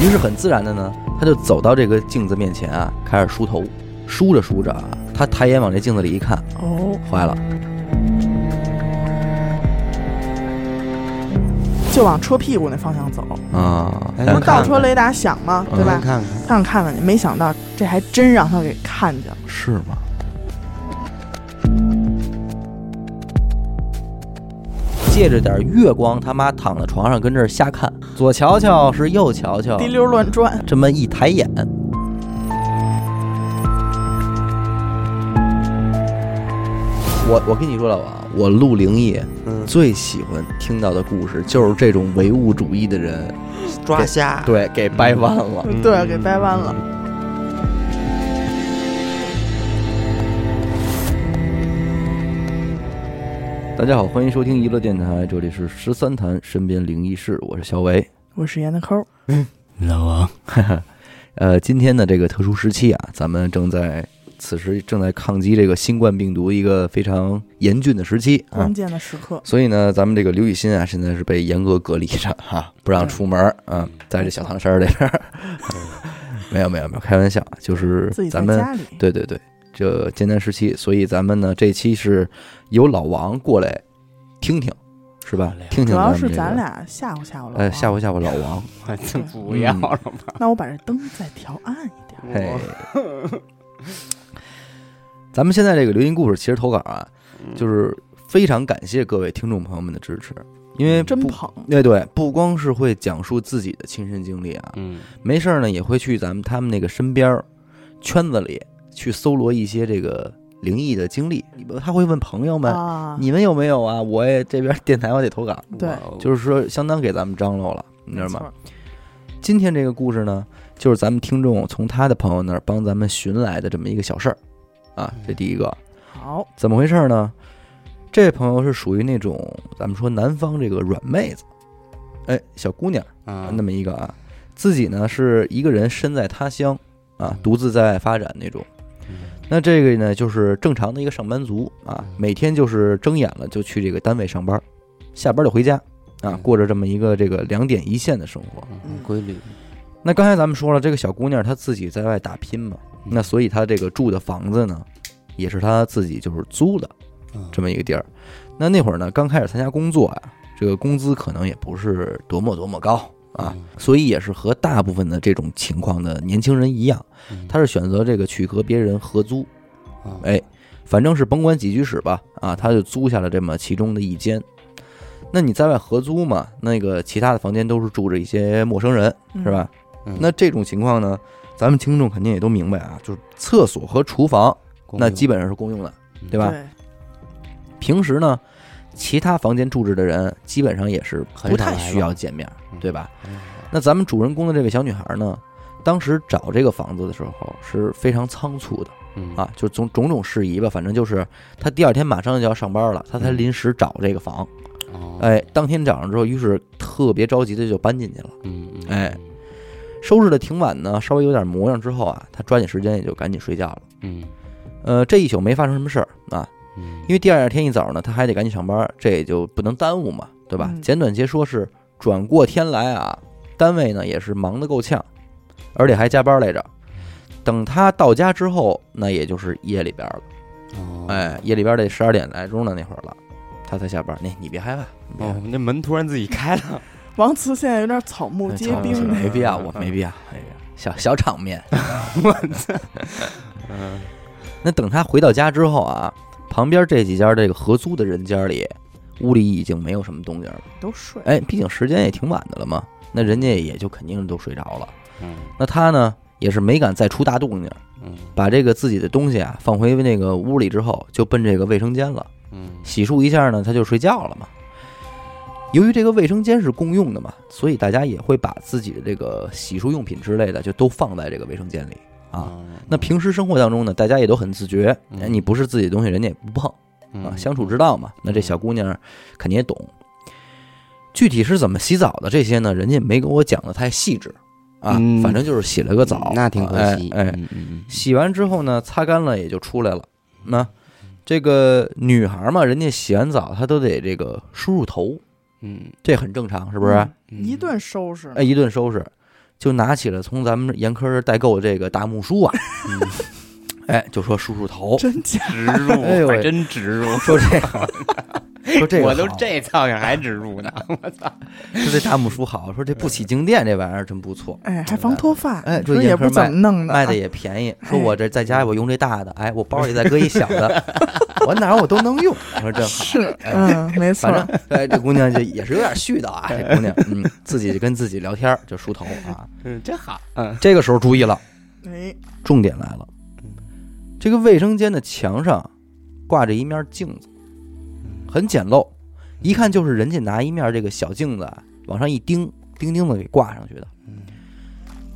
于是很自然的呢，他就走到这个镜子面前啊，开始梳头。梳着梳着啊，他抬眼往这镜子里一看，哦，坏了，就往车屁股那方向走。啊、哎不那是哎倒车雷达响吗？嗯对吧？看看，他想看看去，没想到这还真让他给看见了。是吗？借着点月光，他妈躺在床上跟这儿瞎看，左瞧瞧是右瞧瞧滴，溜乱转，这么一抬眼，我我跟你说老王，我录灵异嗯，最喜欢听到的故事就是这种唯物主义的人，抓瞎，对，给掰弯了。嗯对，给掰弯了。大家好，欢迎收听娱乐电台，这里是十三潭身边灵异事，我是小伟。我是严的抠，老王，呃，今天的这个特殊时期啊，咱们正在此时正在抗击这个新冠病毒一个非常严峻的时期啊嗯关，键的时刻，所以呢，咱们这个刘雨欣啊，现在是被严格隔离着哈、 不让出门儿啊，在这小唐山儿这边儿。没有没有没有，开玩笑，就是自己在咱们家里。对对对，这艰难时期，所以咱们呢这期是由老王过来听听，是吧漂？亮听听主咱要们这是个咱俩吓唬吓唬老呃王。吓唬吓唬老王， 我就不要了吧。那我把这灯再调暗一点。嗯 嘿，咱们现在这个留言故事其实投稿啊，嗯就是非常感谢各位听众朋友们的支持，因为真不捧，对对，不光是会讲述自己的亲身经历啊，嗯，没事儿呢也会去咱们他们那个身边儿圈子里啊去搜罗一些这个灵异的经历，他会问朋友们。啊，你们有没有啊？我也这边电台我得投稿，对哇哦，就是说相当给咱们张罗了，你没知道吗？错？今天这个故事呢，就是咱们听众从他的朋友那儿帮咱们寻来的这么一个小事儿，啊，这第一个好，怎么回事呢？这位朋友是属于那种咱们说南方这个软妹子，哎，小姑娘啊，那么一个啊，自己呢是一个人身在他乡啊，独自在外发展那种。嗯那这个呢，就是正常的一个上班族啊，每天就是睁眼了就去这个单位上班，下班就回家啊，嗯过着这么一个这个两点一线的生活。嗯规律，那刚才咱们说了，这个小姑娘她自己在外打拼嘛，嗯那所以她这个住的房子呢，也是她自己就是租的嗯这么一个地儿。那那会儿呢，刚开始参加工作啊，这个工资可能也不是多么多么高啊，嗯所以也是和大部分的这种情况的年轻人一样，嗯她是选择这个去和别人合租，啊哎，反正是甭管几居室吧，啊，她就租下了这么其中的一间。那你在外合租嘛，那个其他的房间都是住着一些陌生人，嗯是吧？嗯那这种情况呢，咱们听众肯定也都明白啊，就是厕所和厨房公那用嗯基本上是公用的，对吧？对，平时呢，其他房间住着的人基本上也是不太需要见面很少来往，对吧嗯？那咱们主人公的这位小女孩呢，当时找这个房子的时候是非常仓促的嗯啊，就种种种事宜吧，反正就是她第二天马上就要上班了，她才嗯临时找这个房。哦哎，当天早上之后，于是特别着急的就搬进去了。嗯嗯哎收拾的挺晚呢，稍微有点模样之后啊，她抓紧时间也就赶紧睡觉了。嗯呃，这一宿没发生什么事儿啊，嗯，因为第二天一早呢，他还得赶紧上班，这也就不能耽误嘛，对吧？嗯简短截说是转过天来啊，单位呢也是忙得够呛，而且还加班来着。等他到家之后，那也就是夜里边了，哦哎，夜里边得十二点来钟的那会儿了，他才下班。你你别害怕，你别害哦怕，那门突然自己开了，王慈现在有点草木哎皆操兵没那必要，我没必要，没必要，小小场面。嗯那等他回到家之后啊，旁边这几家这个合租的人家里，屋里已经没有什么动静了。都睡。哎，毕竟时间也挺晚的了嘛，那人家也就肯定都睡着了。嗯那他呢，也是没敢再出大动静，嗯把这个自己的东西啊放回那个屋里之后，就奔这个卫生间了。嗯洗漱一下呢，他就睡觉了嘛。由于这个卫生间是共用的嘛，所以大家也会把自己的这个洗漱用品之类的就都放在这个卫生间里啊。啊那平时生活当中呢，大家也都很自觉，嗯哎你不是自己的东西，人家也不碰。啊，相处之道嘛。那这小姑娘肯定也懂。具体是怎么洗澡的这些呢？人家没跟我讲的太细致啊，嗯反正就是洗了个澡，那挺可惜，哎哎，嗯嗯洗完之后呢，擦干了也就出来了。那这个女孩嘛，人家洗完澡她都得这个梳梳头，嗯，这很正常，是不是？嗯一顿收拾，哎，一顿收拾。就拿起了从咱们严科这儿代购的这个大木梳 啊，哎，就说梳梳头，真假？植入哎呦，喂还真植入。说这个， 说这个我都好这苍蝇还植入呢，说这大木梳好，说这不起静电这玩意儿真不错，哎，还防脱发，哎说这也严苛不怎么嗯弄的啊，卖的也便 宜。说我这在家我用这大的，哎，我包里再搁一小 的，我哪儿我都能用。你说真好，哎是，嗯， 没错反，正哎，这姑娘就也是有点絮叨啊，这姑娘嗯，自己就跟自己聊天儿就梳头啊。嗯，真好，嗯，这个时候注意了，哎，重点来了，这个卫生间的墙上挂着一面镜子，很简陋，一看就是人家拿一面这个小镜子啊往上一钉，钉钉子给挂上去的。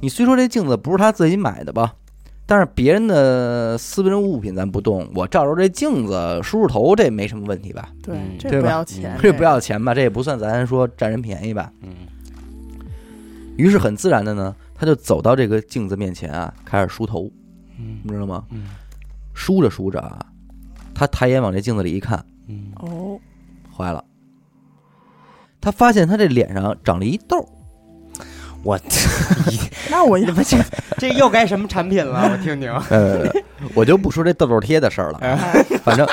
你虽说这镜子不是他自己买的吧，但是别人的私人物品咱不动，我照着这镜子梳梳头，这没什么问题吧？对，嗯这对不吧要钱，哎这不要钱吧？这也不算咱说占人便宜吧？嗯，于是很自然的呢，他就走到这个镜子面前啊，开始梳头，你嗯知道吗？嗯梳着梳着啊，他抬眼往这镜子里一看，嗯，哦，坏了。他发现他这脸上长了一痘儿，我那我也这不这这又该什么产品了？我听听，哎呃， 我就不说这痘痘贴的事儿了，啊反正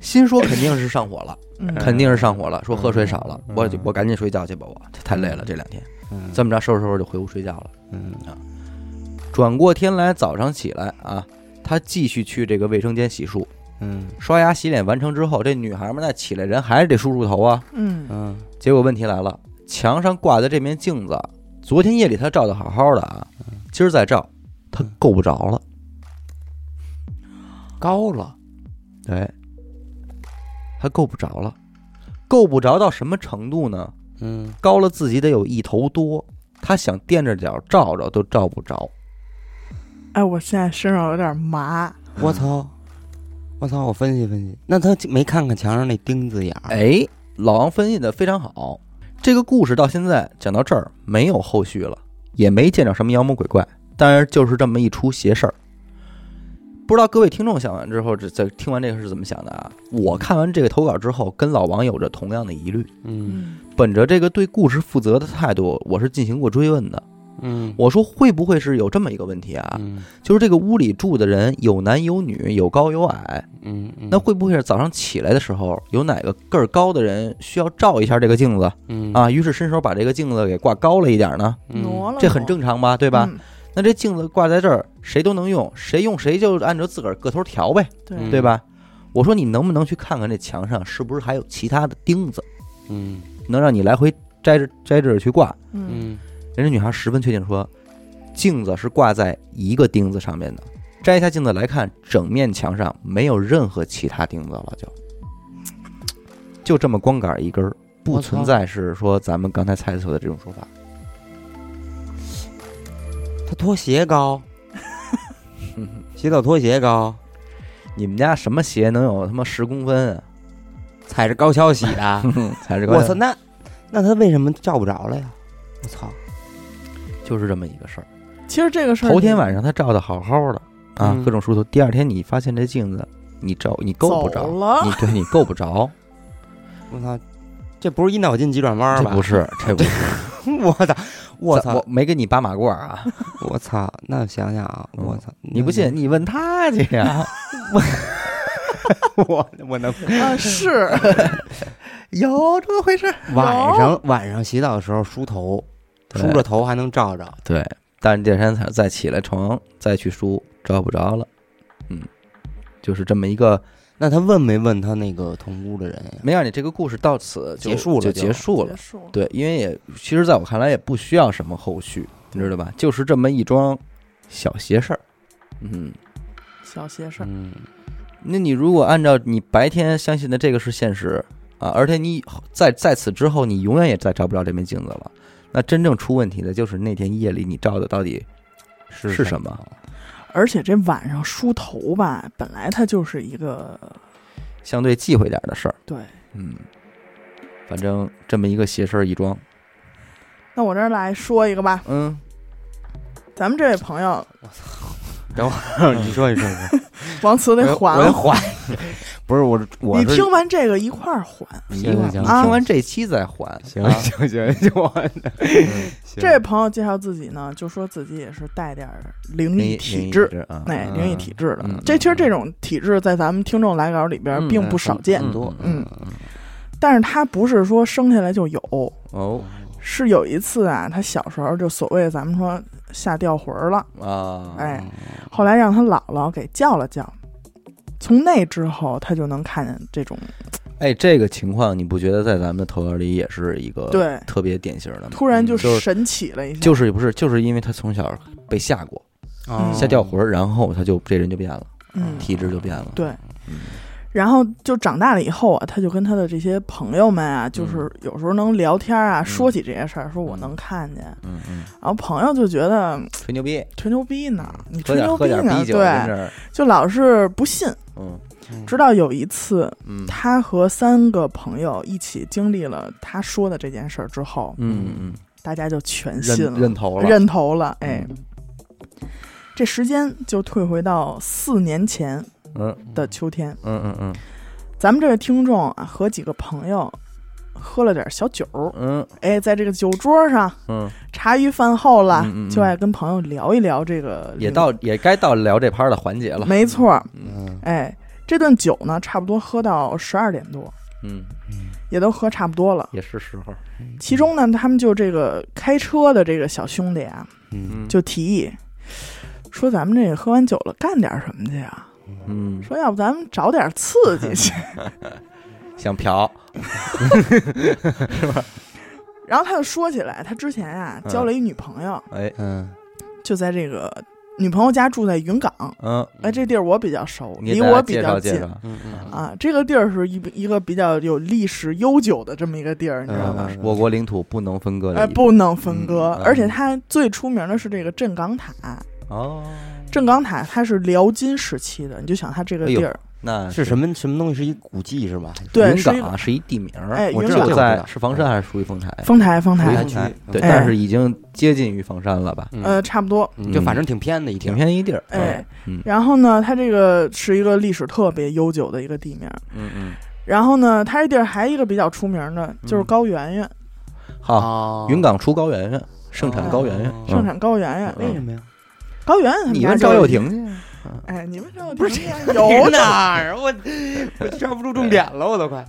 心说肯定是上火了，嗯肯定是上火了，说喝水少了，嗯我我赶紧睡觉去吧，我太累了这两天，嗯这么着收拾收拾就回屋睡觉了。嗯转过天来，早上起来啊，他继续去这个卫生间洗漱，嗯刷牙洗脸完成之后，这女孩们呢起来人还是得梳梳头啊，嗯，嗯结果问题来了，墙上挂的这面镜子，昨天夜里他照的好好的啊，今儿再照，他够不着了。高了，哎，他够不着了，够不着到什么程度呢？嗯高了自己得有一头多，他想踮着脚照照都照不着。哎，我现在身上有点麻，我操，我操！我分析分析，那他没看看墙上那钉子眼儿？哎，老王分析的非常好，这个故事到现在讲到这儿没有后续了，也没见着什么妖魔鬼怪，但是就是这么一出邪事儿。不知道各位听众想完之后，这这听完这个是怎么想的啊？我看完这个投稿之后，跟老王有着同样的疑虑。嗯嗯，本着这个对故事负责的态度，我是进行过追问的。嗯我说会不会是有这么一个问题啊？嗯就是这个屋里住的人有男有女，有高有矮，嗯，嗯那会不会是早上起来的时候，有哪个个儿高的人需要照一下这个镜子？嗯啊，于是伸手把这个镜子给挂高了一点呢，嗯挪嗯嗯了，这很，正常吧，对对吧？？那这镜子挂在这儿，谁都能用，谁用谁就按照自个儿个头调呗，对嗯，对吧？我说你能不能去看看这墙上是不是还有其他的钉子，嗯能让你来回摘着摘着去挂？嗯，嗯人家女孩十分确定说，镜子是挂在一个钉子上面的。摘下镜子来看，整面墙上没有任何其他钉子了，就就这么光杆儿一根儿，不我存操在是说咱们刚才猜测的这种说法。他拖鞋高，洗澡拖鞋高，你们家什么鞋能有他妈十公分啊？踩着高跷洗 的。 才是嗯我操，那那他为什么照不着了呀？我操，就是这么一个事儿。其实这个事儿，头天晚上他照的好好的啊，嗯各种梳头。第二天你发现这镜子，你照你够不着走，了你对你够不着，我操，这不 是一脑筋急转弯这吧？不，是这不是， 我操，我咱操我，没给你扒马褂啊！我操，那我想想啊，嗯我操，你不信你问他去啊呀。那？ 我我 能啊，是，有哦这么回事？晚上晚上洗澡的时候梳头，对梳着头还能照着。对，但是第二天才再起来床再去梳，照不着了。嗯，就是这么一个，那他问没问他那个同屋的人呀？没让你这个故事到此就结束了就就结束了结。束，对，因为也其实在我看来也不需要什么后续，你知道吧？就是这么一桩小邪事儿。嗯，小邪事儿，嗯那你如果按照你白天相信的这个是现实啊，而且你在在此之后，你永远也再照不着这面镜子了。那真正出问题的就是那天夜里你照的到底是是什什么？而且这晚上梳头吧，本来它就是一个相对忌讳点儿的事儿。对。嗯，反正这么一个邪事儿一桩。那我这儿来说一个吧，嗯，咱们这位朋友，等会 儿你说你 说，你说王慈得还我得了。还， 不是我是我你是听完这个一块儿还。你行一会儿行你行啊听完这期再还。行啊 行行行，我嗯行这位朋友介绍自己呢，就说自己也是带点儿灵灵异异体质，啊，哎，灵异体质的嗯。这其实这种体质在咱们听众来稿里边嗯并不少见哎很，多，嗯但是他不是说生下来就有，哦是有一次啊，他小时候就所谓咱们说吓掉魂儿了，啊，哎，后来让他姥姥给叫了叫，从那之后他就能看见这种哎，这个情况你不觉得在咱们的投稿里也是一个对特别典型的吗？突然就呃嗯就是神起了一下，就是不是就是因为他从小被吓过，哦吓掉魂儿，然后他就这人就变了，嗯，体质就变了。对嗯，然后就长大了以后啊，他就跟他的这些朋友们嗯啊，就是有时候能聊天啊，说起这些事儿，说我能看见，嗯嗯，然后朋友就觉得嗯吹牛逼，吹牛逼呢，你喝吹点牛喝逼点呢，啤酒跟这对，儿，就老是不信。嗯直到有一次，嗯他和三个朋友一起经历了他说的这件事儿之后，嗯大家就全嗯，信认了，认头了，认头了，哎嗯。这时间就退回到四年前嗯的秋天，嗯嗯嗯咱们这位听众啊，和几个朋友喝了点小酒，嗯哎，在这个酒桌上，嗯，茶余饭后了，嗯嗯嗯就爱跟朋友聊一聊这个，也到也该到聊这盘儿的环节了。没错，嗯哎，这顿酒呢，差不多喝到十二点多，嗯，也都喝差不多了。也是时候。其中呢，他们就这个开车的这个小兄弟啊，嗯嗯，就提议说：“咱们这个喝完酒了，干点什么去啊？嗯，说要不咱们找点刺激 去。想嫖，”然后他就说起来，他之前啊嗯交了一女朋友，哎，嗯就在这个女朋友家住在云港。嗯，哎，这地儿我比较熟，你给离大我家比介较绍近介绍。嗯嗯啊。这个地儿是一一个比较有历史悠久的这么一个地儿，你知道吧？嗯我国领土不能分割的啊哎，一不能分割嗯嗯嗯，而且它最出名的是这个镇港塔。哦，镇港塔它是辽金时期的，你就想它哎这个地儿，那是什么什么东西？是一古迹是吧？对，云啊是一个冈是一地名儿，哎我云知冈道我知在道是房山还是属于丰台？丰台，丰属于丰台台，丰台区，对，哎但是已经接近于房山了吧？嗯呃，差不多，嗯就反正挺偏的一挺条，偏一地儿，哎，嗯然后呢，它这个是一个历史特别悠久的一个地名。嗯嗯，然后呢，它这地儿还有一个比较出名的，就是高圆圆，好，啊云冈出高圆圆，盛产高圆圆，哦嗯盛产高圆哎圆嗯，为什么呀？高圆圆他们你家问就赵又有，廷去，哎，你们赵又廷呀 有的，哪儿？我我抓不住重点了，我都快。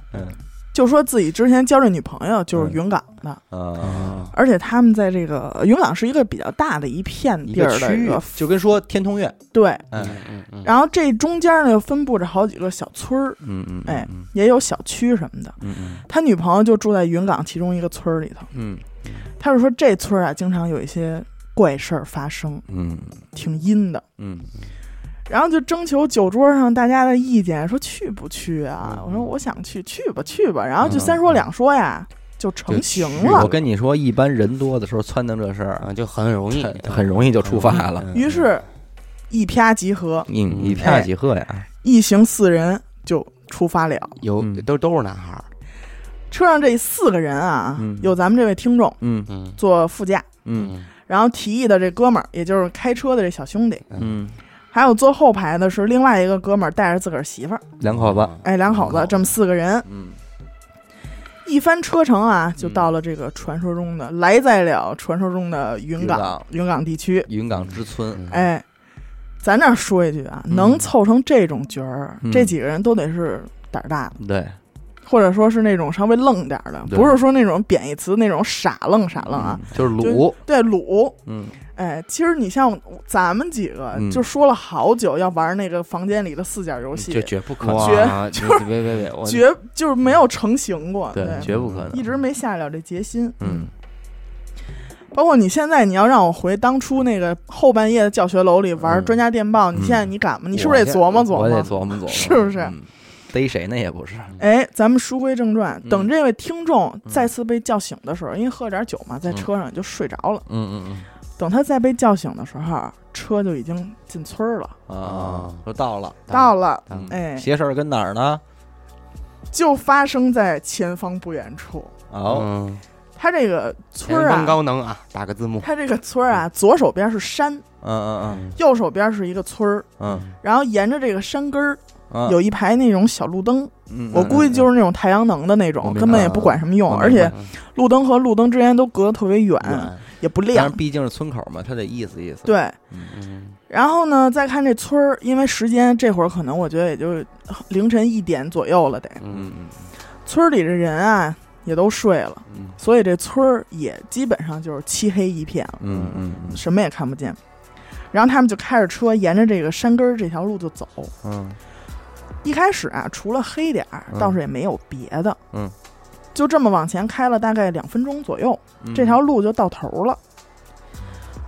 就说自己之前交这女朋嗯友就是云港的，啊，啊，而且他们在这个云港是一个比较大的一片一地儿的区一域个，就跟说天通苑，对，嗯嗯嗯然后这中间呢又分布着好几个小村儿，嗯嗯，哎嗯也有小区什么的。嗯嗯他女朋友就住在云港其中一个村儿里头，嗯他就说这村儿啊经常有一些怪事儿发生，嗯挺阴的。嗯然后就征求酒桌上大家的意见，说去不去啊？我说我想去，去吧去吧。然后就三说两说呀，嗯就成型就去嗯，我了。跟你说，一般人多的时候撺掇这事儿，啊，就很容易，很容易就触发了，嗯于是，一啪即合，嗯，哎嗯一片几鹤呀，一行四人就出发了。有嗯都都是男孩儿，车上这四个人啊，嗯有咱们这位听众嗯嗯坐副驾，嗯然后提议的这哥们儿，也就是开车的这小兄弟，嗯，还有坐后排的是另外一个哥们儿带着自个儿媳妇儿，嗯两口子，哎，两口子这么四个人，嗯一番车程啊，就到了这个传说中的、来在了传说中的云云港港云港地区，云冈之村，嗯，哎。咱这儿说一句啊，嗯能凑成这种角儿，嗯这几个人都得是胆儿大的，对，或者说是那种稍微愣点儿的，对嗯不是说那种贬义词那种傻愣傻愣啊。就是就鲁，对，鲁嗯哎，其实你像咱们几个，嗯就说了好久要玩那个房间里的四角游戏，这嗯绝不可能，哇，绝啊别别别别，我绝就是没有成型过，对，对，绝不可一能，直没下了这决心。嗯，包括你现在，你要让我回当初那个后半夜的教学楼里玩嗯专家电报，你嗯现在你敢吗？你我是不是得琢磨琢我得磨？琢磨琢磨，是不是嗯？逮谁呢也不是，哎，咱们书归正传，嗯等这位听众再次被叫醒的时候，因为喝点酒嘛，在车上就睡着了。嗯嗯等他再被叫醒的时候，车就已经进村儿了，嗯，啊，都到了，到了，到了哎，邪事儿跟哪儿呢？就发生在前方不远处。哦，嗯它这个村前儿方啊，高能啊，打个字幕。它这个村儿啊，左手边是山，嗯嗯右手边是一个村儿，嗯然后沿着这个山根儿嗯，有一排那种小路灯，嗯，我估计就是那种太阳能的那我种，明白根本也不管什么用，而且路灯和路灯之间都隔得特别远，嗯也不但亮是。毕竟是村口嘛，他得意思意思。，对，嗯然后呢，再看这村儿，因为时间这会儿可能我觉得也就凌晨一点左右了得，嗯嗯村儿里的人啊也都睡了，嗯所以这村儿也基本上就是漆黑一片了，嗯嗯什么也看不见。然后他们就开着车沿着这个山根儿这条路就走。嗯一开始啊，除了黑点儿，嗯倒是也没有别的。嗯，就这么往前开了大概两分钟左右，嗯，这条路就到头了。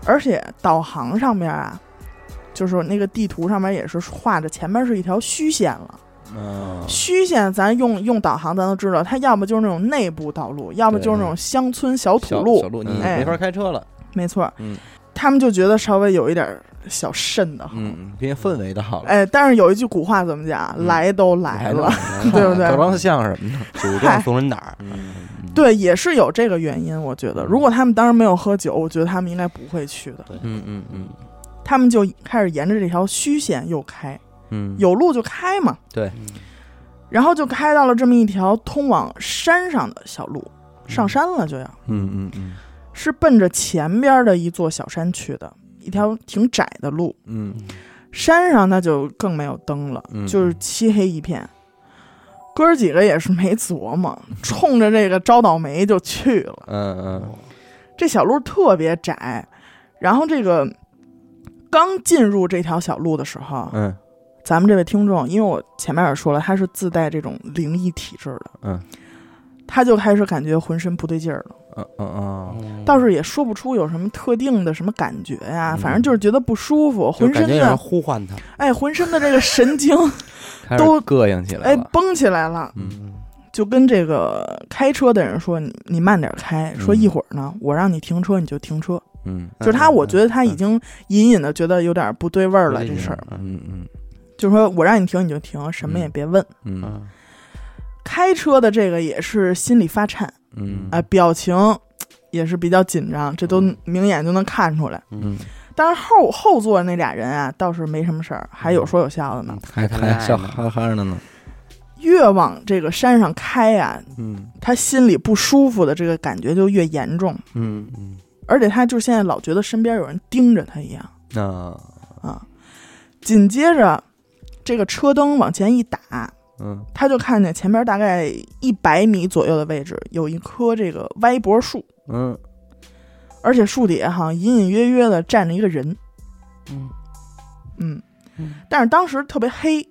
而且导航上面啊，就是那个地图上面也是画着前面是一条虚线了。嗯虚线咱用用导航咱都知道，它要么就是那种内部道路，要么就是那种乡村小土路。小路你嗯没法开车了。没错，嗯他们就觉得稍微有一点儿小瘆得慌。嗯，毕竟氛围到了，哎，但是有一句古话怎么讲？啊嗯来都来了，对不对走廊像什么的。主动嗯怂人胆儿，嗯， 对，也是有这个原因。我觉得，如果他们当时没有喝酒，我觉得他们应该不会去的。嗯嗯嗯他们就开始沿着这条虚线又开，嗯，有路就开嘛，然后就开到了这么一条通往山上的小路，上山了就要，嗯嗯嗯是奔着前边的一座小山去的，一条挺窄的路。嗯山上那就更没有灯了，嗯就是漆黑一片。哥儿几个也是没 琢磨，冲着这个招倒霉就去了。嗯嗯这小路特别窄，然后这个刚进入这条小路的时候，嗯咱们这位听众，因为我前面也说了，他是自带这种灵异体质的，嗯，他就开始感觉浑身不对劲儿了，嗯嗯倒是也说不出有什么特定的什么感觉呀、嗯反正就是觉得不舒服，就浑感身觉有人的呼唤他，哎，浑身的这个神经嗯，都膈应起来哎了。绷起来了，嗯就跟这个开车的人说：“你你慢点开，说嗯一会儿呢，我让你停车你就停车。”嗯就是他，嗯我觉得他已经隐隐的觉得有点不对味儿了，有这点事儿，嗯嗯就是说我让你停你就停，什么也别问。嗯嗯开车的这个也是心里发颤，嗯哎、表情嘖也是比较紧张，这都嗯明眼就能看出来。嗯，但是后后座那俩人啊，倒是没什么事儿，还有嗯说有笑的呢。还还笑哈哈的呢。越往这个山上开啊，嗯他心里不舒服的这个感觉就越严重，嗯，嗯而且他就现在老觉得身边有人盯着他一样。那啊。紧接着，这个车灯往前一打，嗯他就看见前面大概一百米左右的位置有一棵这个歪脖树，嗯而且树底下好像隐隐约约的站着一个人。嗯嗯嗯，但是当时特别黑，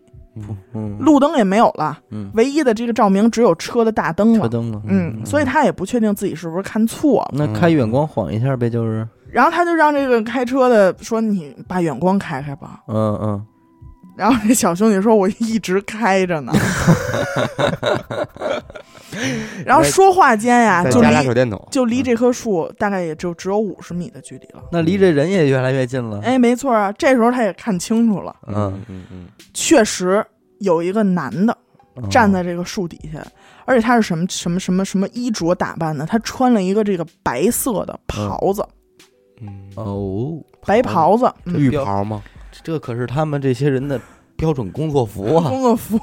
嗯，路灯也没有了，嗯唯一的这个照明只有车的大灯车了。灯了。嗯，所以他也不确定自己是不是看错了，那开远光晃一下呗，就是然后他就让这个开车的说：“你把远光开开吧。”嗯嗯然后这小兄弟说：“我一直开着呢。” 然后说话间呀、再啊就加俩离手电筒，就离这棵树大概也就只有五十米的距离了。那离这人也越来越近了。哎，没错啊，这时候他也看清楚了，嗯嗯嗯确实有一个男的嗯，站在这个树底下，而且他是什么什么什么什么衣着打扮呢？他穿了一个这个白色的袍子，嗯嗯，哦，白袍子，嗯，浴袍吗？这可是他们这些人的标准工作服啊。工作服，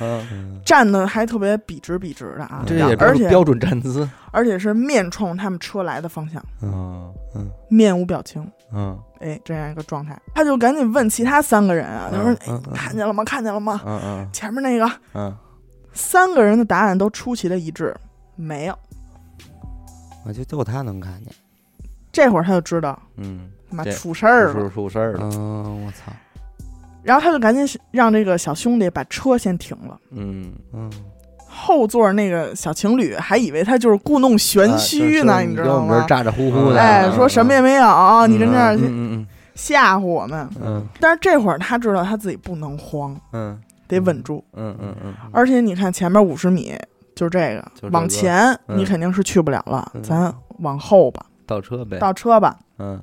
嗯，嗯站的还特别笔直笔直的啊，这也而不是且标准站姿。而且是面冲他们车来的方向，嗯嗯面无表情，嗯哎，这样一个状态，他就赶紧问其他三个人啊，他说：“嗯哎，看见了吗？看见了吗？嗯嗯前面那个。嗯”三个人的答案都出奇的一致，没有。啊，就就他能看见。这会儿他就知道，嗯，妈这出事儿出了。出事儿了。嗯，我操，然后他就赶紧让这个小兄弟把车先停了。嗯，嗯，后座那个小情侣还以为他就是故弄玄虚呢，啊你知道我们这吗儿？咋咋呼呼儿的，哎，嗯说什么也没有，啊你跟这儿嗯嗯吓唬我们。嗯但是这会儿他知道他自己不能慌，嗯得稳住。嗯嗯嗯嗯，而且你看前面五十米就这个，就这个往前嗯你肯定是去不了了，嗯咱往后吧，倒车呗。倒车吧。嗯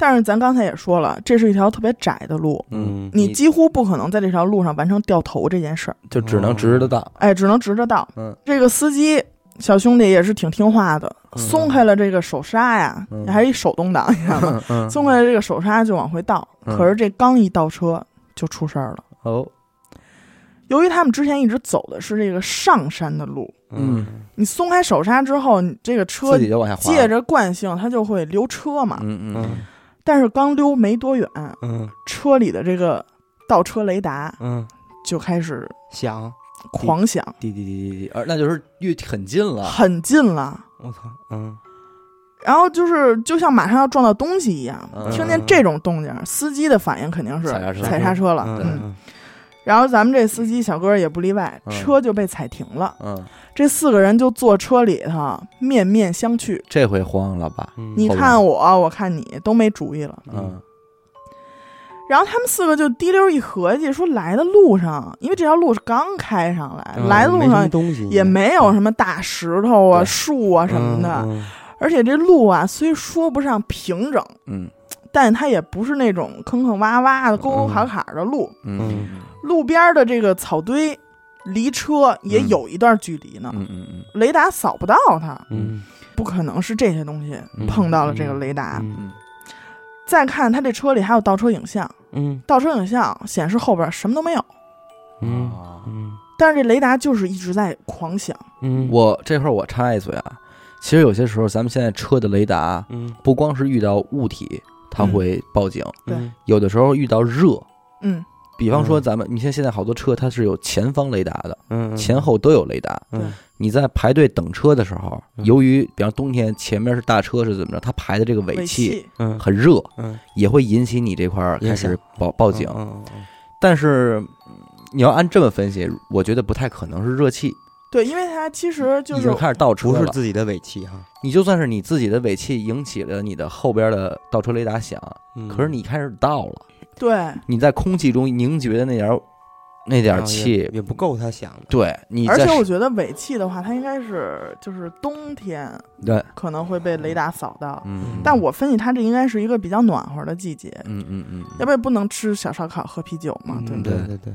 但是咱刚才也说了，这是一条特别窄的路，嗯，你几乎不可能在这条路上完成掉头这件事儿，就只能直着倒。哎，只能直着倒。嗯这个司机小兄弟也是挺听话的，嗯松开了这个手刹呀，嗯还是一手动挡，你知 道吗？嗯嗯松开了这个手刹就往回倒，嗯可是这刚一倒车就出事儿了。哦，由于他们之前一直走的是这个上山的路，嗯你松开手刹之后，你这个车自己就往下滑了，借着惯性，它就会溜车嘛。嗯嗯嗯但是刚溜没多远，嗯车里的这个倒车雷达嗯，就开始响，狂响，滴滴滴滴滴，而那就是越很近了，很近了。我操，嗯然后就是就像马上要撞到东西一样，嗯听见这种动静，司机的反应肯定是踩刹车踩刹车了。嗯，嗯然后咱们这司机小哥也不例外，嗯车就被踩停了。嗯，这四个人就坐车里头面面相觑，这回慌了吧？嗯，你好吧看我，我看你，都没主意了。嗯然后他们四个就滴溜一合计，说来的路上，因为这条路是刚开上来，嗯来的路没什么上东西也没有什么大石头啊、对树啊什么的，嗯而且这路啊虽说不上平整，嗯但它也不是那种坑坑洼洼的、沟沟坎坎的路，嗯嗯路边的这个草堆离车也嗯有一段距离呢，嗯嗯雷达扫不到它，嗯不可能是这些东西嗯碰到了这个雷达。嗯嗯再看他这车里还有倒车影像，嗯倒车影像显示后边什么都没有，嗯嗯，嗯但是这雷达就是一直在狂响。嗯，我这块儿我插一嘴啊，其实有些时候咱们现在车的雷达嗯不光是遇到物体它会报警，对嗯有的时候遇到热。嗯，比方说，嗯咱们你像现在好多车，它是有前方雷达的，嗯前后都有雷达。嗯你在排队等车的时候，嗯由于比方冬天前面是大车是怎么着，它排的这个尾尾气气，嗯很热，嗯也会引起你这块儿开影始响报报警。嗯但是嗯你要按这么分析，我觉得不太可能是热气，对，因为它其实就已是经开始倒车不是了。自己的尾气哈，你就算是你自己的尾气引起了你的后边的倒车雷达响，嗯可是你开始倒了，对，你在空气中凝结的那点儿那点儿气，也不够他想的，对你而在且我觉得尾气的话，它应该是就是冬天对，可能会被雷达扫到，嗯，但我分析它这应该是一个比较暖和的季节，嗯嗯嗯，要不然不能吃小烧烤喝啤酒嘛，对不对？对对对，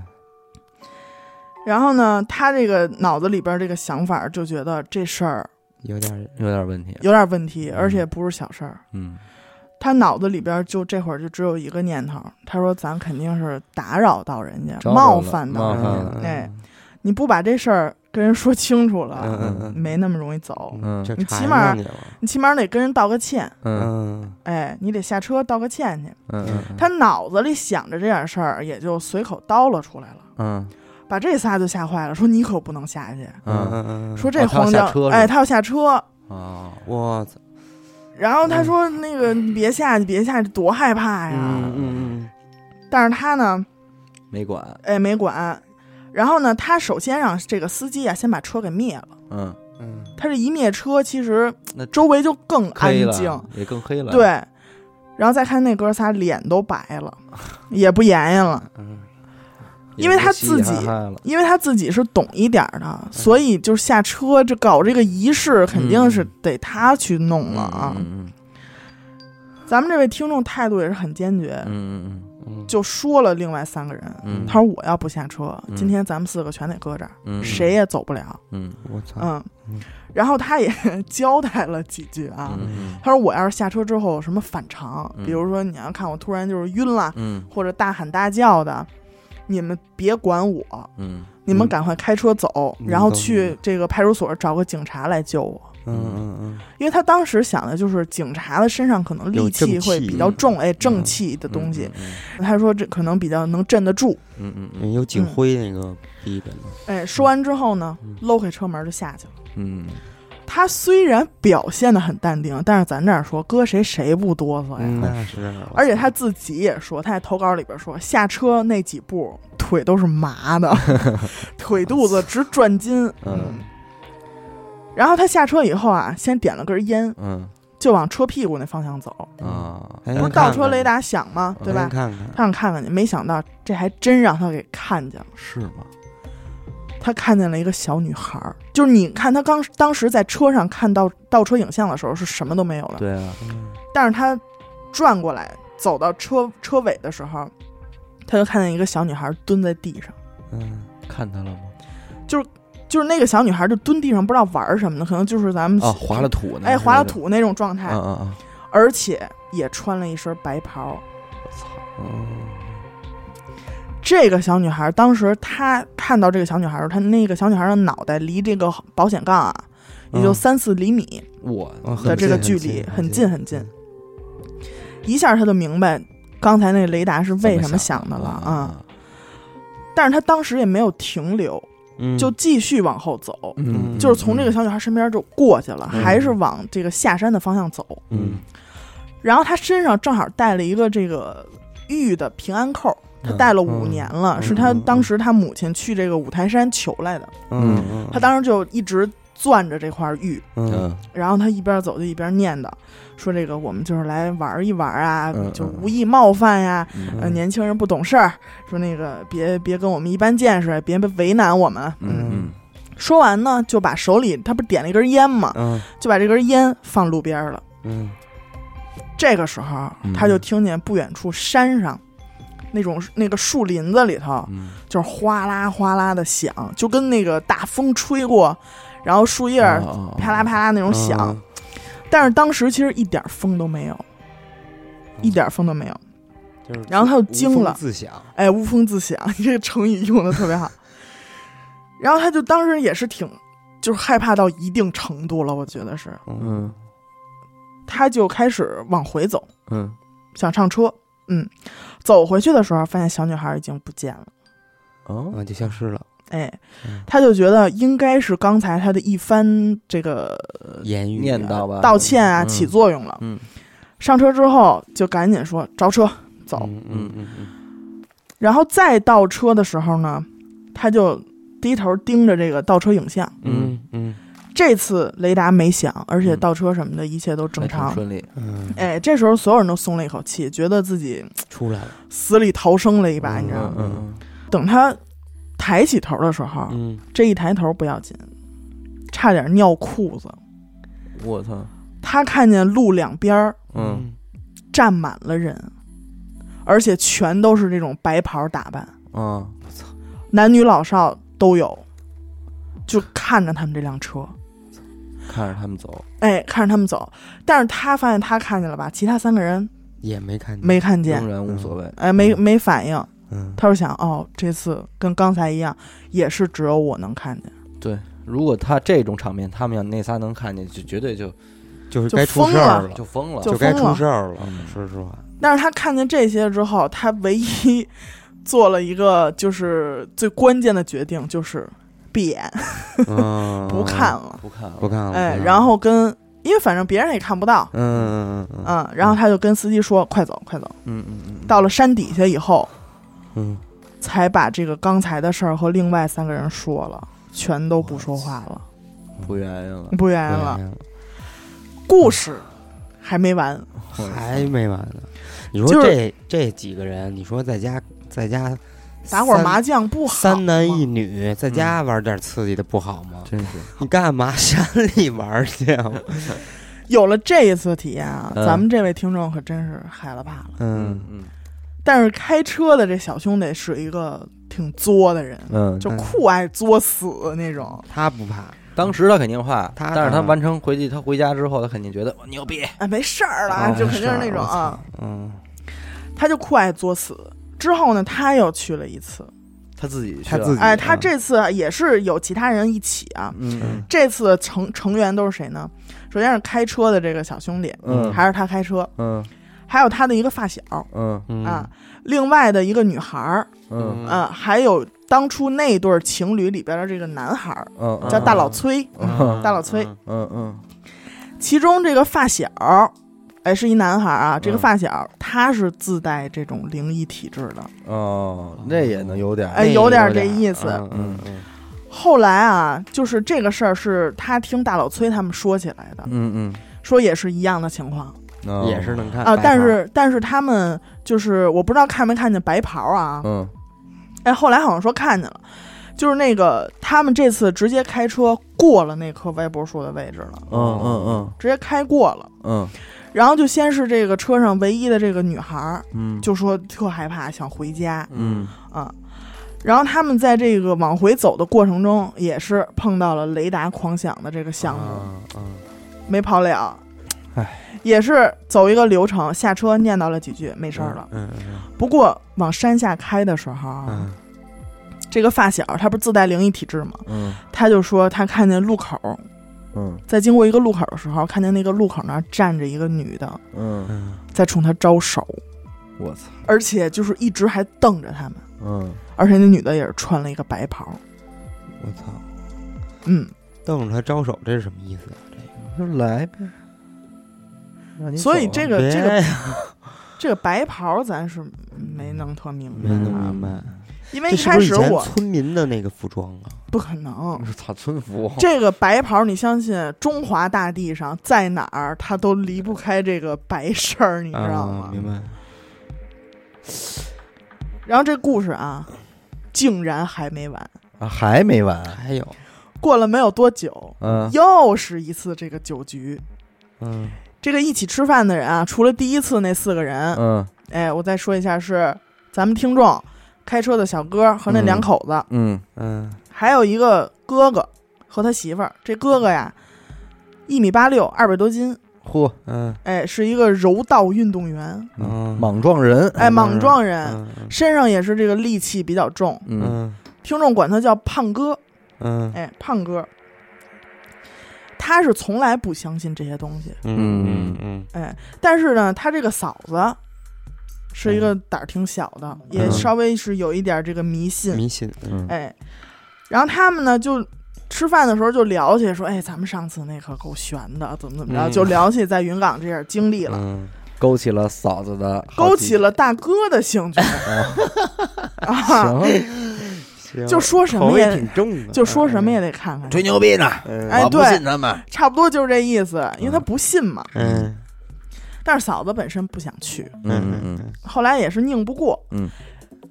然后呢，他这个脑子里边这个想法就觉得这事儿有点有点问题，有点问题，嗯而且不是小事儿。嗯他脑子里边就这会儿就只有一个念头，他说咱肯定是打扰到人家，招惹了冒犯到冒人犯家了，哎，你不把这事儿跟人说清楚了，嗯嗯没那么容易走。嗯，这你起码得跟人道个歉，嗯嗯哎，你得下车道个歉去。嗯嗯他脑子里想着这点事儿，也就随口叨了出来了，嗯把这仨就吓坏了，说你可不能下去，嗯嗯说哦这他要荒下郊，车是吧哎，他要下车，哦，我操，然后嗯他说：“那个，你别下去，别下去，多害怕哎呀！”嗯嗯但是他呢，没管，哎，没管。然后呢，他首先让这个司机啊，先把车给灭了。嗯，嗯他这一灭车，其实那周围就更安黑静，了也更黑了，对。然后再看那哥仨脸都 白了，也不言语了，嗯也因为不他嘻自嘻哈己哈了因为他自己是懂一点儿的，嗯所以就是下车这搞这个仪式，肯定是得他去弄了啊。嗯咱们这位听众态度也是很坚决，嗯嗯嗯，就说了另外三个人，嗯，他说我要不下车，嗯今天咱们四个全得搁这儿，嗯谁也走不了。嗯我操，嗯嗯，然后他也 交代了几句啊，嗯他说我要是下车之后有什么反常，嗯比如说你要看我突然就是晕了，嗯或者大喊大叫的，你们别管我，嗯你们赶快开车走，嗯然后你走去这个派出所找个警察来救我。嗯嗯因为他当时想的就是警察的身上可能戾有正气会气比较重，哎，正嗯气的东西，，他说这可能比较能镇得住。嗯嗯嗯嗯，有警徽那个逼着呢，哎，说完之后呢嗯，搂开车门就下去了。嗯他虽然表现的很淡定，但是咱这儿说，搁谁谁不哆哎嗦呀？嗯那是，而且他自己也说，他在投稿里边说，下车那几步腿都是麻 的，腿肚子直转筋。嗯然后他下车以后啊，先点了根烟，嗯就往车屁股那方向走。啊，还不能是嗯倒看车雷达响吗？对吧？看看，他想看看去，没想到这还真让他给看见了。是吗？他看见了一个小女孩儿，就是你看他刚当时在车上看到倒车影像的时候是什么都没有的，对啊，嗯但是他转过来走到车车尾的时候，他就看见一个小女孩蹲在地上，嗯看他了吗？就是那个小女孩就蹲地上不知道玩儿什么的，可能就是咱们啊，滑了土呢，哎滑了土那哎种状啊态，啊啊！而且也穿了一身白袍。我操，嗯这个小女孩当时她看到这个小女孩儿，她那个小女孩的脑袋离这个保险杠啊，也就嗯三四厘米，我啊很的这个距近离很近近很近，一下他就明白刚才那雷达是为什么想的了啊！啊？但是他当时也没有停留，嗯就继续往后走，嗯，就是从这个小女孩身边就过去了，嗯还是往这个下山的方向走。嗯然后他身上正好带了一个这个玉的平安扣，他戴了五嗯年了，嗯是他嗯当时他母亲去这个五台山求来的，嗯嗯，他当时就一直攥着这块玉，嗯嗯然后他一边走就一边念叨，说这个我们就是来玩一玩啊，嗯就嗯无意冒犯呀、嗯呃，年轻人不懂事儿，说那个别别跟我们一般见识，别别为难我们。嗯说完呢，就把手里他不是点了一根烟嘛，嗯就把这根烟放路边了。嗯这个时候嗯，他就听见不远处山上。那种那个树林子里头，嗯就是哗啦哗啦的响，就跟那个大风吹过，然后树叶儿哦啪啦啪啦那种嗯响，但是当时其实一点风都没有，哦一点风都没有。就是然后他就惊了无风自响，哎，无风自响，你这个成语用的特别好。然后他就当时也是挺，就是害怕到一定程度了，我觉得是，嗯他就开始往回走，嗯想上车。嗯，走回去的时候，发现小女孩已经不见了。哦啊就消失了，哎嗯，他就觉得应该是刚才他的一番这个言语念叨吧，道歉啊嗯起作用了。嗯上车之后就赶紧说着车走，嗯嗯嗯然后再倒车的时候呢，他就低头盯着这个倒车影像。嗯嗯这次雷达没响，而且嗯倒车什么的一切都正还挺常。顺利，嗯嗯，哎，这时候所有人都松了一口气，觉得自己出来了，死里逃生了一把，你知道嗯吗？嗯等他抬起头的时候，嗯，这一抬头不要紧，差点尿裤子。嗯，我操，他看见路两边儿嗯站满了人，而且全都是这种白袍打扮。啊男女老少都有，就看着他们这辆车，看着他们走，哎，看着他们走。但是他发现他看见了吧，其他三个人也没看见，没看仍见，然无所谓，哎，没没反应。嗯他就想，哦，这次跟刚才一样，也是只有我能看见，如果他这种场面，他们要那仨能看见，就绝对就就是就该出疯事儿了了，就疯了，就该疯出了事儿了嗯，说 实话，但是他看见这些之后，他唯一 做了一个就是最关键的决定，就是闭眼嗯，不看，了，不看了，不看了，哎，然后跟因为反正别人也看不到，嗯嗯嗯嗯嗯，然后他就跟司机说，快走，快走。嗯嗯嗯，到了山底下以后，嗯，才把这个刚才的事儿和另外三个人说了，全都不说话了，不原因了，不愿意了。故事还没完，还没完呢。你说就是这这几个人，你说在家在家打会儿三麻将不好吗嗯三男一女在家玩点刺激的不好吗？真是，你干嘛山里玩去啊？有了这一次体验啊，嗯咱们这位听众可真是害了怕了。嗯，嗯但是开车的这小兄弟是一个挺作的人，嗯，就酷爱作死那种。嗯他不怕，当时他肯定怕，他但是他啊完成回去，他回家之后，他肯定觉得哇牛逼，哎，没事儿了，啊就肯定是那没事儿种啊，嗯他就酷爱作死。之后呢，他又去了一次，他自己去他了自己哎，嗯他这次啊也是有其他人一起啊，嗯这次成成员都是谁呢？首先是开车的这个小兄弟，嗯还是他开车，嗯还有他的一个发小、嗯嗯啊，另外的一个女孩儿，嗯嗯、还有当初那对情侣里边的这个男孩儿嗯，叫大老崔，嗯大老崔嗯嗯嗯其中这个发小，哎，是一男孩儿啊，这个嗯发小他是自带这种灵异体质的，哦，那也能有点儿，哎，那有点点儿这意思。嗯嗯嗯后来啊，就是这个事儿是他听大老崔他们说起来的，嗯说也是一样的情况。嗯嗯，哦，也是能看啊，白但袍是但是他们就是我不知道看没看见白袍啊，嗯哎，后来好像说看见了，就是那个他们这次直接开车过了那棵歪脖树的位置了，嗯嗯直接开过了。嗯然后就先是这个车上唯一的这个女孩儿嗯就说特害怕，想回家嗯啊。然后他们在这个往回走的过程中，也是碰到了雷达狂响的这个项目，嗯啊啊，没跑了。唉，也是走一个流程，下车念叨了几句，没事儿了。嗯嗯不过往山下开的时候啊，嗯这个发小他不是自带灵异体质吗？嗯他就说他看见路口，嗯在经过一个路口的时候，看见那个路口那儿站着一个女的嗯，嗯在冲他招手，我操，而且就是一直还瞪着他们，嗯而且那女的也是穿了一个白袍，嗯，我操，嗯，瞪着他招手，这是什么意思啊？就来呗，让你所以走啊这个这别个呀这个白袍咱是没弄特明白没啊，弄明白，因为这一是开不是以始前我村民的那个服装啊？不可能我。是草村服，这个白袍，你相信中华大地上在哪儿，它都离不开这个白事儿，你知道啊，吗？明白？然后这故事啊，竟然还没完。啊还没完，还有，过了没有多久，啊嗯又是一次这个酒局。嗯这个一起吃饭的人啊，除了第一次那四个人，嗯哎，我再说一下是咱们听众开车的小哥和那两口子，嗯嗯还有一个哥哥和他媳妇儿。这哥哥呀，一米八六，二百多斤，嚯，嗯哎，是一个柔道运动员，嗯，莽撞人，哎，莽撞人，嗯嗯身上也是这个戾气比较重，嗯嗯听众管他叫胖哥，嗯哎，胖哥。他是从来不相信这些东西，嗯嗯哎，但是呢，他这个嫂子是一个胆儿挺小的，也嗯稍微是有一点这个迷信，嗯，迷信，嗯哎，然后他们呢就吃饭的时候就聊起说，哎，咱们上次那可够悬的，怎么怎么着，嗯就聊起在云冈这点经历了，嗯勾起了嫂子的好奇，勾起了大哥的兴趣啊，行，哦行就说什口么味也挺重的，就说什么也得看看，牛逼呢，嗯，哎我不对信他们，差不多就是这意思，因为他不信嘛。嗯但是嫂子本身不想去，嗯嗯后来也是拧不过，嗯，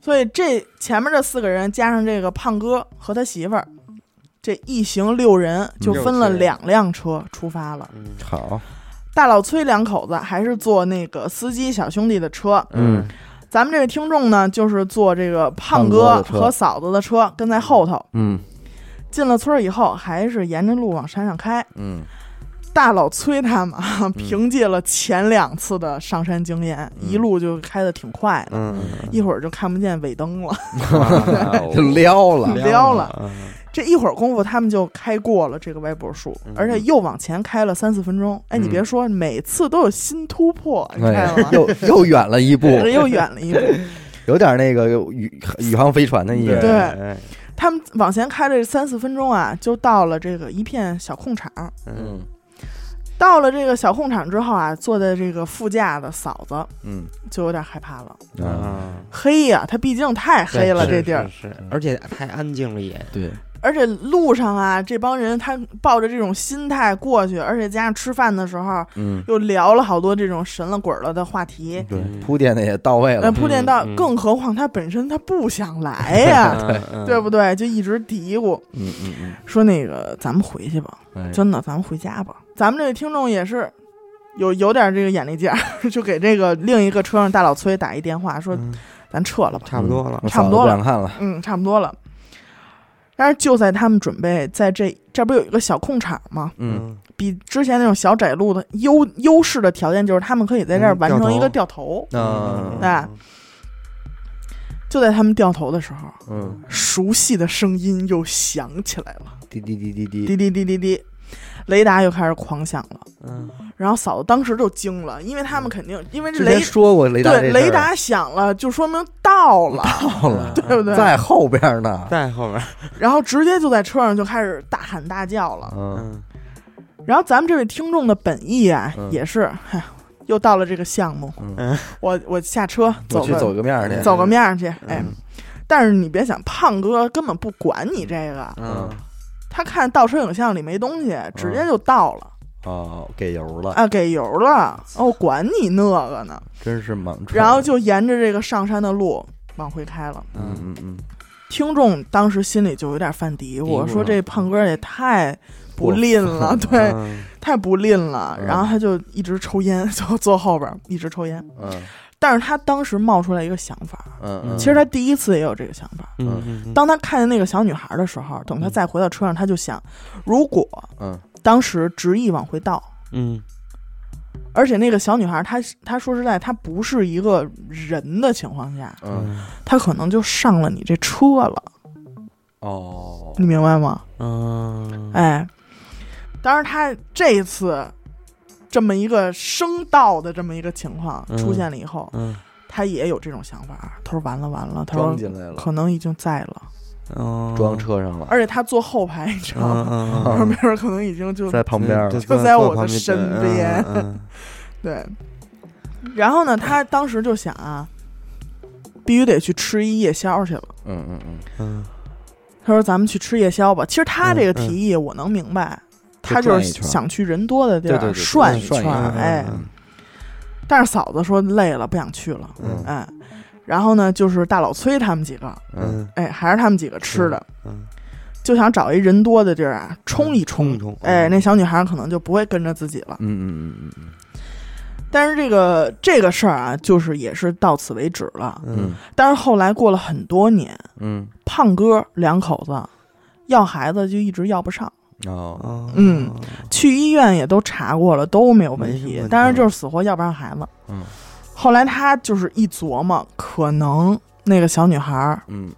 所以这前面这四个人加上这个胖哥和他媳妇儿，这一行六人就分了嗯六车两辆车出发了。嗯嗯，好，大老崔两口子还是坐那个司机小兄弟的车，嗯咱们这个听众呢就是坐这个胖胖哥的车和嫂子的车，跟在后头。嗯进了村儿以后，还是沿着路往山上开。嗯大老崔他们啊，凭借了前两次的上山经验，嗯一路就开得挺快的，嗯，一会儿就看不见尾灯了。就撩了，嗯撩了，这一会儿功夫，他们就开过了这个歪脖树，嗯而且又往前开了三四分钟。哎，你嗯别说，每次都有新突破，你哎看了吗？ 又又远了一步，这又远了一步。有点那个宇宇航飞船的意思，对他们往前开了这三四分钟啊，就到了这个一片小空场。嗯嗯到了这个小空场之后啊，坐在这个副驾的嫂子嗯就有点害怕了。啊，啊，黑呀、它毕竟太黑了对这地儿，是，是是而且太安静了也，对，而且路上啊，这帮人他抱着这种心态过去，而且加上吃饭的时候嗯又聊了好多这种神了鬼了的话题。对，嗯铺垫的也到位那了，铺垫到，嗯更何况他本身他不想来呀、对啊对不对？就一直嘀咕嗯嗯嗯说那个咱们回去吧，哎，嗯真的，咱们回家吧。咱们这个听众也是有有点这个眼力劲儿， 就给这个另一个车上大老崔打一电话，说嗯咱撤了吧。差不多了我，差不哎嫂子多不了想看了，嗯，差不多了。但是就在他们准备在这这不有一个小空场吗？嗯，比之前那种小窄路的优优势的条件就是他们可以在这儿嗯完掉成头一个掉头。嗯那哎就在他们掉头的时候，嗯，熟悉的声音又响起来了，滴滴滴滴滴滴，滴滴滴滴，雷达又开始狂响了。嗯，然后嫂子当时就惊了，因为他们肯定因为这之前雷说过雷达这对事儿嗯雷达响了，就说明到了，到了，对不对？在后边呢，嗯在后边儿，然后直接就在车上就开始大喊大叫了。嗯嗯然后咱们这位听众的本意啊，嗯也是，哎又到了这个项目，嗯，嗯我我下车我走去个走个面儿去，走个面儿去，哎。嗯但是你别想，胖哥根本不管你这个，嗯他看倒车影像里没东西，直嗯接就倒了、哦，给油了，啊，给油了，哦，管你那 个呢。真是莽撞，然后就沿着这个上山的路往回开了。嗯嗯嗯嗯，听众当时心里就有点犯嘀嘀咕，咕说了这胖哥也太不吝了，对，嗯太不吝了。嗯然后他就一直抽烟，就坐后边儿一直抽烟。嗯但是他当时冒出来一个想法，嗯，嗯嗯其实他第一次也有这个想法。嗯嗯，当他看见那个小女孩的时候，等他再回到车上，他就想，如果嗯当时执意往回倒，嗯而且那个小女孩，她她说实在，她不是一个人的情况下，嗯嗯她可能就上了你这车了，哦你明白吗？嗯，哎，当然，她这一次这么一个声道的这么一个情况嗯出现了以后，嗯她也有这种想法，她说完了完了，她装说进来了，可能已经在了，嗯，装车上了，而且她坐后排，你知道吗？ 嗯旁嗯，边儿可能已经就在旁边儿了，就在我的身边 嗯对。然后呢，他当时就想啊，必须得去吃一夜宵去了。嗯嗯嗯，嗯他说：“咱们去吃夜宵吧。”其实他这个提嗯议我能明白，嗯就他就转是一圈儿想去人多的地对对对儿对涮涮一圈圈儿，儿哎。嗯但是嫂子说累了，不想去了，嗯哎。然后呢，就是大老崔他们几个，嗯嗯哎，还是他们几个吃的，嗯就想找一人多的地儿啊，冲一冲冲一冲哎，嗯那小女孩可能就不会跟着自己了。嗯嗯嗯嗯但是这个这个事儿啊，就是也是到此为止了。嗯但是后来过了很多年，嗯胖哥两口子要孩子就一直要不上，嗯，哦，嗯，去医院也都查过了，都没有问没什么题问，题但是就是死活要不上孩子。嗯后来他就是一琢磨，可能那个小女孩儿嗯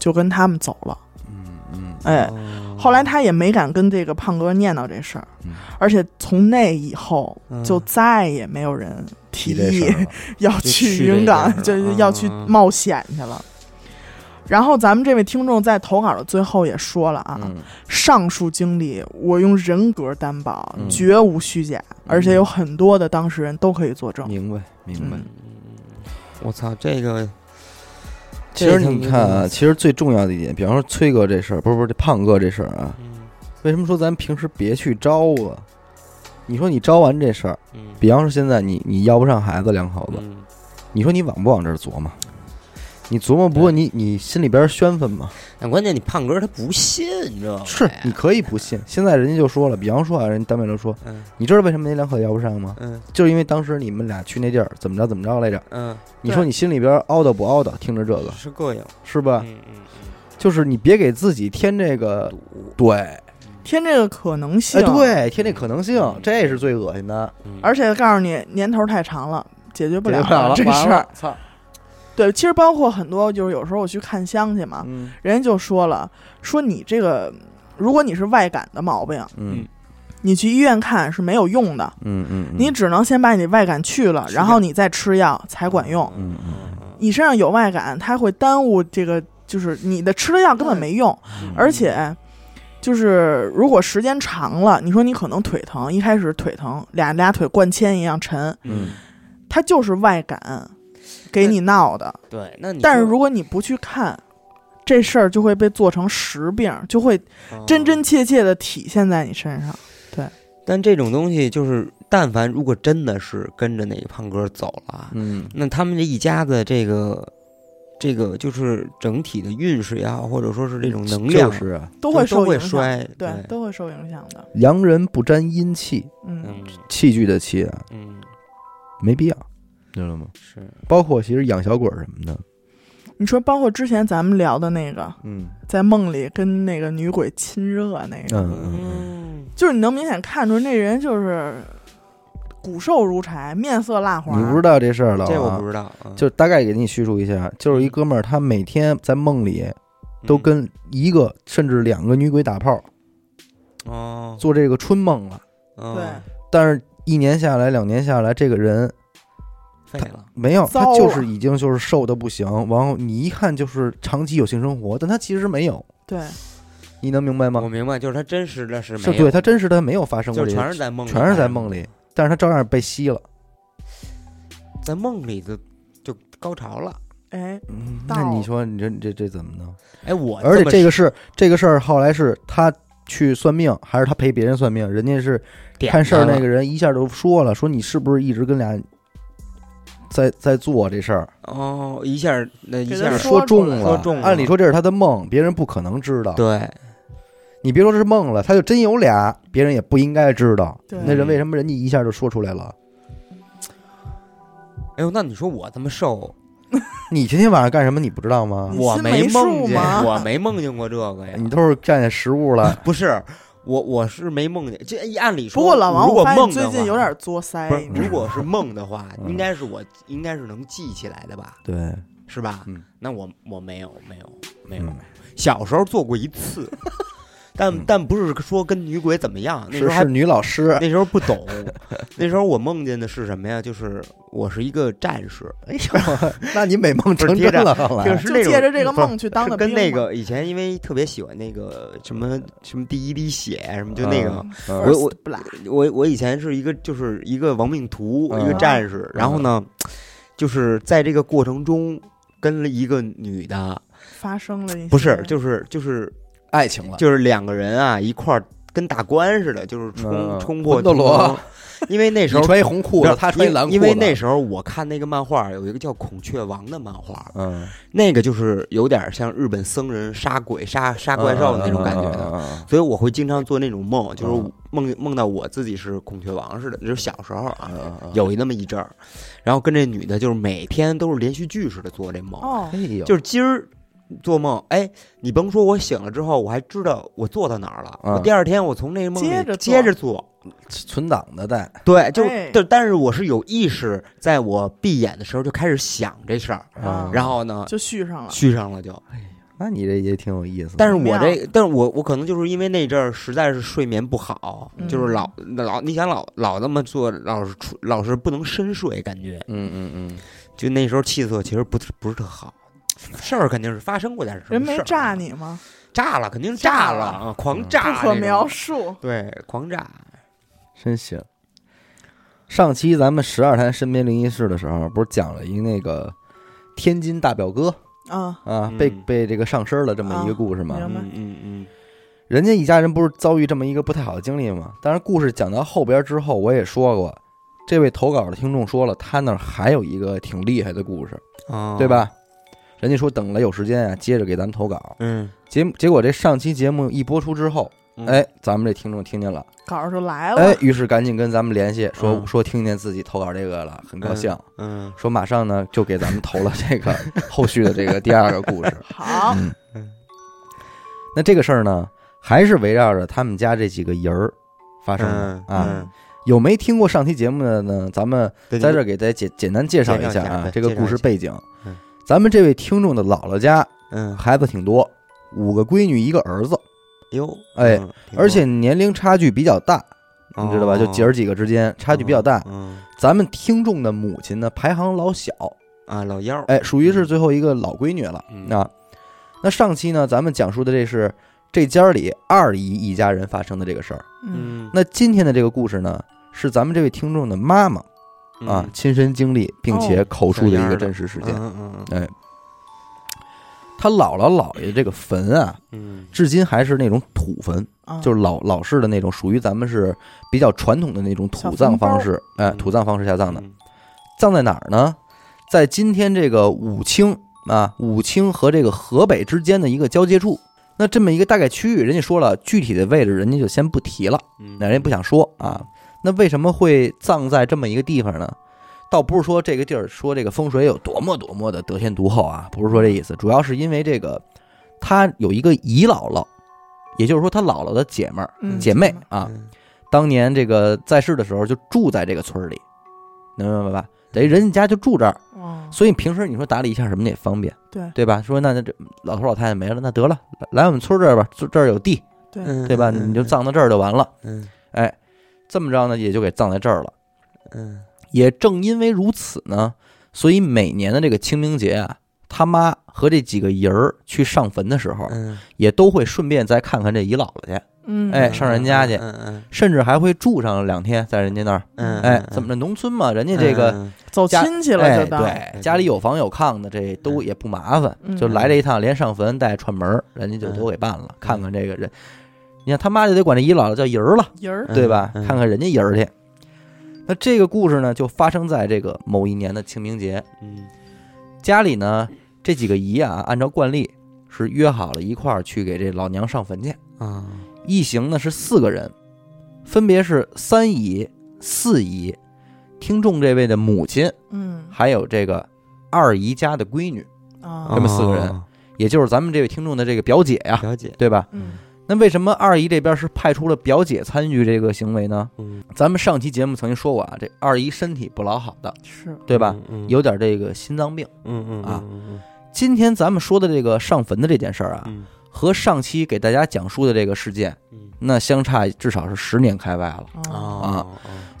就跟他们走了，嗯嗯，哎。后来他也没敢跟这个胖哥念叨这事儿，嗯而且从那以后嗯就再也没有人提提这议事儿了，要就去去云这冈地，儿就是嗯要去嗯冒险去了。然后咱们这位听众在投稿的最后也说了啊，嗯上述经历我用人格担保，嗯绝无虚假，而且有很多的当事人都可以作证。明白明白。嗯我操，这个其实你看啊，其实最重要的一点，比方说崔哥这事儿，不是不是这胖哥这事儿啊，嗯为什么说咱平时别去招啊？你说你招完这事儿，嗯比方说现在你你要不上孩子两口子，你说你往不往这儿琢磨？你琢磨不过你你心里边宣愤吗？但关键你胖哥他不信，你知道吗？是，你可以不啊信。现在人家就说了，比方说啊，人家单位都说，嗯你知道为什么那两口子要不上吗？嗯就是因为当时你们俩去那地儿怎么着怎么着来着？嗯，你说你心里边凹叨不凹叨？听着这个是膈应，是吧？嗯嗯就是你别给自己添这个嗯，对，哎添这个可能性，，对，添这可能性，这是最恶心的，嗯而且告诉你年头太长了，解决不解了决不了了这完事儿了。操，对，其实包括很多，就是有时候我去看香去嘛，嗯人家就说了，说你这个如果你是外感的毛病，嗯你去医院看是没有用的，嗯嗯，嗯你只能先把你外感去了，是的然后你再吃药才管用。嗯你身上有外感，它会耽误这个，就是你的吃的药根本没用，嗯而且。就是如果时间长了，你说你可能腿疼，一开始腿疼，俩俩腿灌铅一样沉，嗯它就是外感给你闹的。对，那你但是如果你不去看，这事儿就会被做成实病，就会嗯真真切切的体现在你身上。但这种东西就是，但凡如果真的是跟着哪个胖哥走了啊，嗯那他们这一家子这个这个就是整体的运势也好，或者说是这种能量，就是啊都会都受会影响，衰，对，都会受影响的。良人不沾阴气，嗯嗯器具的器啊，嗯没必要，知道吗？是，包括其实养小鬼儿什么的，你说包括之前咱们聊的那个，嗯在梦里跟那个女鬼亲热那个，嗯嗯就是你能明显看出那人就是骨瘦如柴，面色蜡嗯，黄。你不知道这事儿了这我啊不？知道，嗯就大概给你叙述一下，就是一哥们儿，他每天在梦里都跟一个甚至两个女鬼打炮，嗯哦嗯做这个春梦了。对，但是，一年下来，两年下来，这个人废了，没有，糟他了就是已经就是瘦的不行。然后你一看就是长期有性生活，但他其实没有，对，你能明白我吗？明白，就是他真实的是没是有，对他真实的没有发生过这就些，全是在梦，全是在梦，里，但是他照样被吸了。在梦里的就高潮了。哎，嗯到那你说你这你这这怎么弄？哎，我而且么这个事这个事儿后来是他去算命，还是他陪别人算命？人家是点看事儿上那了个人一下就说了，说你是不是一直跟俩在在做这事儿？哦，一下那一给下他说中出来了说中了，按理说这是他的梦，别人不可能知道。对，哎你别说是梦了，他就真有俩，别人也不应该知道。对那人为什么人家一下就说出来了？哎呦，那你说我他妈瘦，你天天晚上干什么？你不知道吗你？我心没没梦数见，吗我没梦见过这个 呀。你都是占食物了，不是我，我是没梦见。这一按理说，不过老王，如我果发现梦最的近话有点作腮不是，，你知道如果是梦的话，嗯应该是我应该是能记起来的吧，对，是吧？嗯那我我没有没有没有嗯，，小时候做过一 次，但嗯但不是说跟女鬼怎么样，那时是候是还女老师，那时候不懂， 那时候我梦见的是什么呀？就是我是一个战士，哎呦，那你美梦成真了，后就来是就那种借着这个梦去是当的兵跟那嘛个以前因为特别喜欢那个什么什么第一滴血什么就那个。嗯我我啊 First blood 我我以前是一个就是一个亡命徒，嗯一个战士，啊然后呢，就是在这个过程中跟了一个女的， 发生了一些不是，就是就是爱情了，就是两个人啊一块儿跟打官似的，就是冲、嗯冲破魂斗罗重重， 因为那时候你穿一红裤不子是，他穿一蓝裤子，因为，因为那时候我看那个漫画有一个叫《孔雀王》的漫画，嗯，那个就是有点像日本僧人杀鬼、杀杀怪兽的那种感嗯觉的。的，所以我会经常做那种梦，就是嗯梦梦到我自己是孔雀王似的，就是小时候啊，嗯，有那么一阵儿，然后跟这女的，就是每天都是连续剧似的做这梦，哦哎，呦，就是是今儿做梦，哎，你甭说，我醒了之后我还知道我做到哪儿了，嗯我第二天我从那个梦接里着做接着做，存档的带，对，就哎就但是我是有意识，在我闭眼的时候就开始想这事儿，啊嗯然后呢就续上了，续上了就。那你这也挺有意思的，但是我妙这，但是我我可能就是因为那阵儿实在是睡眠不好，嗯就是老老你想老老那么做，老是出老是不能深睡，感觉嗯嗯嗯，就那时候气色其实不是不是特好。事儿肯定是发生过点什人么事儿啊没炸，你吗？炸了肯定是炸了了啊，狂嗯不炸，可描，述，对，狂炸，真行。上期咱们十二谈身边灵异事的时候，不是讲了一个那个天津大表哥嗯，啊嗯，被被这个上身了这么一个故事嘛？啊明白嗯嗯嗯，人家一家人不是遭遇这么一个不太好的经历吗？当然，故事讲到后边之后，我也说过，这位投稿的听众说了，他那儿还有一个挺厉害的故事，哦对？吧？人家说等了有时间啊，接着给咱们投稿。嗯，结结果这上期节目一播出之后，嗯哎，咱们这听众听见了，稿儿就来哎了，，于是赶紧跟咱们联系，说哦嗯说听见自己投稿这个了，很高兴，嗯，说马上呢就给咱们投了这 个后续的这个第二个故事。好，嗯那这个事儿呢，还是围绕着他们家这几个人儿发生的嗯啊。嗯有没听过上期节目的呢？咱们对在对这儿给大家简简单介绍一下啊，这介绍一下对个故事背景嗯。咱们这位听众的姥姥家嗯，孩子挺多，五个闺女一个儿子，哟，哎嗯，挺哦而且年龄差距比较大，多你知道吧？就姐儿几个之间差距比较大。嗯咱们听众的母亲呢排行老小，嗯啊，老幺，哎，属于是最后一个老闺女了嗯啊。那上期呢，咱们讲述的这是这家里二姨一家人发生的这个事儿。嗯，那今天的这个故事呢，是咱们这位听众的妈妈啊亲身经历，并哦且口述的一个真实事嗯件。嗯嗯哎，他姥姥姥爷这个坟啊，嗯至今还是那种土坟，啊就是老老式的那种，属于咱们是比较传统的那种土葬方式，哎，嗯土葬方式下葬的。嗯葬在哪儿呢？在今天这个武清啊，武清和这个河北之间的一个交界处。那这么一个大概区域，人家说了具体的位置，人家就先不提了，嗯那人家不想说啊。那为什么会葬在这么一个地方呢？倒不是说这个地儿说这个风水有多么多么的得天独厚啊，不是说这意思，主要是因为这个他有一个姨姥姥，也就是说他姥姥的姐们儿、嗯姐妹啊，嗯当年这个在世的时候就住在这个村儿里，能明白吧？等于人家家就住这儿，哦，所以平时你说打理一下什么的也方便，对对吧？说那那这老头老太太没了，那得了，来来我们村这儿吧，这这儿有地，对，嗯对吧？嗯你就葬到这儿就完了。嗯哎，这么着呢，也就给葬在这儿了。嗯也正因为如此呢，所以每年的这个清明节啊，他妈和这几个姨儿去上坟的时候，嗯，也都会顺便再看看这姨姥姥去，嗯，哎上人家去嗯嗯甚至还会住上两天在人家那儿。嗯，哎，怎么着？农村嘛，人家这个嗯走家亲戚了，哎，就当，对，家里有房有炕的，这都也不麻烦，嗯就来这一趟，连上坟带串门儿，人家就都给办嗯了。看看这个人，你看他妈就得管这姨姥姥叫姨儿了，人儿嗯对吧？嗯看看人家姨儿去。那这个故事呢，就发生在这个某一年的清明节，嗯家里呢这几个姨啊，按照惯例是约好了一块儿去给这老娘上坟去。啊一行呢是四个人，分别是三姨、四姨、听众这位的母亲，嗯还有这个二姨家的闺女，啊这么四个人哦也就是咱们这位听众的这个表姐呀，啊了解， 对吧？嗯那为什么二姨这边是派出了表姐参与这个行为呢？嗯，咱们上期节目曾经说过啊，这二姨身体不老好的，是对吧？嗯？嗯有点这个心脏病。嗯嗯啊嗯今天咱们说的这个上坟的这件事儿啊，嗯和上期给大家讲述的这个事件，嗯那相差至少是十年开外了。嗯啊啊哦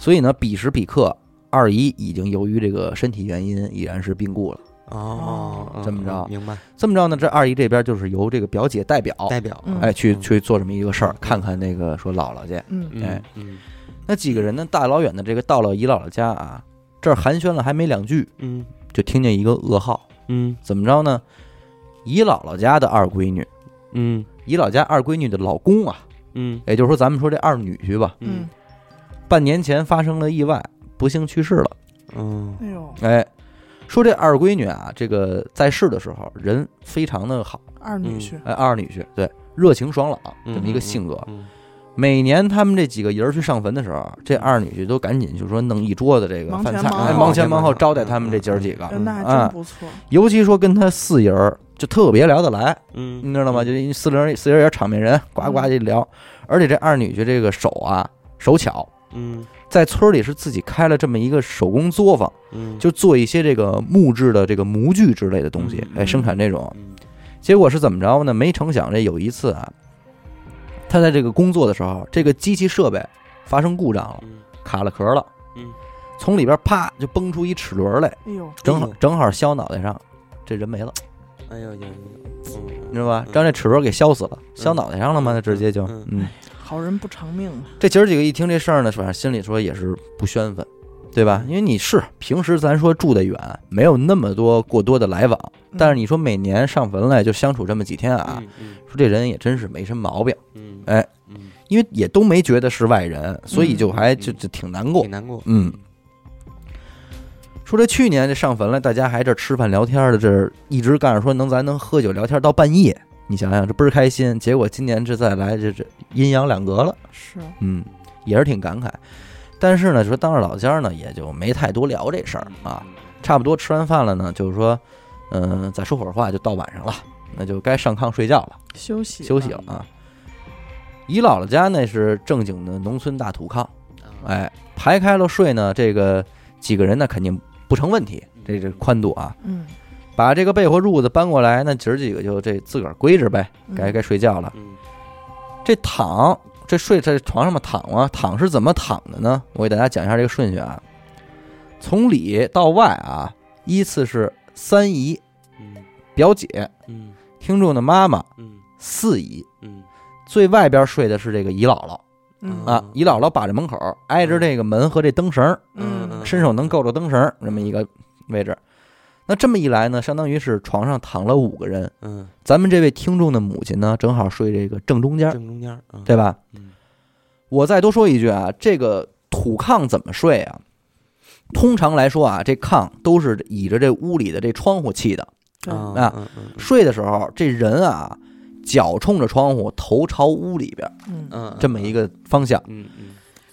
所以呢，彼时彼刻，二姨已经由于这个身体原因，已然是病故了。哦哦哦，这么着嗯明白？这么着呢，这二姨这边就是由这个表姐代表，代表啊嗯哎，去，去做这么一个事儿嗯，看看那个说姥姥去。嗯嗯哎，嗯那几个人呢，大老远的这个到了姨姥姥家啊，这儿寒暄了还没两句，嗯就听见一个噩耗，嗯怎么着呢？姨姥姥家的二闺女，嗯姨姥家二闺女的老公啊，嗯也就是说咱们说这二女婿吧，嗯，半年前发生了意外，不幸去世了。嗯哎呦，哎，说这二闺女啊，这个在世的时候人非常的好，二女婿，哎，二女婿对热情爽朗嗯这么一个性格。嗯每年他们这几个人儿去上坟的时候，这二女婿都赶紧就说弄一桌子这个忙饭前菜，忙哎后忙前忙后招待他们这姐儿几哎个，嗯那还啊真不错，尤其说跟他四爷儿就特别聊得来。嗯，你知道吗？就四零四零也是场面人，呱呱嗯就聊。而且这二女婿这个手啊手巧，嗯在村里是自己开了这么一个手工作坊，嗯，就做一些这个木质的这个模具之类的东西嗯，哎，生产这种。嗯结果是怎么着呢？没成想这有一次啊，他在这个工作的时候，这个机器设备发生故障了，嗯卡了壳了嗯，从里边啪就崩出一齿轮来，哎呦，正好哎呦正好削脑袋上，这人没了，哎呦呦呦，嗯你知道吧嗯？让这齿轮给削死了，削脑袋上了嘛，嗯他直接就嗯嗯。好人不长命啊，这姐儿几个一听这事儿呢，反正心里说也是不宣愤，对吧？因为你是平时咱说住得远，没有那么多过多的来往，嗯但是你说每年上坟来就相处这么几天啊，嗯嗯说这人也真是没什么毛病，嗯，哎嗯，因为也都没觉得是外人，所以就还就就挺难过挺。难过，嗯，说这去年这上坟来，大家还这吃饭聊天的，这儿一直干着说能咱能喝酒聊天到半夜，你想想这倍儿开心。结果今年这再来这这阴阳两隔了。是嗯，也是挺感慨。但是呢，就说当着老家儿呢，也就没太多聊这事儿嗯啊。差不多吃完饭了呢，就是说，嗯、再说会儿话就到晚上了，那就该上炕睡觉了，休息休息了啊。姨姥姥家那是正经的农村大土炕，哎，哎，排开了睡呢，这个几个人呢肯定不成问题，这这宽度啊，嗯，把这个被窝褥子搬过来，那姐儿几个就这自个儿归置呗，该该睡觉了。嗯这躺，这睡在床上面躺啊，躺是怎么躺的呢？我给大家讲一下这个顺序啊，从里到外啊，依次是三姨、嗯表姐、嗯听众的妈妈、嗯四姨，嗯最外边睡的是这个姨姥姥嗯啊嗯，姨姥姥把着门口，挨着这个门和这灯绳儿，嗯伸手能够着灯绳儿这么一个位置。那这么一来呢，相当于是床上躺了五个人，嗯，咱们这位听众的母亲呢，正好睡这个正中间，正中间，嗯对吧？嗯我再多说一句啊，这个土炕怎么睡啊？通常来说啊，这炕都是倚着这屋里的这窗户砌的。对啊嗯嗯睡的时候，这人啊，脚冲着窗户，头朝屋里边嗯嗯，这么一个方向。嗯，嗯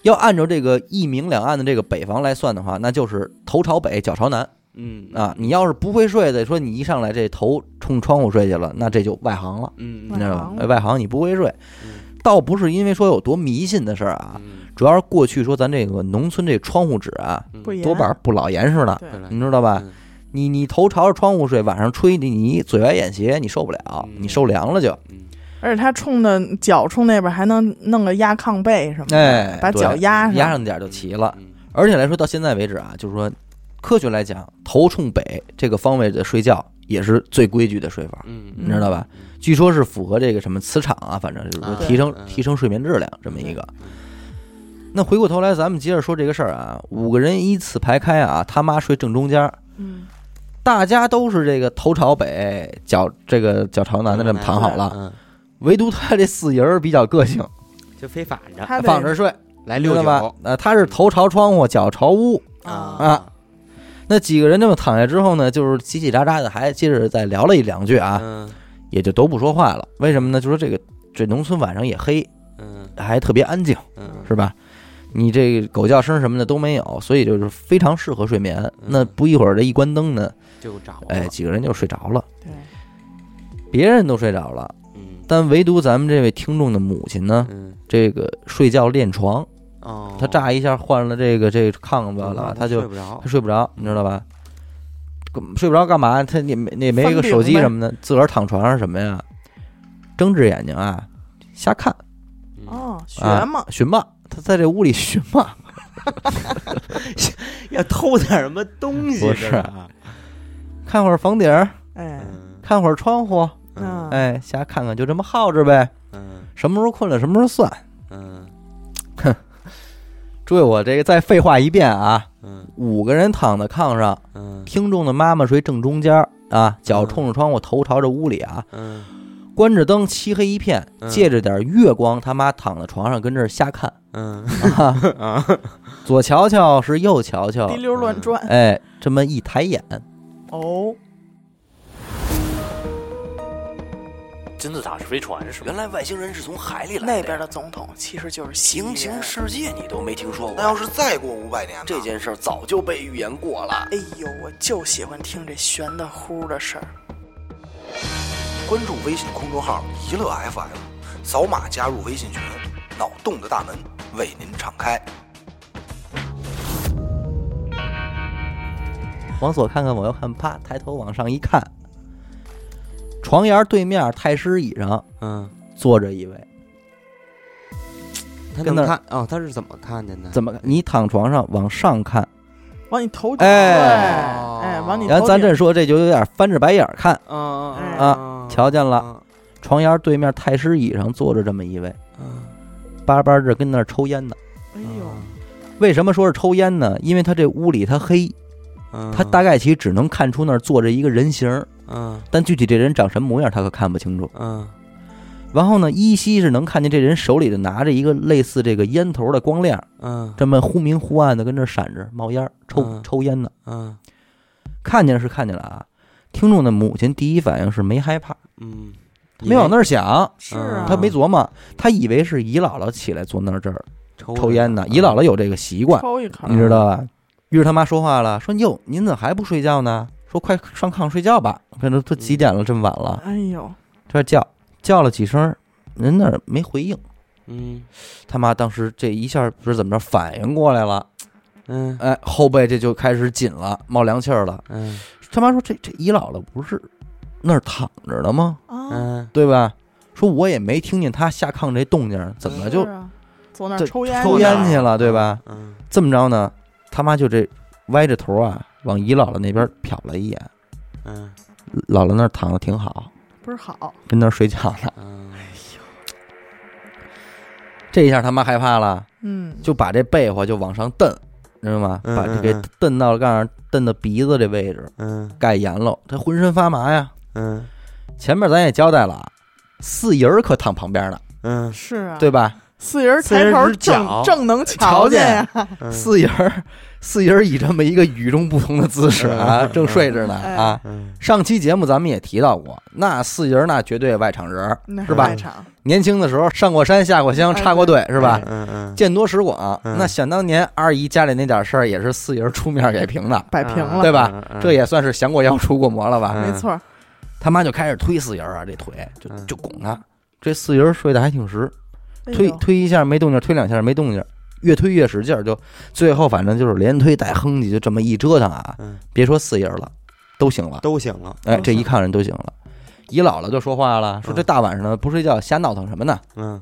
要按照这个一明两暗的这个北方来算的话，那就是头朝北，脚朝南嗯嗯啊。你要是不会睡的，说你一上来这头冲窗户睡去了，那这就外行了，嗯你嗯知道吧？外行哎外行你不会睡，嗯倒不是因为说有多迷信的事儿啊，嗯主要是过去说咱这个农村这窗户纸啊，嗯不一多半儿不老严实呢，对对了你知道吧？嗯你你头朝着窗户睡，晚上吹你你嘴歪眼斜，你受不了，嗯你受凉了就。嗯而且他冲的脚冲那边还能弄个压炕被什么的，哎，把对脚压上压上点儿就齐了。嗯而且来说到现在为止啊，就是说科学来讲，头冲北这个方位的睡觉也是最规矩的睡法，嗯你知道吧嗯？据说是符合这个什么磁场啊，反正就是说啊提升对提升睡眠质量这么一个。那回过头来，咱们接着说这个事儿啊，五个人依次排开啊，他妈睡正中间儿，嗯大家都是这个头朝北，脚这个脚朝南的这么躺好了，嗯，唯独他这四爷儿比较个性，就非反着他得放着睡，来知六道吧九？呃，他是头朝窗户，脚朝屋。啊啊那几个人这么躺下之后呢，就是叽叽喳喳的，还接着再聊了一两句啊，嗯也就都不说话了。为什么呢？就说这个这农村晚上也黑，嗯还特别安静，嗯是吧？你这个狗叫声什么的都没有，所以就是非常适合睡眠。那嗯哦不一会儿这一关灯呢，就找了，哎，几个人就睡着了，对，别人都睡着了，嗯但唯独咱们这位听众的母亲呢，嗯这个睡觉练床，哦，她乍一下换了这个这个炕子嗯了，他她就睡不着她，睡不着，你知道吧？干睡不着干嘛？她也没也没翻个饼手机呗什么的，自个儿躺床上什么呀，睁只眼睛啊，瞎看。嗯，哦，学啊嘛，寻吧，他在这屋里寻吧，要偷点什么东西不这是啊，看会儿房顶儿，哎，嗯看会儿窗户，那哎，瞎看看，就这么耗着呗。嗯什么时候困了，什么时候算。嗯注意我这个再废话一遍啊！嗯五个人躺在炕上，嗯听众的妈妈睡正中间儿啊，脚冲着窗户，头朝着屋里啊，嗯关着灯，漆黑一片，嗯借着点月光，他妈躺在床上跟这儿瞎看，嗯左瞧瞧是右瞧瞧滴，溜乱转，哎，这么一抬眼，哦，金字塔是飞船是吗？原来外星人是从海里来的。那边的总统其实就是西平行人世界你都没听说过，那要是再过五百年呢？这件事儿早就被预言过了。哎呦，我就喜欢听这悬的乎的事儿。关注微信公众号“一乐 FM”，扫码加入微信群，脑洞的大门为您敞开。往左看看，往右看，啪，抬头往上一看，床沿儿对面太师椅上嗯，坐着一位，他跟那能儿看哦，他是怎么看的呢？怎么？你躺床上往上看，往你头顶，哎哎哎，往你头然顶，后咱这说这就有点翻着白眼儿看，嗯嗯啊瞧见了，了，床沿儿对面太师椅上坐着这么一位，嗯巴巴这跟那儿抽烟呢。哎呦，为什么说是抽烟呢？因为他这屋里他黑，嗯，他大概其只能看出那儿坐着一个人形儿，嗯但具体这人长什么模样他可看不清楚。嗯然后呢，依稀是能看见这人手里的拿着一个类似这个烟头的光亮，嗯这么忽明忽暗的跟这儿闪着，冒烟儿，抽嗯抽烟呢。嗯看见是看见了啊。听众的母亲第一反应是没害怕，嗯，没往那儿想，是啊，她嗯没琢磨，她以为是姨姥姥起来坐那儿这儿抽抽着烟呢。姨姥姥有这个习惯，抽一口嗯你，知道吧？于是他妈说话了，说哟，您怎么还不睡觉呢？说快上炕睡觉吧，看这都几点了，这么晚了，哎呦，这叫叫了几声，人那儿没回应。嗯他妈当时这一下不是怎么着，反应过来了，嗯哎，后背这就开始紧了，冒凉气儿了。嗯他妈说这这姨姥姥不是那儿躺着呢吗？啊，嗯对吧？说我也没听见他下炕这动静儿，怎么就是啊坐那这儿抽烟抽呢烟去了，对吧？嗯这么着呢，他妈就这歪着头啊，往姨姥姥那边瞟了一眼，嗯姥姥那儿躺的挺好，不是好，跟那儿睡觉呢。嗯这一下他妈害怕了，嗯，就把这被窝就往上蹬，知道吗？嗯把这嗯给嗯蹬到杠上，蹬到鼻子这位置，嗯盖严喽，他浑身发麻呀。嗯前面咱也交代了啊，四姨儿可躺旁边呢，嗯是啊，对，吧？四人四抬人头只正脚正能瞧瞧见呀，嗯四爷儿，四爷儿以这么一个与众不同的姿势啊，嗯正睡着呢哎啊。嗯上期节目咱们也提到过，那四爷儿那绝对外场人儿，那是吧外场年轻的时候上过山下过乡哎插过队是吧？嗯嗯见多识广，嗯那想当年二姨家里那点事儿也是四爷儿出面给平的，摆平了，对吧？嗯这也算是降过妖除过魔了吧？嗯没错儿，他妈就开始推四爷儿啊，这腿就嗯就拱他，这四爷儿睡得还挺实，哎推呦推一下没动静，推两下没动静，越推越使劲儿，就最后反正就是连推带哼唧，就这么一折腾啊，嗯别说四爷儿了，都醒了，都行了，哎，这一看人都醒了。姨姥姥就说话了，说嗯这大晚上的不睡觉瞎闹腾什么呢？嗯，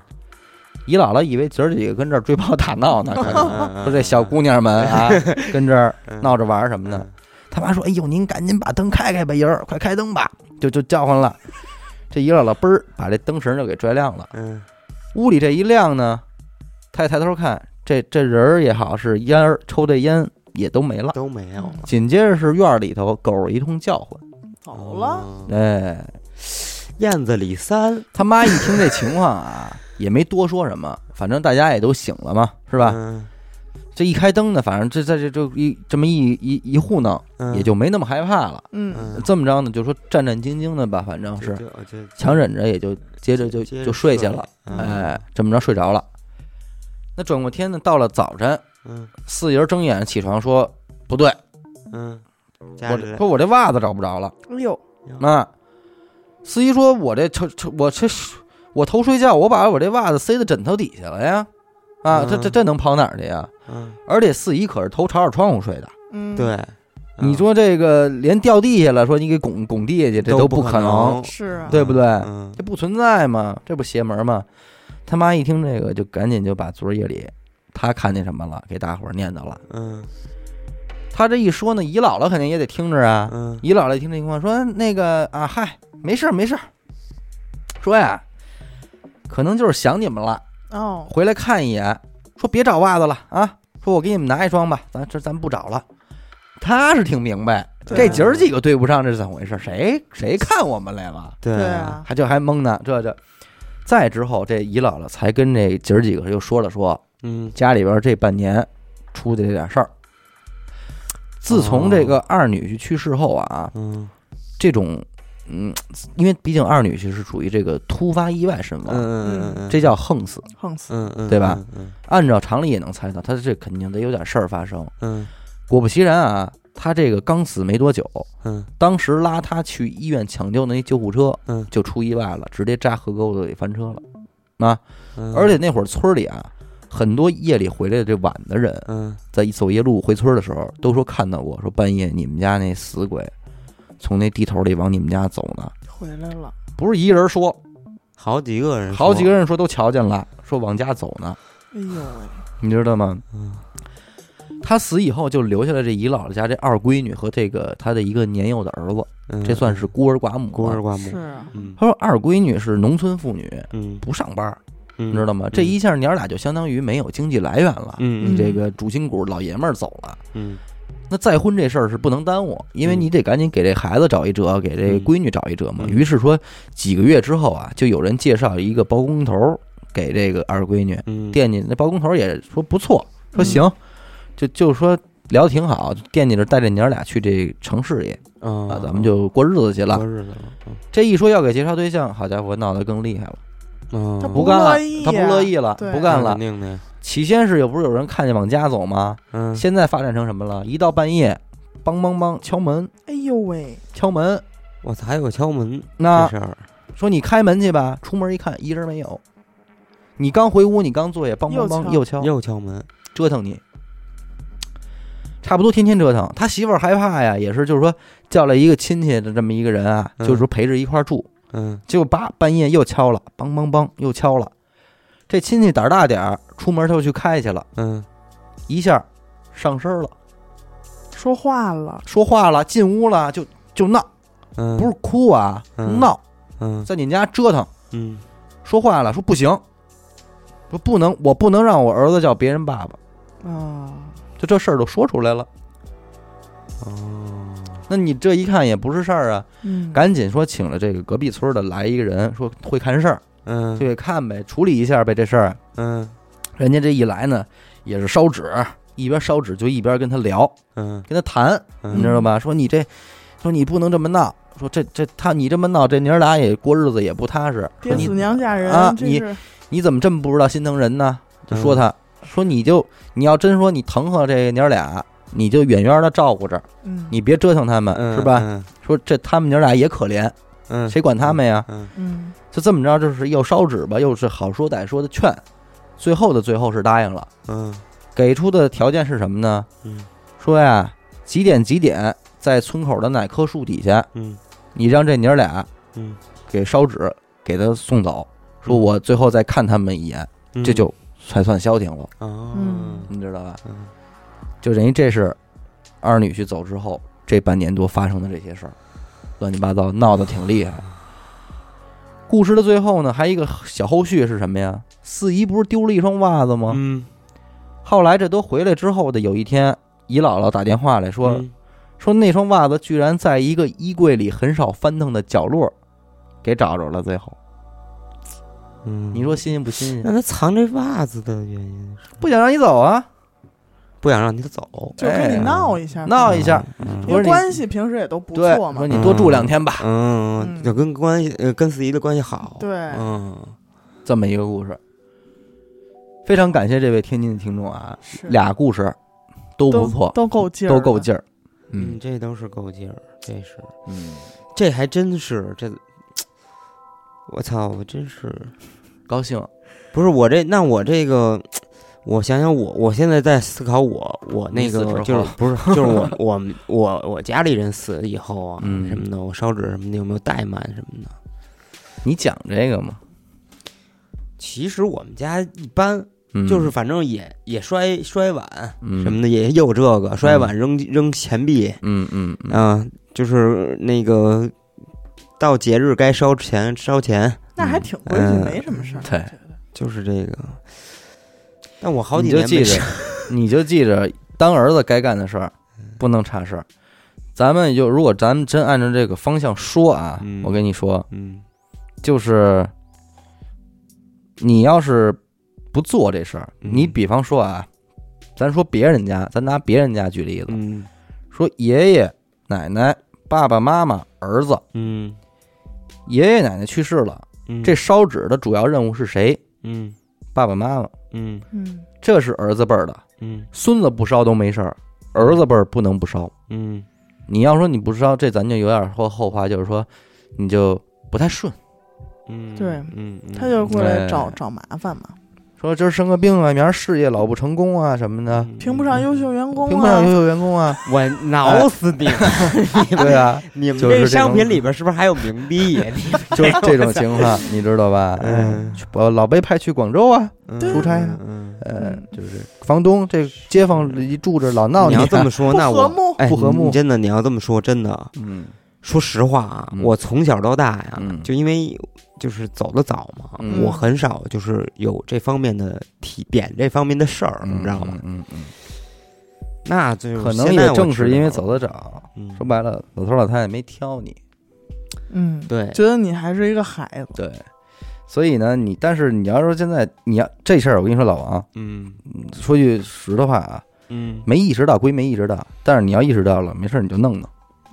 姨姥姥以为姐儿几个跟这儿追 跑打闹呢，可 能说说这小姑娘们 啊跟这儿闹着玩儿什么的嗯。他妈说：“哎呦，您赶紧把灯开开吧，姨儿，快开灯吧！”就就叫唤了。这姨姥姥嘣儿把这灯绳就给拽亮了。嗯屋里这一亮呢，他一抬头看，这这人儿也好，是烟儿抽这烟也都没了。都没哎有嗯了，紧接着是院儿里头狗儿一通叫唤，走了，嗯，哎，燕子李三他妈一听这情况啊，也没多说什么，反正大家也都醒了嘛，是是吧？？这一开灯呢，反正这在这就一这么一一一糊弄，嗯也就没那么害怕了。嗯，嗯这么着呢，就说战战兢兢的吧，反正是就就就强忍着，也就接着就接着就睡去了。嗯哎，这么着睡着了。那转过天呢，到了早晨，嗯四爷睁眼起床说：“不对，嗯，家我里这说我这袜子找不着了。哎呦，”啊，四姨说：“我这头头我这我头睡觉，我把我这袜子塞到枕头底下了呀！啊，这这这能跑哪儿去呀？嗯，而且四姨可是头朝着窗户睡的，嗯，对，你嗯说这个连掉地下了，说你给拱拱地下去，这都不不可能，是啊对不对嗯这不存在嘛，这不邪门嘛？他妈一听这个，就赶紧就把昨儿夜里他看见什么了，给大伙儿念叨了。嗯他这一说呢，姨姥姥肯定也得听着啊。嗯姨姥姥一听这情况，说那个啊，嗨，没事儿没事儿，说呀，可能就是想你们了，哦，回来看一眼，说别找袜子了啊，说我给你们拿一双吧，咱这咱不找了。他是挺明白，这对姐儿几个对不上，这是怎么回事？谁谁看我们来了？对对，啊，还这还懵呢，这这。再之后，这姨姥姥才跟这姐儿几个又说了说嗯家里边这半年出的这点事儿。自从这个二女婿去世后啊，嗯这种嗯，因为毕竟二女婿是属于这个突发意外身嗯亡，嗯嗯，这叫横死。横死，嗯嗯对吧？嗯按照常理也能猜到，他这肯定得有点事儿发生。嗯果不其然啊，他这个刚死没多久，嗯当时拉他去医院抢救的那救护车，嗯就出意外了，直接扎河沟子里翻车了，啊！嗯，而且那会儿村里啊，很多夜里回来的这晚的人，嗯在走夜路回村的时候，都说看到过，说半夜你们家那死鬼从那地头里往你们家走呢，回来了，不是一人说，好几个人说，好几个人说都瞧见了，说往家走呢，哎呦喂，你知道吗？嗯他死以后就留下了这姨姥姥家这二闺女和这个他的一个年幼的儿子，嗯，这算是孤儿寡母。孤儿。寡是母，啊，嗯他说二闺女是农村妇女，嗯，不上班，你你知道吗？这一下娘俩就相当于没有经济来源了，嗯你嗯这个主心骨老爷们儿走了。嗯那再婚这事儿是不能耽误，因为嗯你得赶紧给这孩子找一辙，给这嗯闺女找一辙嘛。嗯于是说，几个月之后啊，就有人介绍一个包工头儿给这个二闺女，嗯，惦记那包工头儿也说不错，说嗯行，就就说聊得挺好，惦记着带这娘儿俩去这城市里啊啊，咱们就过日子去了过。日子了，这一说要给介绍对象，好家伙，闹得更厉害了，嗯，他不不干了乐意，他不呀乐意了，对不干那了肯。定的，起先是有不是有人看见往家走吗？嗯，现在发展成什么了？一到半夜，梆梆梆敲门，哎呦喂，敲门。我操，还有个敲门那这事儿，说你开门去吧，出门一看一人没有。你刚回屋，你刚坐下，梆梆梆又又敲，又敲门，折腾你，差不多天天折腾。他媳妇儿害怕呀，也是就是说叫了一个亲戚的这么一个人啊，嗯就是说陪着一块儿住，嗯结果叭半夜又敲了，梆梆梆又敲了。这亲戚胆儿大点儿，出门他就去开去了，嗯一下上身了，说话了，说话了，进屋了，就就闹，嗯，不是，哭啊，嗯闹，嗯在你们家折腾。嗯说话了，说不行，说不能，我不能让我儿子叫别人爸爸，啊，就这事儿都说出来了。哦，那你这一看也不是事儿啊，嗯，赶紧说请了这个隔壁村的来一个人，说会看事儿，嗯就给看呗，处理一下呗这事儿。嗯人家这一来呢，也是烧纸，一边烧纸就一边跟他聊，嗯跟他谈，嗯，你知道吧？说你这，说你不能这么闹，说这这他你这么闹，这娘俩也过日子也不踏实。说爹你死娘嫁人啊，真你是，你怎么这么不知道心疼人呢？嗯就说他，说你就你要真说你疼和这娘俩，你就远远的照顾着，嗯，你别折腾他们，嗯是吧？？嗯说这他们娘俩也可怜，嗯，谁管他们呀？嗯嗯，就这么着，就是又烧纸吧，又是好说歹说的劝，最后的最后是答应了，嗯给出的条件是什么呢？嗯说呀，几点几点在村口的哪棵树底下，嗯你让这娘俩嗯给烧纸给他送走，说我最后再看他们一眼，嗯，这就才算消停了，哦，嗯你知道吧？嗯就等于这是二女婿走之后这半年多发生的这些事儿，乱七八糟闹得挺厉害。故事的最后呢，还有一个小后续是什么呀？四姨不是丢了一双袜子吗？嗯，后来这都回来之后的有一天，姨姥姥打电话来说、嗯说那双袜子居然在一个衣柜里很少翻腾的角落给找着了。最后嗯，你说新鲜不新 那鲜？他藏这袜子的原因是不想让你走啊，不想让你走，就跟哎你闹一下，闹一下，嗯不因是为你关系平时也都不对，错嘛说，你多住两天吧，嗯，就跟嗯关系呃跟四姨的关系好，对嗯这么一个故事。非常感谢这位天津的听众啊，是俩故事都不错，都够劲儿，都够儿。劲儿。嗯，嗯这都是够劲儿，这是嗯，这还真是这，我操，我真是高兴。不是我这那我这个，我想想我我现在在思考我我那你死个之就是后不是就是我我们我我家里人死了以后啊、嗯什么的，我烧纸什么的有没有怠慢什么的？ 你讲这个嘛，其实我们家一般嗯就是反正也、也摔摔碗什什么的，也有这个摔碗扔、扔钱币，嗯嗯嗯啊，就是那个到节日该烧钱烧钱，那还嗯挺规矩，嗯没什么事儿。对，就是这个。但我好几你就年记没着上， 你就记着，当儿子该干的事儿，嗯不能差事儿。咱们就如果咱们真按照这个方向说啊，嗯我跟你说，嗯就是你要是不做这事儿，嗯你比方说啊，咱说别人家，咱拿别人家举例子，嗯说爷爷奶奶、爸爸妈妈、儿子，嗯爷爷奶奶去世了，嗯，这烧纸的主要任务是谁？嗯爸爸妈妈，嗯嗯，这是儿子辈儿的，嗯孙子不烧都没事儿，儿子辈儿不能不烧。嗯你要说你不烧，这咱就有点说后话，就是说你就不太顺，嗯，对嗯，嗯他就过来找哎找麻烦嘛，说今儿生个病啊，明儿事业老不成功啊什么的，评不上优秀员工评不上优啊。秀员工啊，嗯我挠死你！ 对啊，你们就是这这种商品里边是不是还有冥币呀？就是这种情况，你知道吧？嗯去我老被派去广州啊，你出差呀呀？嗯，呃嗯，就是房东这街坊一住着老闹你啊要这么说，不那和我睦哎不和你睦真的，你要这么说，真的，嗯说实话啊，嗯我从小到大呀，嗯就因为就是走的早嘛，嗯我很少就是有这方面的体点这方面的事儿，你知道吗？嗯嗯，那就嗯是可能现在也我正是因为知道走了，得早，嗯说白了，老头老太太没挑你，嗯，对，觉得你还是一个孩子。对，所以呢，你但是你要说现在你要这事儿，我跟你说，老王嗯说句实的话啊，嗯，没意识到归没意识到，但是你要意识到了，没事儿你就弄弄。嗯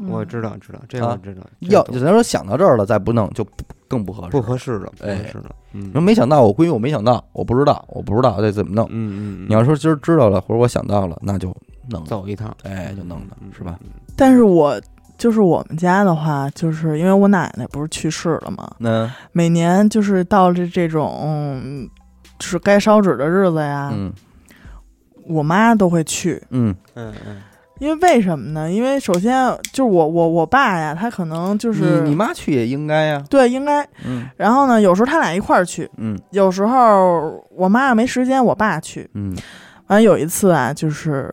我知道知道，这啊我知道，这要懂咱说想到这儿了再不弄就不更不合适。不合适了，不合哎适了，嗯你说没想到，我闺女我没想到，我不知道，我不知道这怎么弄。嗯嗯，你要说今儿知道了，或者我想到了，那就弄了，走一趟，嗯哎，就弄了，是吧？？但是我就是我们家的话，就是因为我奶奶不是去世了嘛，那每年就是到这这种、嗯就是该烧纸的日子呀，嗯我妈都会去。嗯嗯嗯，因为为什么呢？因为首先就是我我我爸呀，他可能就就是你你妈去也应该呀，对应该，嗯然后呢，有时候他俩一块儿去，嗯有时候我妈没时间，我爸去。嗯完了有一次啊，就是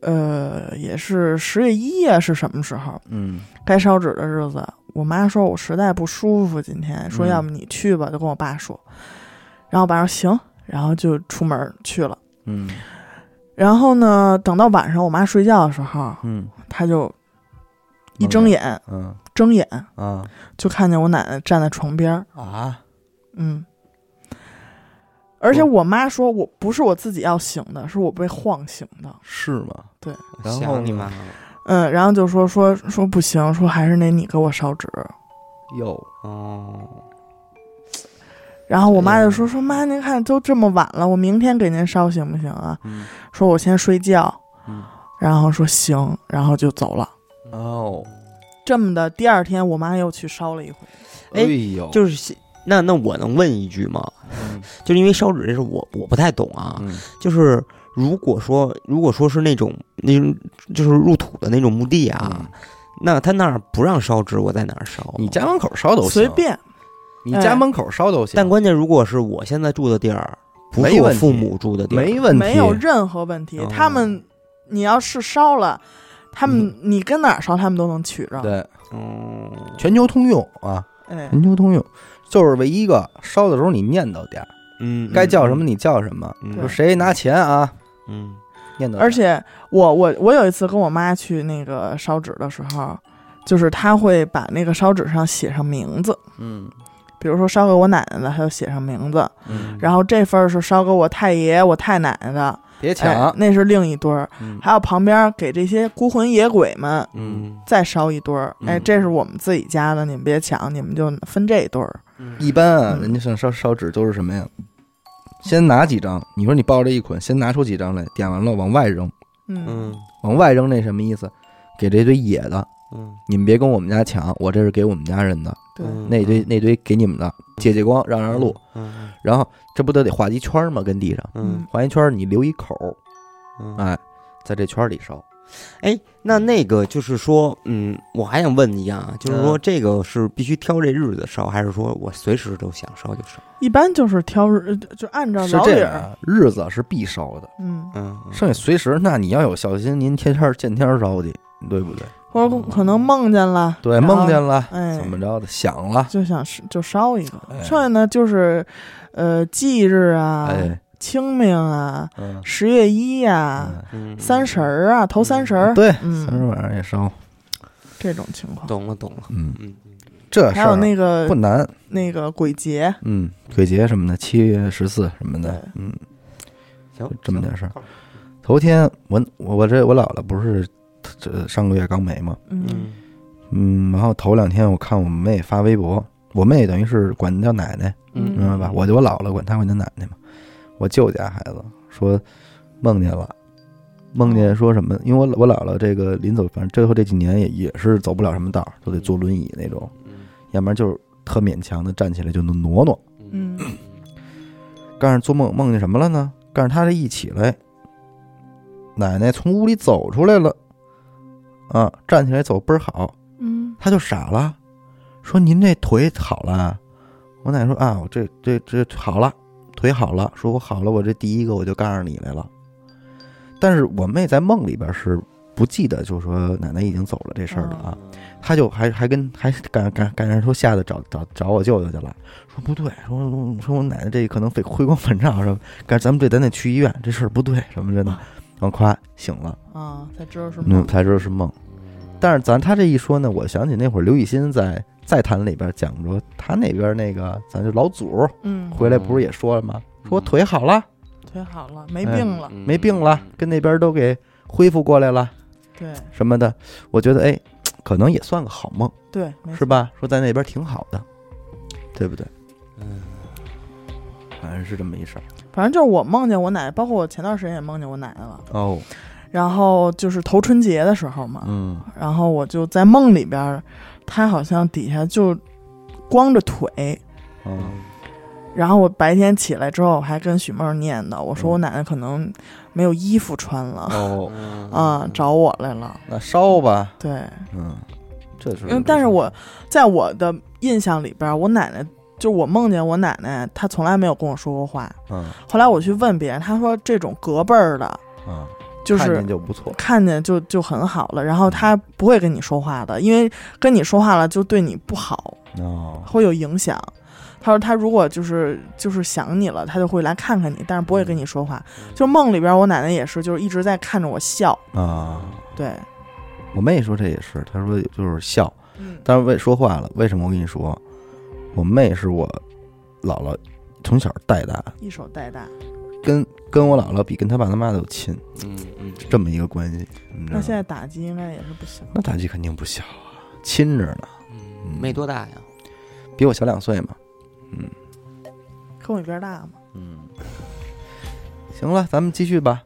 呃，也是十月一啊，是什么时候？嗯该烧纸的日子，我妈说我实在不舒服，今天说嗯要不你去吧，就跟我爸说，然后我爸说行，然后就出门去了。嗯然后呢，等到晚上我妈睡觉的时候，嗯她就一弄睁了眼，嗯睁眼啊就看见我奶奶站在床边儿，啊，嗯。而且我妈说，我不是我自己要醒的，是我被晃醒的。是吗？然后想你呢妈了，嗯，然后就说说说不行，说还是得你给我烧纸。哟，哦，然后我妈就嗯说：“说妈，您看都这么晚了，我明天给您烧行不行啊？”嗯说：“我先睡觉。嗯”然后说行，然后就走了。哦，这么的，第二天我妈又去烧了一回。哎哎呦，就是现那那我能问一句吗？嗯 就是因为烧纸这事我我不太懂啊，嗯就是如果说如果说是那种那种就是入土的那种墓地啊，嗯那他那儿不让烧纸，我在哪儿烧？啊你家门口烧都行，随便，哎你家门口烧都行，但关键如果是我现在住的地儿，不没是我问题父母住的地儿，没问题，没有任何问题。哦他们，你要是烧了，他们、你跟哪儿烧，他们都能取着。对，嗯，全球通用啊，哎，全球通用，就是唯一一个烧的时候你念叨点儿，嗯，该叫什么你叫什么，嗯，对说谁拿钱啊，嗯念叨点儿，而且我我我有一次跟我妈去那个烧纸的时候，就是她会把那个烧纸上写上名字，嗯比如说烧给我奶奶的，她就写上名字。嗯，然后这份儿是烧给我太爷、我太奶奶的，别哎抢，，那是另一堆儿，嗯还有旁边给这些孤魂野鬼们嗯再烧一堆儿，哎，嗯这是我们自己家的，你们别抢，你们就分这一堆儿。一般啊，嗯人家上烧烧纸都是什么呀？先拿几张，你说你抱着一捆，先拿出几张来，点完了往外扔，嗯嗯往外扔那什么意思？给这堆野的，嗯，你们别跟我们家抢，我这是给我们家人的，对，嗯那堆那堆给你们的，借借光，让让路。，嗯然后这不都得画一圈儿吗？跟地上嗯画一圈儿，你留一口儿，嗯嗯，哎，在这圈儿里烧。哎，那那个就是说，嗯，我还想问一样啊，就是说这个是必须挑这日子烧，还是说我随时都想烧就烧？一般就是挑日，就按照是老这理样儿，啊，日子是必烧的，嗯，嗯，嗯剩下随时。那你要有孝心，您天天儿见天儿烧去，对不对？或者可能梦见了，嗯对，然后梦见了，哎怎么着的，想了，就想是就烧一个，哎剩下呢就是，呃，忌日啊，哎，清明啊，嗯，十月一啊，嗯三十儿啊，头三十儿，对，嗯三十晚上也烧，这种情况。懂了懂了，嗯，嗯嗯这事还有儿那个不难，那个鬼节，嗯，鬼节什么的，七月十四什么的对，嗯，行就，这么点事儿。头天我我我这我姥姥不是这上个月刚没吗？嗯，嗯嗯，然后头两天我看我妹发微博，我妹等于是管叫奶奶，嗯明白吧？我就我姥姥管她管叫奶奶嘛。我舅家孩子说梦见了，梦见说什么？因为我我姥姥这个临走，反正最后这几年也也是走不了什么道儿，都得坐轮椅那种，嗯要不然就是特勉强的站起来就能挪挪。嗯嗯但是做梦梦见什么了呢？但是他这一起来，奶奶从屋里走出来了，啊，站起来走倍儿好，嗯他就傻了，说您这腿好了啊？我奶奶说啊，我这这这好了，腿好了，说我好了，我这第一个我就告诉你来了。但是我妹在梦里边是不记得，就说奶奶已经走了这事儿了啊，她就还还跟还赶赶赶上说吓得找找找我舅舅去了，说不对，说说我奶奶这可能得回光返照什么，赶咱们这咱得去医院，这事儿不对什么着呢，然后夸醒了。啊，才知道是嗯，梦，才知道是梦。但是咱他这一说呢，我想起那会儿刘雨欣在《再谈》里边讲过，他那边那个咱就老祖嗯，回来不是也说了吗？嗯说腿好了，腿好了，没病了，嗯没病了，跟那边都给恢复过来了对什么的。我觉得哎，可能也算个好梦，对，没是吧？说在那边挺好的，对不对？嗯，反正是这么一事儿。反正就是我梦见我奶奶，包括我前段时间也梦见我奶奶了。哦，然后就是头春节的时候嘛，嗯然后我就在梦里边儿，她好像底下就光着腿。嗯然后我白天起来之后，我还跟许梦念叨，我说嗯我奶奶可能没有衣服穿了哦，嗯啊、找我来了。那烧吧，对，嗯，这是因为但是我在我的印象里边儿，我奶奶就我梦见我奶奶，她从来没有跟我说过话。嗯后来我去问别人，她说这种隔辈儿的，嗯，就看是见就不错，看见就就很好了，然后她不会跟你说话的，因为跟你说话了就对你不好，哦，会有影响。她说她如果就是就是想你了，她就会来看看你，但是不会跟你说话。就梦里边，我奶奶也是，就是一直在看着我笑。嗯啊。对，我妹说这也是，她说就是笑，嗯但是为说话了。为什么我跟你说？我妹是我姥姥从小带大，一手带大。跟跟我姥姥比跟她爸她妈都亲，嗯嗯，这么一个关系。你知道那吗现在打击应该也是不行。那打击肯定不小啊，亲着呢，嗯没多大呀，比我小两岁嘛。嗯跟我一边大嘛。嗯，行了，咱们继续吧。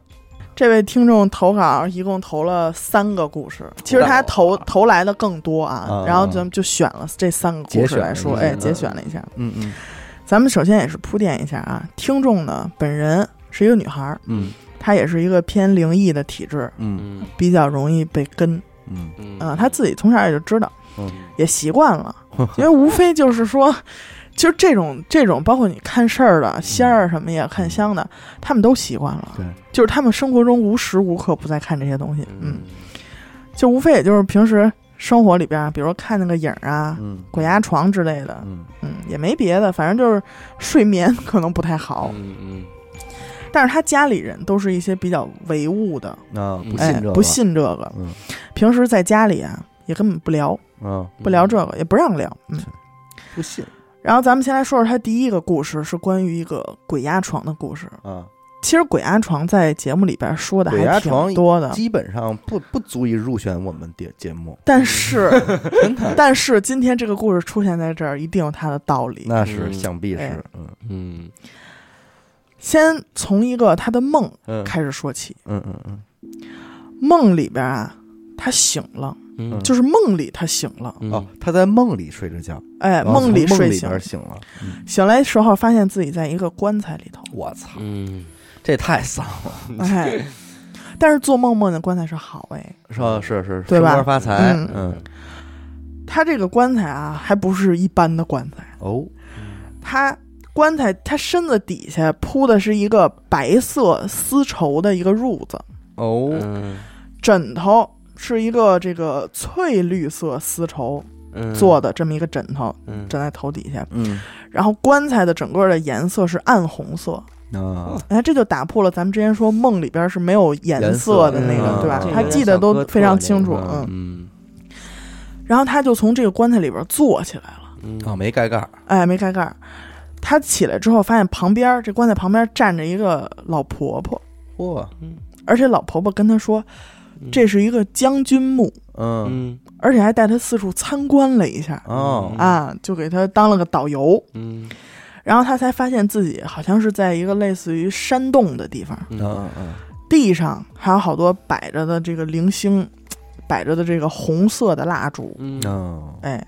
这位听众投稿一共投了三个故事，其实他投投来的更多哦啊啊，然后咱们就选了这三个故节事选了来说，一下哎，节选了一下。嗯嗯咱们首先也是铺垫一下啊，听众呢本人是一个女孩儿，嗯她也是一个偏灵异的体质，嗯嗯比较容易被跟嗯嗯啊、她自己从小也就知道，嗯也习惯了，因为无非就是说，就是这种这种，包括你看事儿的仙儿什么也看香的，他们都习惯了，对，就是他们生活中无时无刻不在看这些东西，嗯。就无非也就是平时生活里边儿，比如说看那个影儿啊、嗯鬼压床之类的，嗯嗯，也没别的，反正就是睡眠 可能不太好。嗯但是他家里人都是一些比较唯物的，啊，不哎信这，个，不信这个，嗯平时在家里啊也根本不聊，啊，嗯，不聊这个，也不让聊，嗯。不信然后咱们先来说说他第一个故事，是关于一个鬼压床的故事。啊，其实鬼压床在节目里边说的鬼压还挺床多的，啊基本上不不足以入选我们节节目。但是但是今天这个故事嗯出现在这儿，一定有它的道理。那是嗯想必哎是，嗯嗯先从一个他的梦嗯开始说起。嗯嗯嗯梦里边啊，他醒了，嗯就是梦里他醒了，嗯，嗯哦，他在梦里睡着觉，哎，然后从梦里梦睡里醒边，醒了，醒来的时候发现自己在一个棺材里头， 我操，嗯，这太丧了，哎，但是做梦梦见棺材是好哎，是吧是是，对吧升官发财，嗯嗯，他这个棺材啊，还不是一般的棺材，哦，他棺材他身子底下铺的是一个白色丝绸的一个褥子，哦，嗯枕头是一个这个翠绿色丝绸嗯做的这么一个枕头，嗯枕在头底下，嗯，然后棺材的整个的颜色是暗红色，啊，哎，这就打破了咱们之前说梦里边是没有颜颜色色的那个，嗯对吧这？他有点记得像都哥非特常那清楚，种嗯。嗯然后他就从这个棺材里边坐起来了，嗯哦，没盖盖儿，哎，没盖盖儿。他起来之后，发现旁边这棺材旁边站着一个老婆婆，嚯，而且老婆婆跟他说，这是一个将军墓，嗯，嗯而且还带他四处参观了一下，哦，啊，就给他当了个导游。嗯然后他才发现自己好像是在一个类似于山洞的地方，嗯嗯嗯，地上还有好多摆着的这个零星，摆着的这个红色的蜡烛，嗯哦，哎，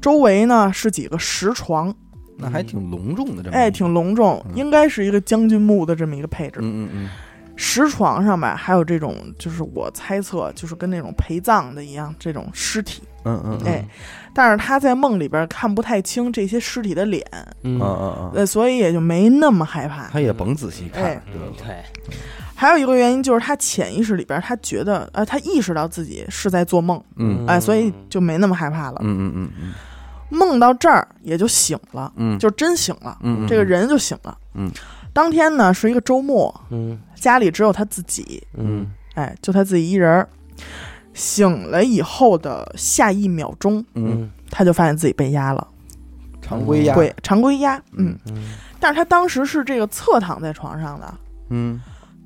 周围呢是几个石床，那还挺隆重的，这么，哎，挺隆重，嗯应该是一个将军墓的这么一个配置。嗯，嗯嗯石床上吧，还有这种，就是我猜测，就是跟那种陪葬的一样，这种尸体。嗯嗯嗯，哎，但是他在梦里边看不太清这些尸体的脸，嗯嗯嗯嗯，呃，所以也就没那么害怕。他也甭仔细看哎，对吧？对，还有一个原因就是他潜意识里边，他觉得，呃，他意识到自己是在做梦，嗯哎、所以就没那么害怕了。嗯嗯嗯梦到这儿也就醒了，嗯，就真醒了，嗯嗯这个人就醒了。嗯，当天呢是一个周末，嗯家里只有他自己，嗯哎，就他自己一人儿。醒了以后的下一秒钟，嗯，他就发现自己被压了，常规压，对，嗯常规压，嗯。嗯但是他当时是这个侧躺在床上的，嗯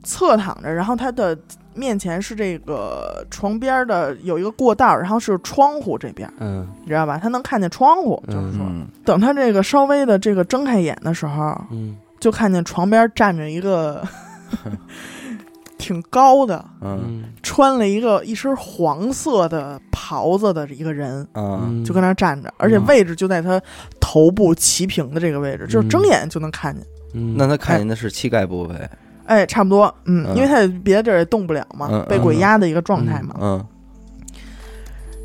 侧躺着，然后他的面前是这个床边的有一个过道，然后是窗户这边，嗯你知道吧？他能看见窗户，就是说，嗯等他这个稍微的这个睁开眼的时候，嗯就看见床边站着一个 挺高的，嗯嗯穿了一个一身黄色的袍子的一个人，啊就跟那儿站着，嗯而且位置就在他头部齐平的这个位置，嗯就是睁眼就能看见。那他看见的是膝盖部位，哎，差不多，嗯，嗯因为他别的地儿也动不了嘛，嗯嗯被鬼压的一个状态嘛。嗯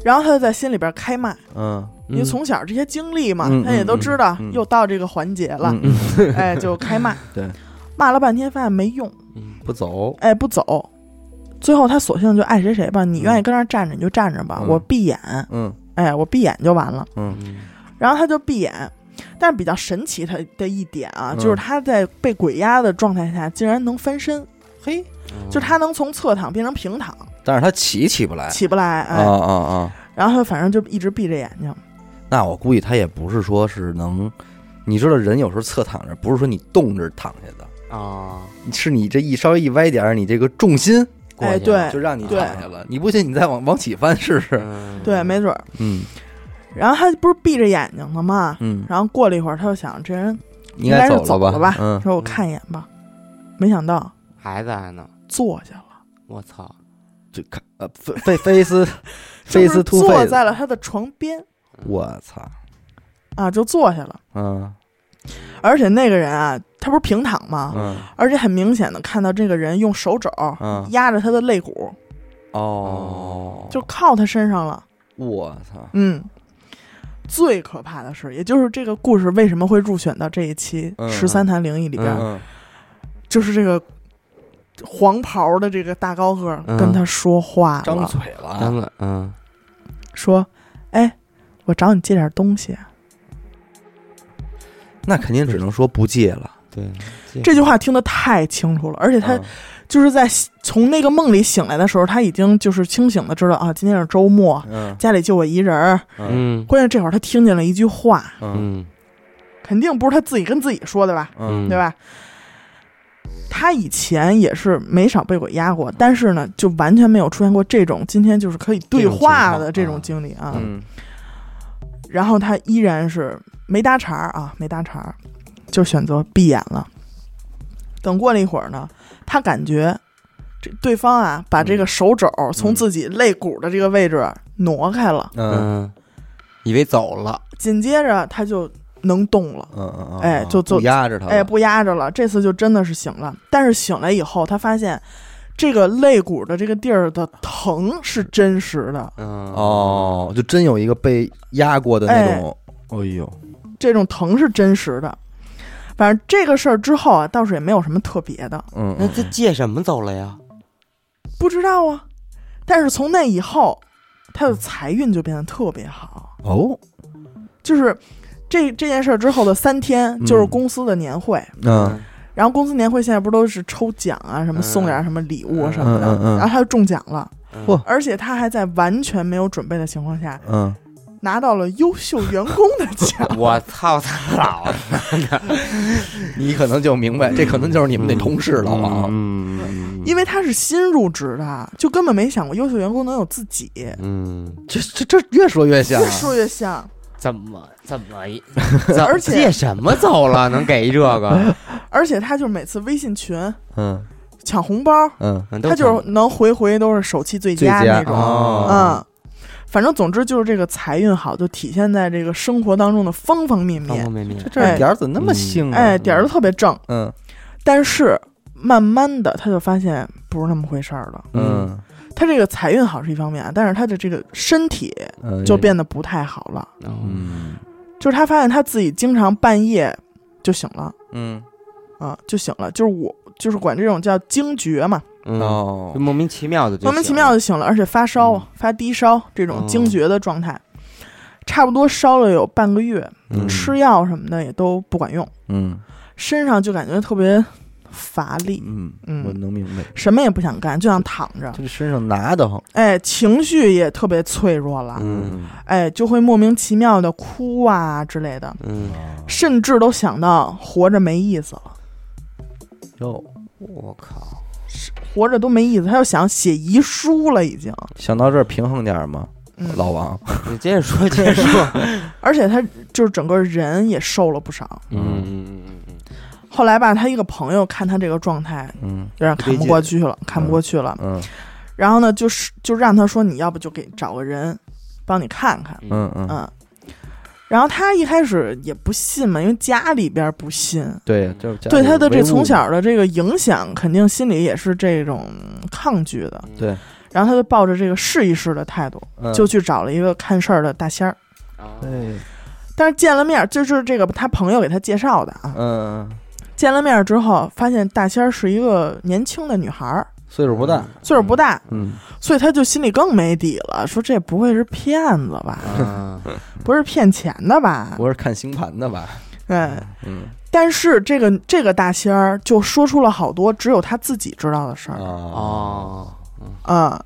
然后他就在心里边开骂，嗯因为从小这些经历嘛，嗯他也都知道、嗯嗯嗯又到这个环节了，嗯，哎，就开骂。 对，骂了半天发现没用，不走，哎，不走。最后他索性就爱谁谁吧，你愿意跟那儿站着你就站着吧，嗯我闭眼，嗯哎，我闭眼就完了。嗯然后他就闭眼，但是比较神奇他的一点啊，嗯就是他在被鬼压的状态下，竟然能翻身，嘿，就是他能从侧躺变成平躺，但是他起起不来，起不来，啊哎，啊啊，然后他反正就一直闭着眼睛，那我估计他也不是说是能。你知道人有时候侧躺着，不是说你动着躺下的，啊，是你这一稍微一歪点儿，你这个重心过哎，去了对就让你躺下了。你不信，你再往往起翻试试。对，没准儿。嗯然后他不是闭着眼睛了吗？嗯，然后过了一会儿，他就想这人应该是了走了吧？嗯说我看一眼吧，没想到还在呢，坐下了，我操，就看呃，菲菲菲 斯，就菲是斯突坐菲，在了他的床边我操，啊，就坐下了。嗯而且那个人啊，他不是平躺吗？嗯而且很明显的看到这个人用手肘嗯，压着他的肋骨，哦，就靠他身上了。我操，嗯，最可怕的是，也就是这个故事为什么会入选到这一期《嗯十三潭灵异》里边，嗯就是这个黄袍的这个大高个儿跟他说话了，嗯张嘴了啊，真的，嗯说：“哎，我找你借点东西。嗯那肯定只能说不借了。对，”这句话听得太清楚了，而且他嗯就是在从那个梦里醒来的时候，他已经就是清醒的知道啊，今天是周末，嗯家里就我一人儿。嗯嗯关键这会儿他听见了一句话，嗯嗯肯定不是他自己跟自己说的吧，嗯对吧？他以前也是没少被鬼压过，但是呢，就完全没有出现过这种今天就是可以对话的这这种种经历啊。嗯然后他依然是没搭茬儿啊，没搭茬儿，就选择闭眼了。等过了一会儿呢，他感觉这对方啊把这个手肘从自己肋骨的这个位置挪开了，嗯嗯，以为走了，紧接着他就能动了。嗯嗯，哎就就不压着他了，哎，不压着了，这次就真的是醒了。但是醒来以后，他发现这个肋骨的这个地儿的疼是真实的，嗯，哦，就真有一个被压过的那种，哎呦，这种疼是真实的。反正这个事儿之后啊，倒是也没有什么特别的，嗯，那他借什么走了呀？不知道啊。但是从那以后，他的财运就变得特别好，哦，就是这这件事儿之后的三天，嗯就是公司的年会。嗯然后公司年会现在不都是抽奖啊，什么嗯送点什么礼物啊什么的，嗯嗯嗯然后他就中奖了，嗯。嚯而且他还在完全没有准备的情况下嗯，拿到了优秀员工的奖我操他老你可能就明白，这可能就是你们那同事了啊，嗯因为他是新入职的，就根本没想过优秀员工能有自己，嗯，这这这越说越像啊越，说越像。怎么怎么一，而且借什么走了？能给这个？而且他就是每次微信群嗯抢红包，嗯，嗯都他就是疼能回回都是手气最最佳那种。啊，嗯，反正总之就是这个财运好，就体现在这个生活当中的方方面方面方。面面，这点儿怎么那么性啊？哎，点儿都特别正，嗯但是慢慢的他就发现不是那么回事儿了。嗯他这个财运好是一方面啊，但是他的这个身体嗯，就变得不太好了。嗯嗯就是他发现他自己经常半夜就醒了嗯啊，就醒了，就是我就是管这种叫惊厥嘛，嗯，哦就，莫名其妙的，莫名其妙，就醒了，而且发烧、发低烧这种惊厥的状态，差不多烧了有半个月，嗯吃药什么的也都不管用，嗯身上就感觉特别乏力，嗯嗯我能明白，什么也不想干，就想躺着这，个身上拿的慌，哎，情绪也特别脆弱了，嗯哎，就会莫名其妙的哭啊之类的，嗯，甚至都想到活着没意思了。哟，我靠，活着都没意思，他又想写遗书了，已经。想到这儿平衡点儿吗？嗯，老王，你接着说， 接着说，而且他就是整个人也瘦了不少。嗯嗯嗯后来吧，他一个朋友看他这个状态，嗯有点看不过去了，看不过去了。 嗯然后呢，就是就让他说，你要不就给找个人帮你看看，嗯嗯，嗯。然后他一开始也不信嘛，因为家里边不信，对，就是家对里他的唯这物从小的这个影响，肯定心里也是这种抗拒的。对，然后他就抱着这个试一试的态度，嗯就去找了一个看事儿的大仙儿。嗯对，但是见了面儿，就是这个他朋友给他介绍的啊。嗯，见了面儿之后，发现大仙儿是一个年轻的女孩儿，岁数不大，岁数不大，嗯所以他就心里更没底了，说这不会是骗子吧？嗯，不是骗钱的吧？我是看星盘的吧？嗯。嗯但是这个这个大仙儿就说出了好多只有他自己知道的事嗯啊儿哦，啊、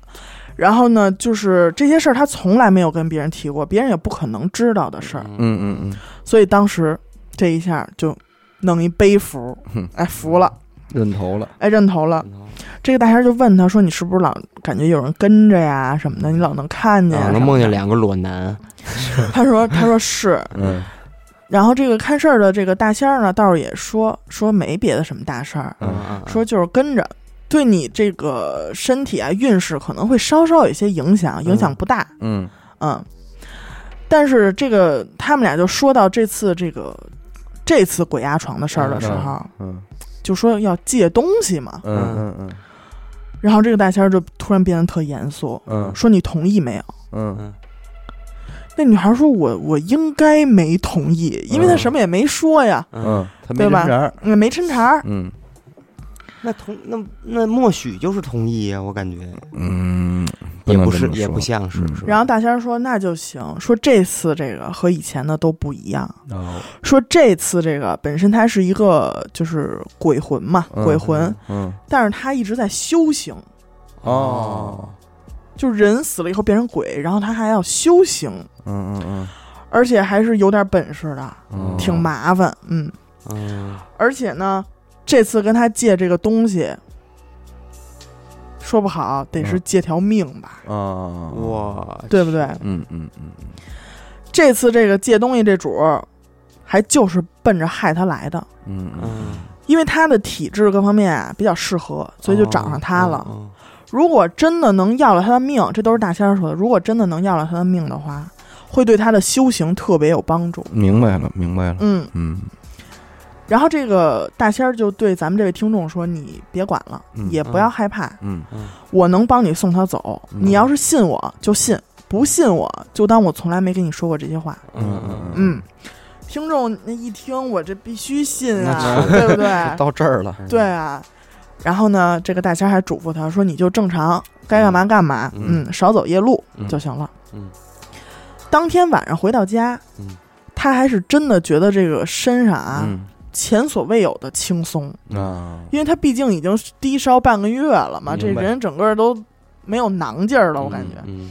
然后呢，就是这些事儿他从来没有跟别人提过，别人也不可能知道的事儿，嗯嗯嗯，所以当时这一下就弄一背服哼，哎，服了，认头了，哎，认头了。啊这个大仙儿就问他说：“你是不是老感觉有人跟着呀什么的？你老能看见呀什么我能的？”梦见两个裸男，他说：“他说是。嗯”然后这个看事儿的这个大仙儿呢，倒是也说说没别的什么大事儿，嗯，说就是跟着，对你这个身体啊运势可能会稍稍有一些影响，影响不大，嗯嗯。但是这个他们俩就说到这次这个这次鬼压床的事儿的时候，嗯就说要借东西嘛。嗯嗯然后这个大仙儿就突然变得特严肃，嗯说：“你同意没有？”嗯那女孩说我：“我应该没同意，因为她嗯什么也没说呀，嗯，他没对吧人缘儿，嗯、没抻茬儿。嗯那同那那默许就是同意啊，我感觉嗯，也能不这是么也说不像是嗯，是吧然后大仙儿说：“那就行。说这次这个和以前的都不一样。哦说这次这个本身它是一个就是鬼魂嘛，嗯鬼魂，嗯但是他一直在修行，哦就是人死了以后变成鬼，然后他还要修行，嗯嗯而且还是有点本事的，嗯，挺麻烦。嗯，嗯，而且呢，这次跟他借这个东西，说不好得是借条命吧，嗯啊，我对不对？嗯嗯嗯这次这个借东西这主儿，还就是奔着害他来的，嗯嗯嗯因为他的体质各方面啊比较适合，所以就找上他了。嗯如果真的能要了他的命，这都是大仙儿说的。如果真的能要了他的命的话，会对他的修行特别有帮助。明白了，明白了，嗯，嗯，然后这个大仙儿就对咱们这位听众说：“你别管了，嗯也不要害怕，嗯我能帮你送他走。嗯你要是信我就信，不信我就当我从来没跟你说过这些话。嗯嗯嗯嗯，听众那一听，我这必须信那 啊，对不对？到这儿了，嗯，对啊。然后呢，这个大仙儿还嘱咐他说：“你就正常该干嘛干嘛，嗯嗯，少走夜路嗯就行了。”嗯，当天晚上回到家，嗯他还是真的觉得这个身上啊、嗯前所未有的轻松，啊，因为他毕竟已经低烧半个月了嘛，这明白人整个都没有囊劲儿了，我感觉。嗯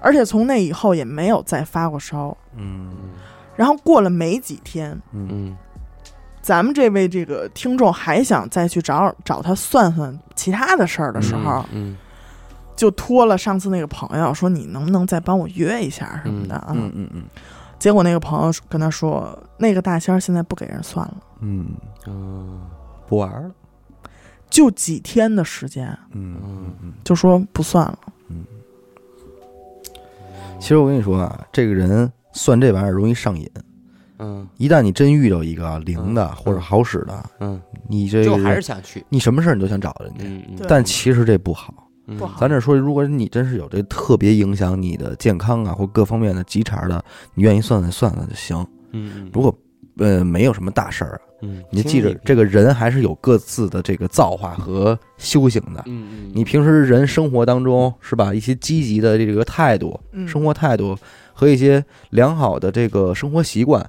而且从那以后也没有再发过烧。嗯嗯然后过了没几天，嗯嗯咱们这位这个听众还想再去找找他算算其他的事儿的时候，嗯就托了上次那个朋友说：“你能不能再帮我约一下什么的啊？”嗯嗯嗯结果那个朋友跟他说：“那个大仙儿现在不给人算了。”嗯，嗯不玩了，就几天的时间，嗯嗯嗯。就说不算了。其实我跟你说啊，这个人算这玩意儿容易上瘾，嗯一旦你真遇到一个灵的嗯或者好使的，嗯，你这就个还人是想去，你什么事儿你都想找人家，嗯，对但其实这不好。不好咱这说，如果你真是有这特别影响你的健康啊，或各方面的急茬的，你愿意算算算算就行。嗯，如果呃没有什么大事儿啊，嗯，你就记着，这个人还是有各自的这个造化和修行的。嗯嗯，你平时人生活当中是吧，一些积极的这个态度、嗯，生活态度和一些良好的这个生活习惯，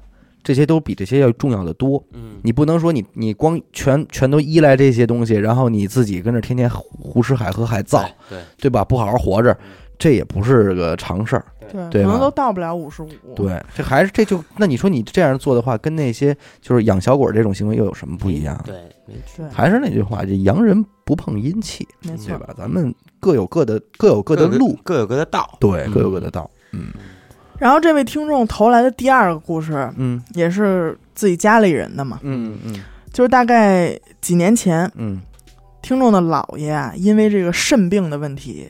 这些都比这些要重要的多。嗯你不能说你你光全全都依赖这些东西，然后你自己跟着天天胡吃海喝海造，对，对吧？不好好活着，这也不是个常事儿。对，对可吧能都到不了五十五。，对，这还是这就那你说你这样做的话，跟那些就是养小鬼这种行为又有什么不一样？对，没对，还是那句话，这洋人不碰阴气，没对错。吧？咱们各有各的各有各的路，各有各的道，对，嗯各有各的道。嗯然后这位听众投来的第二个故事，嗯也是自己家里人的嘛，嗯嗯就是大概几年前，嗯听众的姥爷啊，因为这个肾病的问题，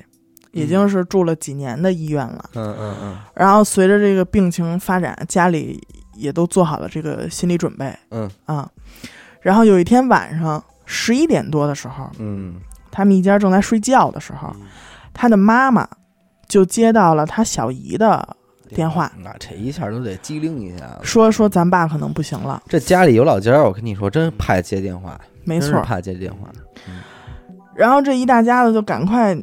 已经是住了几年的医院了。嗯嗯然后随着这个病情发展，家里也都做好了这个心理准备嗯啊。然后有一天晚上十一点多的时候，嗯他们一家正在睡觉的时候嗯，他的妈妈就接到了他小姨的电话，嗯，那这一下都得机灵一下。说说咱爸可能不行了。这家里有老家儿，我跟你说，真怕接电话，没真是错，怕接电话。然后这一大家子就赶快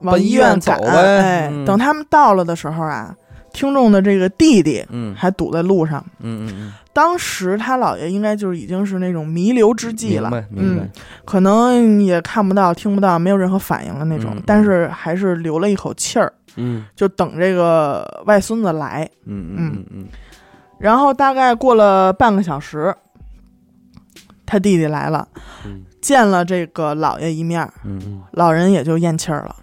往奔医院院走赶。呗哎，嗯等他们到了的时候啊，听众的这个弟弟嗯还堵在路上。嗯嗯当时他姥爷应该就是已经是那种弥留之嗯，际明了白，明白嗯，。可能也看不到、听不到，没有任何反应的那种，嗯嗯但是还是留了一口气儿，嗯就等这个外孙子来。嗯嗯嗯嗯然后大概过了半个小时，他弟弟来了，嗯见了这个老爷一面儿，嗯嗯。老人也就咽气儿了。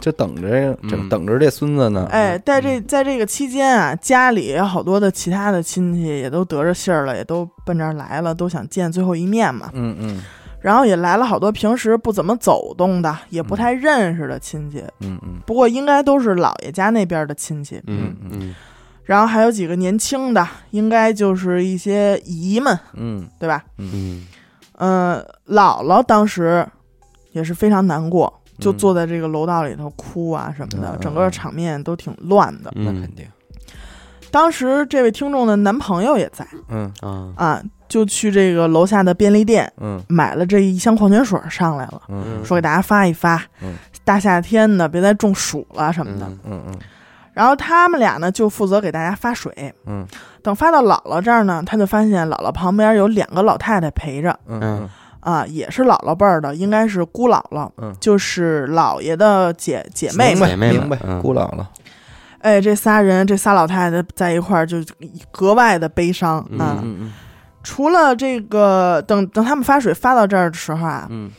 就等着这嗯等着这孙子呢。哎，在这嗯在这个期间啊，家里有好多的其他的亲戚也都得着信儿了，也都奔这儿来了，都想见最后一面嘛。嗯嗯然后也来了好多平时不怎么走动的，也不太认识的亲戚，嗯嗯不过应该都是姥爷家那边的亲戚。嗯嗯然后还有几个年轻的，应该就是一些姨们，嗯对吧？嗯嗯，姥姥当时也是非常难过，就嗯坐在这个楼道里头哭啊什么的，嗯整个场面都挺乱的。嗯，那肯定。当时这位听众的男朋友也在嗯啊，啊，就去这个楼下的便利店嗯买了这一箱矿泉水上来了，嗯说给大家发一发，嗯大夏天的别再中暑了什么的。嗯嗯然后他们俩呢就负责给大家发水，嗯等发到姥姥这儿呢，他就发现姥姥旁边有两个老太太陪着嗯啊，也是姥姥辈儿的，应该是姑姥姥，嗯就是姥爷的姐姐妹明嘛。白妹妹明白，嗯顾姥姥。哎，这仨人，这仨老太太在一块儿就格外的悲伤啊。嗯除了这个，等等他们发水发到这儿的时候啊，嗯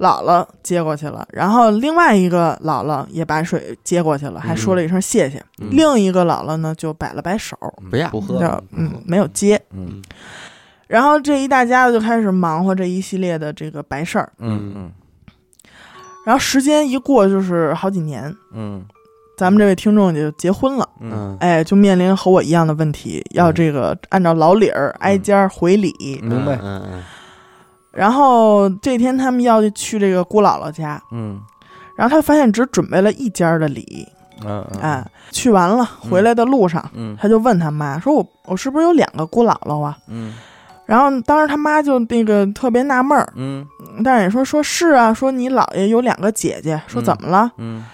姥姥接过去了，然后另外一个姥姥也把水接过去了，还说了一声谢谢。嗯另一个姥姥呢就摆了摆手，嗯，不要不喝就。嗯没有接。嗯然后这一大家子就开始忙活这一系列的这个白事儿，嗯嗯然后时间一过就是好几年，嗯咱们这位听众就结婚了，嗯哎，就面临和我一样的问题，要这个按照老理儿挨家儿回礼。嗯，明白，嗯嗯然后这天他们要去这个姑姥姥家，嗯然后他发现只准备了一家儿的礼，嗯哎，去完了回来的路上，嗯他就问他妈说我：“我是不是有两个姑姥姥啊嗯？”然后当时他妈就那个特别纳闷儿，嗯但是也说说是啊，说你姥爷有两个姐姐，说嗯怎么了？嗯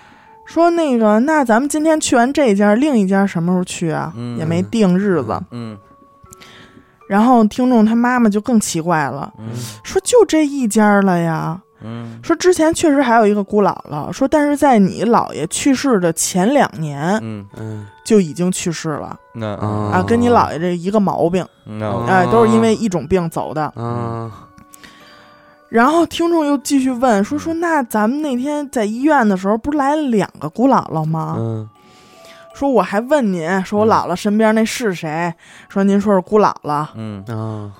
说那个那咱们今天去完这家，另一家什么时候去啊？嗯也没定日子。嗯然后听众他妈妈就更奇怪了，说就这一家了呀。嗯说之前确实还有一个姑姥姥，说但是在你姥爷去世的前两年 嗯，哦嗯就已经去世了、那嗯啊，跟你姥爷这一个毛病，那哎、都是因为一种病走的。嗯啊然后听众又继续问嗯说说那咱们那天在医院的时候不是来了两个姑姥姥吗？嗯说我还问您说我姥姥身边那是谁？说您说是姑姥姥。嗯啊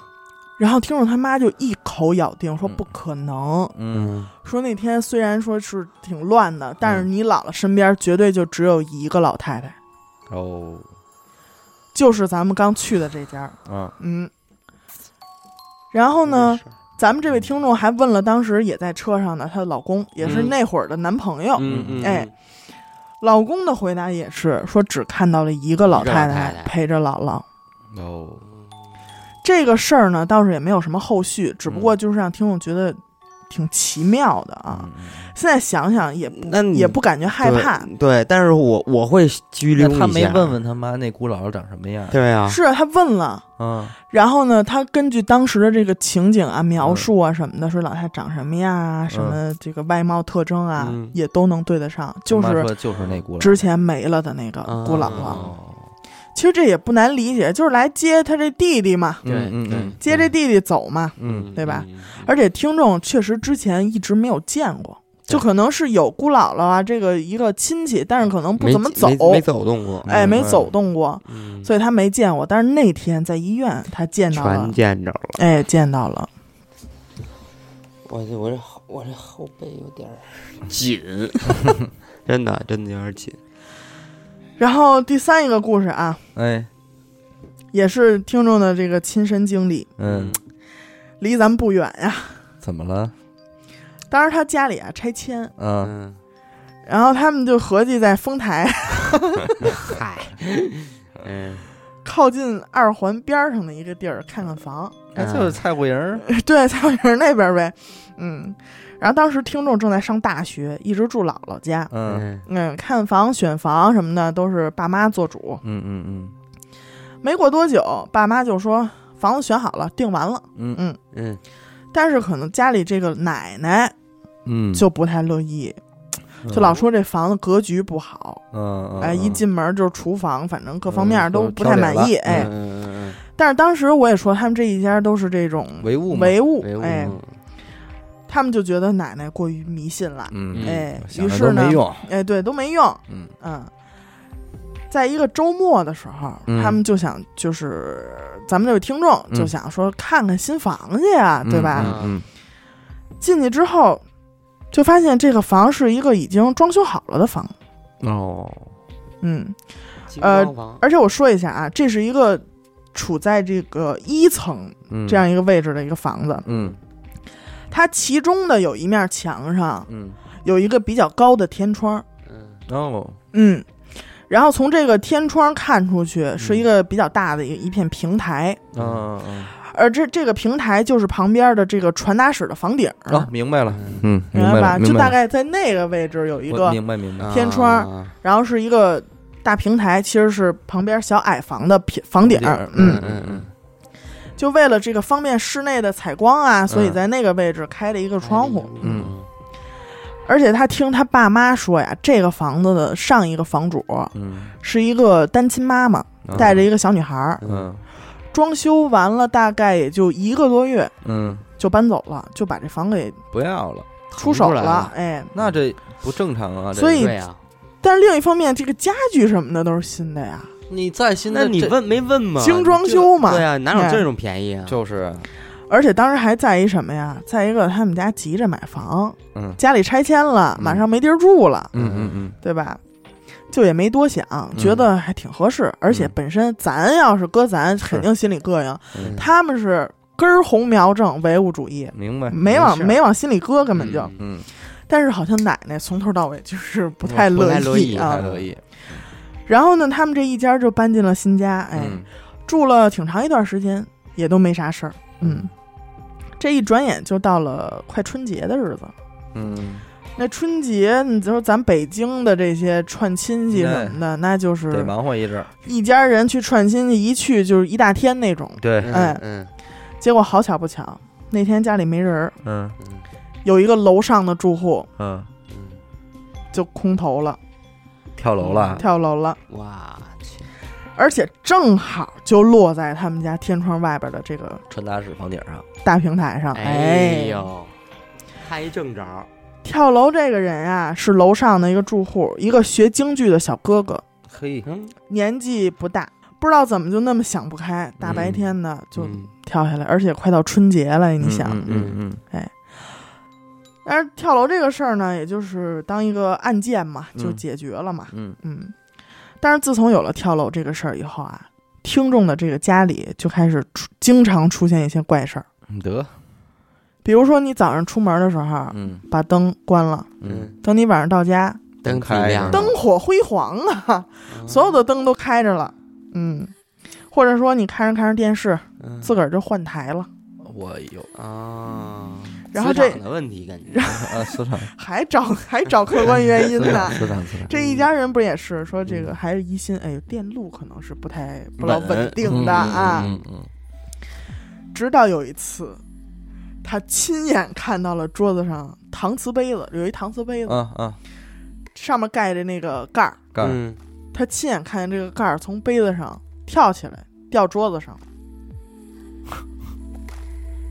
然后听众他妈就一口咬定说嗯不可能，嗯嗯说那天虽然说是挺乱的，但是你姥姥身边绝对就只有一个老太太，哦就是咱们刚去的这家。啊嗯。然后嗯呢，？哦咱们这位听众还问了当时也在车上的她的老公，也是嗯那会儿的男朋友。嗯嗯哎老公的回答也是说，只看到了一个老太一个老太太陪着姥姥。哦这个事儿呢，倒是也没有什么后续，只嗯不过就是让听众觉得挺奇妙的啊。嗯现在想想也不嗯那你也不感觉害怕，嗯对，但是我我会拘留那你一下他没问问他妈那姑姥姥长什么样？对啊，是啊他问了。嗯然后呢，他根据当时的这个情景啊、描述啊什么的，说老太长什么样啊，什么这个外貌特征啊，嗯也都能对得上，就他妈是说就是那姑姥之前没了的那个啊姑姥姥。哦其实这也不难理解，就是来接他这弟弟嘛，嗯嗯嗯接这弟弟走嘛。嗯对吧？而且听众确实之前一直没有见过，就可能是有姑姥姥啊这个一个亲戚，但是可能不没怎么走，没没走动过，哎，没嗯走动过，嗯所以他没见过。但是那天在医院他见到了全，见着了。哎，见到了。我这我这后我这后背有点紧， 真的真的有点紧。然后第三一个故事啊，哎也是听众的这个亲身经历，嗯，离咱们不远呀。怎么了？当时他家里啊拆迁，嗯嗯，然后他们就合计在丰台嗨，嗯靠近二环边儿上的一个地儿看看房， 哎，就是蔡慧莹儿对，草原那边呗，嗯。然后当时听众正在上大学，一直住姥姥家，嗯嗯嗯，看房、选房什么的都是爸妈做主。嗯嗯没过多久，爸妈就说房子选好了，定完了，嗯嗯但是可能家里这个奶奶嗯，就不太乐意，就老说这房子格局不好，嗯哎，一进门就是厨房，反正各方面都嗯不太满意，挑哎脸。嗯但是当时我也说，他们这一家都是这种唯物唯嗯，物，唯物哎，他们就觉得奶奶过于迷信了，嗯哎，想于着是都呢没，用，哎，对，都没用，嗯在一个周末的时候，嗯他们就想，就是咱们这位听众嗯就想说看看新房去呀、对吧？嗯进去之后，就发现这个房是一个已经装修好了的房，嗯哦，嗯，呃呃，而且我说一下啊，这是一个处在这个一层嗯这样一个位置的一个房子，嗯它其中的有一面墙上嗯有一个比较高的天窗，嗯哦嗯，然后从这个天窗看出去是一个比较大的一一片平台，嗯嗯而这这个平台就是旁边的这个传达室的房顶儿，哦，明白了，嗯，明明白吧？了，就大概在那个位置有一个，明白嗯明白，天窗然后是一个大平台，其实是旁边小矮房的平房顶儿，嗯嗯，嗯嗯，就为了这个方便室内的采光啊，所以嗯在那个位置开了一个窗哎户。嗯而且他听他爸妈说呀，这个房子的上一个房主嗯，是一个单亲妈妈，带着一个小女孩儿，嗯装修完了大概也就一个多月嗯就搬走了，就把这房给不要了，出手腾出来了了，哎。那这不正常啊，所以对呀，但是另一方面，这个家具什么的都是新的呀，你在现在那你这问没问吗？精装修嘛对呀、哪有哎这种便宜啊？就是而且当时还在一什么呀？在一个他们家急着买房，嗯家里拆迁了，嗯马上没地儿住了，嗯嗯嗯，对吧？就也没多想，觉得还挺合适。而且本身咱要是搁咱，肯定心里膈应。嗯他们是根儿红苗正唯物主义，明白，没往事儿没往心里搁，根本就。嗯嗯但是好像奶奶从头到尾就是不不太不太乐意意不太啊。乐意，然后呢，他们这一家就搬进了新家，哎，嗯住了挺长一段时间，也都没啥事儿。嗯，这一转眼就到了快春节的日子。嗯，那春节，你就说咱北京的这些串亲戚什么的，那就得是忙活一阵儿，一家人去串亲戚，一去就是一大天那种。对，嗯哎嗯结果好巧不巧，那天家里没人儿，嗯有一个楼上的住户嗯，嗯，就空投了，跳楼了，跳楼了，哇去，而且正好就落在他们家天窗外边的这个传达室房顶上，大平台上。哎哎，呦，他一正着，跳楼这个人啊，是楼上的一个住户，一个学京剧的小哥哥。嘿，嗯，年纪不大，不知道怎么就那么想不开，大白天的就嗯跳下来，而且快到春节了，你想。嗯嗯嗯但是跳楼这个事儿呢，也就是当一个案件嘛，就解决了嘛，嗯嗯。但是自从有了跳楼这个事儿以后啊，听众的这个家里就开始出经常出现一些怪事儿，嗯，得，比如说你早上出门的时候啊嗯把灯关了，嗯，等你晚上到家，灯开着开亮，灯火辉煌啊，所有的灯都开着了，嗯。或者说你看着看着电视，嗯自个儿就换台了。我有啊，然后磁场这的问题感觉，啊，私场，还找还找客观原因私 呢场，。私场，私场，这一家人不也是说这个嗯还是疑心，哎呦，电路可能是不太不老稳定的啊。嗯嗯直到有一次，他亲眼看到了桌子上搪瓷杯子，有一搪瓷杯嗯子、啊啊，上面盖着那个盖儿，干儿，嗯他亲眼看见这个盖儿从杯子上跳起来掉桌子上，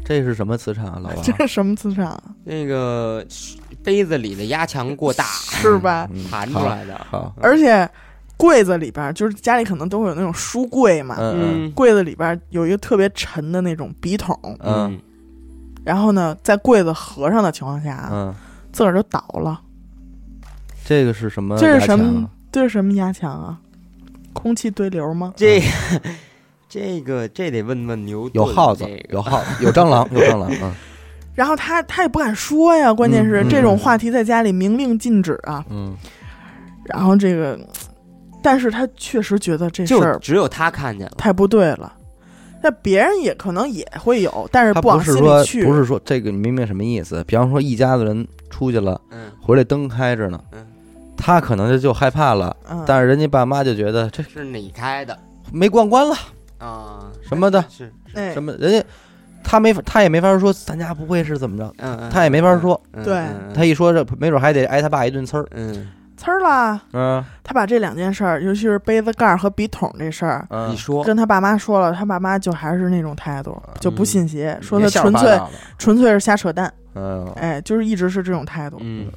这是什么磁场啊，老王？这是什么 磁场啊？那个杯子里的压强过大是吧？嗯弹出好来的，好，而且柜子里边儿就是家里可能都会有那种书柜嘛，嗯柜子里边儿有一个特别沉的那种笔筒，嗯然后呢，在柜子合上的情况下嗯嗯，啊，自个儿就倒了。这个是什么？这是什么？？这是什么压强啊？空气对流吗？这 这个这得问问牛顿有耗子这，个有耗，有蟑螂，有蟑螂，嗯然后他他也不敢说呀，关键是、嗯嗯这种话题在家里明令禁止啊。 嗯然后这个，但是他确实觉得这事就儿只有他看见了，太不对了。那别人也可能也会有，但是他往不心是说里去。不是说这个，你明白什么意思？比方说一家子人出去了，嗯，回来灯开着呢嗯，他可能就就害怕了，嗯，但是人家爸妈就觉得这是你开的没逛关了啊，什么的，是是，哎什么人家他没法他也没法说咱家不会是怎么着，嗯嗯，他也没法说，嗯，对嗯他一说这没准还得挨他爸一顿呲儿，嗯，呲哎儿啦，嗯他把这两件事儿，尤其是杯子盖儿和笔筒这事儿，嗯嗯你，说跟他爸妈说了，他爸妈就还是那种态度，就不信邪，说他嗯别吓唬纯八粹道了，纯粹是瞎扯淡，嗯哎，就是一直是这种态度。嗯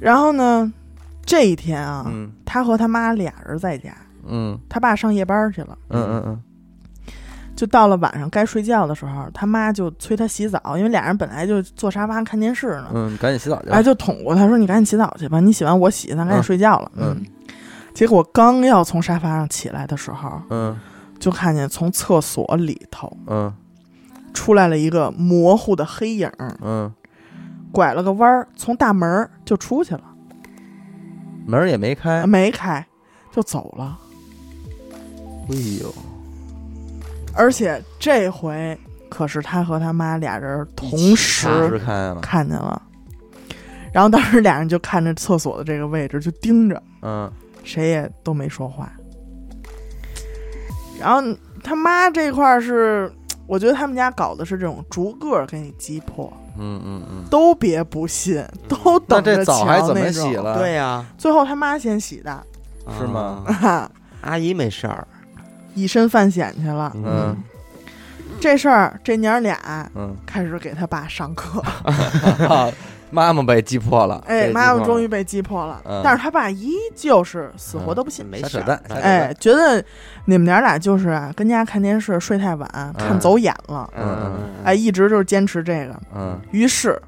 然后呢，这一天啊，嗯他和他妈俩人在家，嗯他爸上夜班去了，嗯嗯嗯就到了晚上该睡觉的时候，他妈就催他洗澡，因为俩人本来就坐沙发看电视呢，嗯，赶紧洗澡去吧哎，，就捅过他说：“你赶紧洗澡去吧，你洗完我洗，咱赶紧嗯睡觉了。嗯结果刚要从沙发上起来的时候，嗯就看见从厕所里头嗯出来了一个模糊的黑影儿，嗯，拐了个弯儿，从大门儿就出去了，门儿也没开，没开就走了。哎呦，而且这回可是他和他妈俩人同当时时开了，看见了，然后当时俩人就看着厕所的这个位置就盯着，嗯谁也都没说话。然后他妈这块儿是，我觉得他们家搞的是这种逐个儿给你击破，嗯嗯嗯，都别不信，都那等着这澡瞧还怎么那种洗？了？对啊呀，最后他妈先洗的，是吗啊？哈， 阿姨没事儿，以身犯险去了。嗯这事儿，这娘儿俩嗯， 开始给他爸上课，哈哈妈妈被击破了，哎，妈妈终于于被击破了，嗯但是他爸依旧是死活都不信。没瞎事扯儿淡，瞎扯淡哎，，觉得你们娘俩就是啊，跟家看电视睡太晚，看走眼了，嗯嗯嗯哎，，一直就是坚持这个。嗯于是，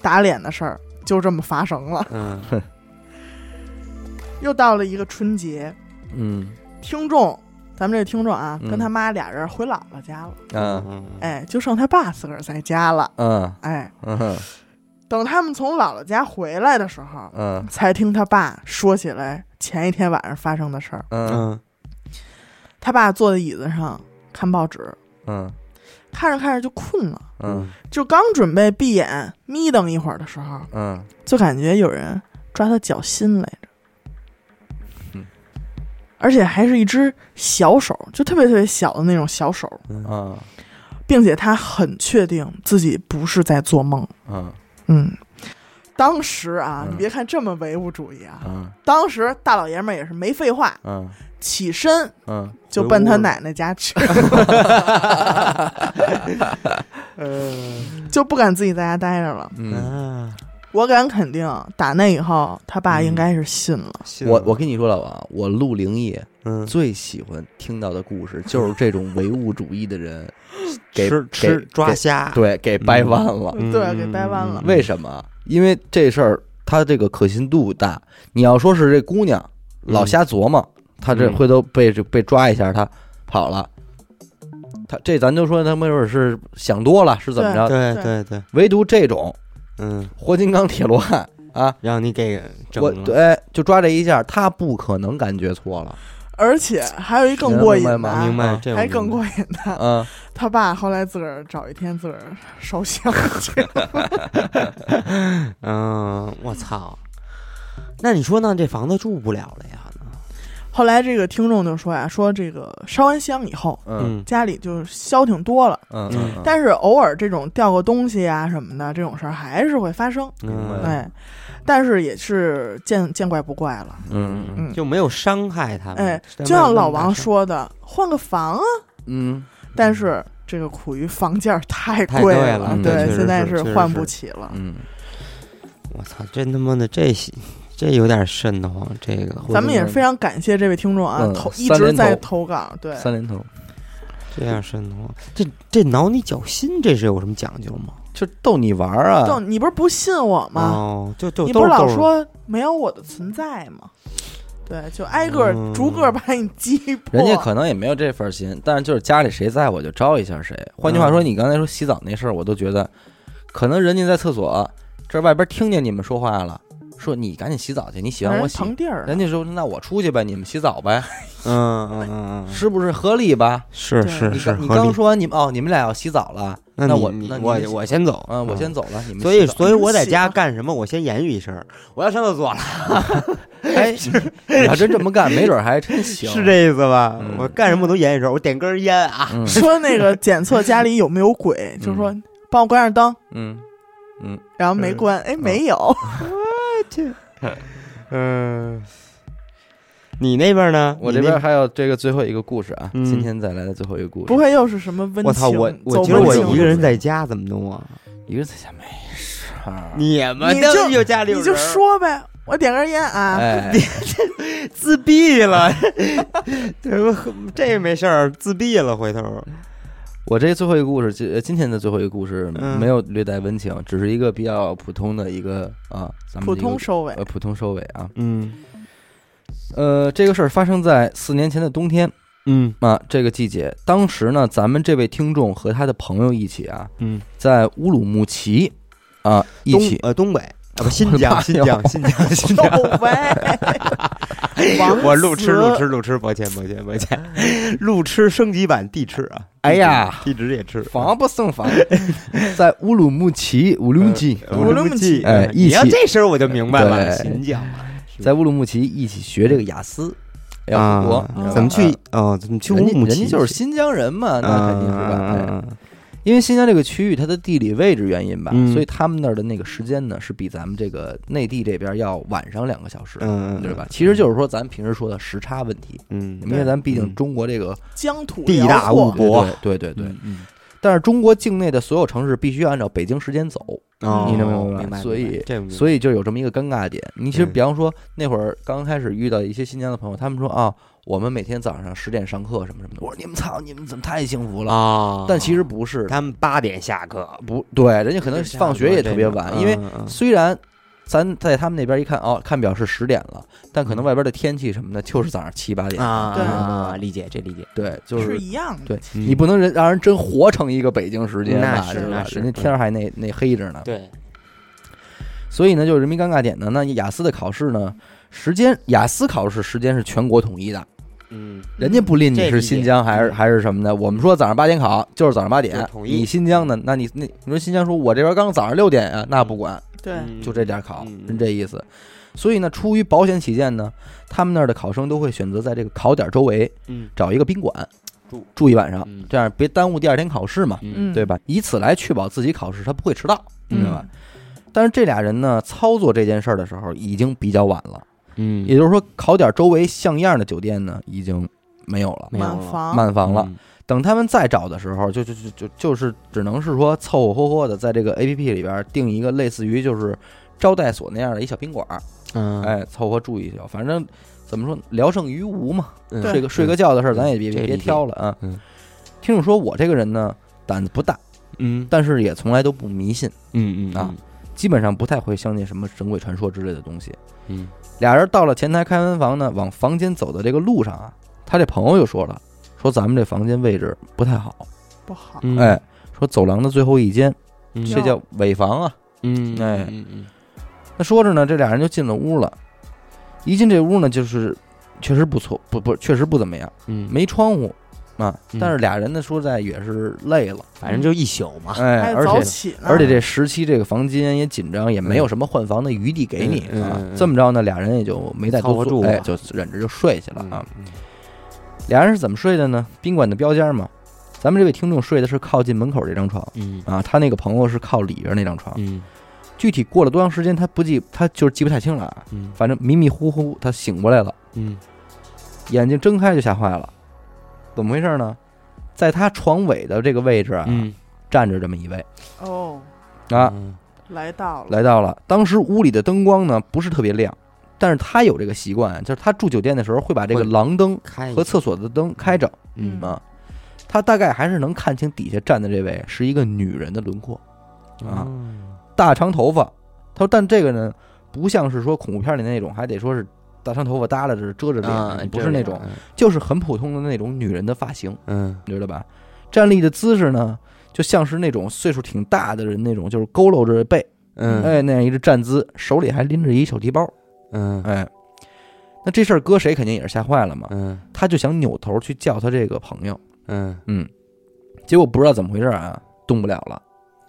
打脸的事儿就这么发生了。嗯又到了一个春节，嗯听众，咱们这听众啊，嗯跟他妈俩人回姥姥家了，嗯嗯哎，就剩他爸自个儿在家了，嗯哎，嗯等他们从姥姥家回来的时候，嗯才听他爸说起来前一天晚上发生的事儿。嗯嗯他爸坐在椅子上看报纸，嗯看着看着就困了，嗯就刚准备闭眼眯瞪一会儿的时候，嗯，就感觉有人抓他脚心来着嗯，而且还是一只小手，就特别特别小的那种小手，嗯并且他很确定自己不是在做梦。嗯嗯，当时啊，嗯你别看这么唯物主义啊，嗯当时大老爷们儿也是没废话，嗯起身嗯，就奔他奶奶家去， 嗯就不敢自己在家待着了。嗯，啊，我敢肯定，打那以后，他爸应该是信了。我我跟你说老王，我录灵异嗯最喜欢听到的故事就是这种唯物主义的人给吃给吃抓给虾，对给掰弯了。嗯对，给掰弯了。为什么？因为这事儿它这个可信度大。你要说是这姑娘老瞎琢磨，她这嗯回头被这被抓一下，她跑了。她这咱就说她没准是想多了，是怎么着？对对对对，唯独这种嗯，活金刚铁罗汉啊，让你给整我了，对哎就抓这一下，她不可能感觉错 了。而且还有一更过瘾的啊啊，明白啊这我还明更白过瘾的，嗯，他爸后来自个儿找一天自个儿烧香去。 嗯，我操！那你说呢？这房子住不了了呀？后来这个听众就说呀，说这个烧完香以后，嗯家里就消停多了。嗯嗯但是偶尔这种掉个东西啊什么的这种事儿还是会发生，明白嗯，哎，但是也是见见怪不怪了，嗯嗯就没有伤害他们。哎，嗯但就像没有那老么大王伤，说的，换个房啊，嗯但是这个苦于房价儿太太贵贵了，了嗯确对，实现在是确实换是不起了，嗯，我操，这他妈的这这有点瘆得慌。这个咱们也是非常感谢这位听众啊，嗯投三一直连在投投稿，对，三连头这样瘆得慌，这这挠你脚心，这是有什么讲究吗？就逗你玩儿啊，就你不是不信我吗？哦，就就你都不是老都说没有我的存在吗？对，就挨个儿嗯逐个儿把你击破。人家可能也没有这份心，但是就是家里谁在我就招一下谁。换句话说，你刚才说洗澡那事儿，我都觉得，可能人家在厕所这外边听见你们说话了，说你赶紧洗澡去，你洗完我人洗腾。地 儿呢，人家说那我出去呗，你们洗澡呗，嗯嗯嗯嗯， 是不是合理吧？是对是你是，刚你合理刚说完你们哦，你们俩要洗澡了，那你我你那你我们我先走，嗯，我先。走了，你们所以，洗澡所以我在洗家吧干什么？我先言语一声，我要上厕所了，哎，你要真这么干，没准还真行。是这意思吧？嗯我干什么都言语一声，我点根烟啊，嗯说那个检测家里有没有鬼， 就说帮我关上灯，嗯嗯然后没关，哎，没有。嗯，你那边呢？我你这那边还有这个最后一个故事啊，嗯今天带来的最后一个故事。不会又是什么温情？我操，我我走觉得我温情一个人在家怎么弄啊？一个人在家没事儿，你们你都就有家里有你就人说呗，我点根烟啊， 哎，自闭了， 这这没事儿，自闭了，回头我这最后一个故事，今呃今天的最后一个故事嗯没有略带温情，只是一个比较普通的一个啊，咱们普的一个通收尾呃。普通收尾啊。嗯呃，这个事儿发生在四年前的冬天嗯啊，这个季节，当时呢，咱们这位听众和他的朋友一起啊，嗯，在乌鲁木齐啊一东起呃东北啊不新我的妈疆哟新疆新疆 新收疆，尾， 我路痴路痴。痴路痴，抱歉抱歉抱歉，路痴升级版地吃啊，哎呀地址，地址也吃防不胜防， 在乌鲁木齐乌鲁木齐呃乌鲁木齐，哎嗯一你要起这声儿我就明白了，对新疆。在乌鲁木齐一起学这个雅思，要啊，回国，你知道吧怎么啊去？哦，怎么去乌人鲁家木人齐？家就是新疆人嘛，那肯定是吧？哎啊因为新疆这个区域它的地理位置原因吧，嗯所以他们那儿的那个时间呢是比咱们这个内地这边要晚上两个小时，嗯，对吧？其实就是说咱平时说的时差问题，嗯？嗯，因为咱毕竟嗯中国这个疆土地辽大阔物博，对对对对，嗯但是中国境内的所有城市必须按照北京时间走，哦你能明明白吗白所以这个所以就有这么一个尴尬点。你其实对比方说那会儿刚开始遇到一些新疆的朋友，他们说啊，我们每天早上十点上课什么什么的，我说你们操，你们怎么太幸福了？啊，但其实不是的，他们八点下课，不对，人家可能放学也特别晚，因为嗯嗯虽然咱在他们那边一看，哦，看表是十点了，但可能外边的天气什么的，就是早上七八点。嗯啊对啊，理解这理解，对，就是是一样的。对你不能人让人真活成一个北京时间那吧？是对吧那是嗯人家天儿还那那黑着呢。对，所以呢，就是人民尴尬点呢。那雅思的考试呢，时间雅思考试时间是全国统一的，嗯人家不吝这你理是解新疆还是嗯还是什么的。我们说早上八点考，就是早上八就点。统一你新疆呢？那你那你说新疆说，我这边刚早上六点啊，那不管，对，就这点儿考嗯，是这意思。所以呢，出于保险起见呢，他们那儿的考生都会选择在这个考点周围嗯找一个宾馆住住一晚上嗯，这样别耽误第二天考试嘛，嗯，对吧？以此来确保自己考试他不会迟到，嗯对吧？但是这俩人呢，操作这件事儿的时候已经比较晚了，嗯也就是说，考点周围像样的酒店呢已经没有了，没有满了房满房了。，嗯等他们再找的时候，就就就就就是只能是说凑合活活的在这个 A P P 里边订一个类似于就是招待所那样的一小宾馆，嗯哎，凑合住一宿，反正怎么说聊胜于无嘛，嗯对睡个睡个觉的事儿咱也别这理别解别挑了啊嗯。听众说我这个人呢胆子不大，嗯但是也从来都不迷信，嗯嗯啊基本上不太会相信什么神鬼传说之类的东西。嗯俩人到了前台开门房呢，往房间走的这个路上啊，他这朋友就说了，说咱们这房间位置不太好，不好，嗯哎，说走廊的最后一间，嗯这叫尾房啊。嗯哎嗯嗯那说着呢，这俩人就进了屋了。一进这屋呢，就是确实不错，不不，确实不怎么样，嗯，没窗户啊。嗯但是俩人呢，说实在也是累了，反正就一宿嘛，还哎，得而早且起呢，而且这时期这个房间也紧张，也没有什么换房的余地给你嗯嗯啊嗯。嗯这么着呢，俩人也就没再凑多合住做，吧哎，就忍着就睡去了啊。嗯，嗯俩人是怎么睡的呢？宾馆的标间嘛。咱们这位听众睡的是靠近门口这张床嗯啊，他那个朋友是靠里边那张床。嗯具体过了多长时间，他不记，他就是记不太清了啊。嗯反正迷迷糊糊，他醒过来了，嗯眼睛睁开就吓坏了。怎么回事呢？在他床尾的这个位置啊，嗯站着这么一位哦，啊，，来到了，来到了。当时屋里的灯光呢不是特别亮，但是他有这个习惯，啊就是他住酒店的时候会把这个会廊灯开和厕所的灯开着嗯啊。他大概还是能看清底下站的这位是一个女人的轮廓，嗯啊大长头发。他说，但这个呢，不像是说恐怖片里那种，还得说是大长头发耷拉着遮着啊脸，不是那种，就是很普通的那种女人的发型，嗯你知道吧？站立的姿势呢，就像是那种岁数挺大的人那种，就是佝偻着背，嗯哎，那样一个站姿，手里还拎着一手提包，嗯哎。啊那这事儿搁谁肯定也是吓坏了嘛，嗯他就想扭头去叫他这个朋友，嗯，结果不知道怎么回事啊，动不了了，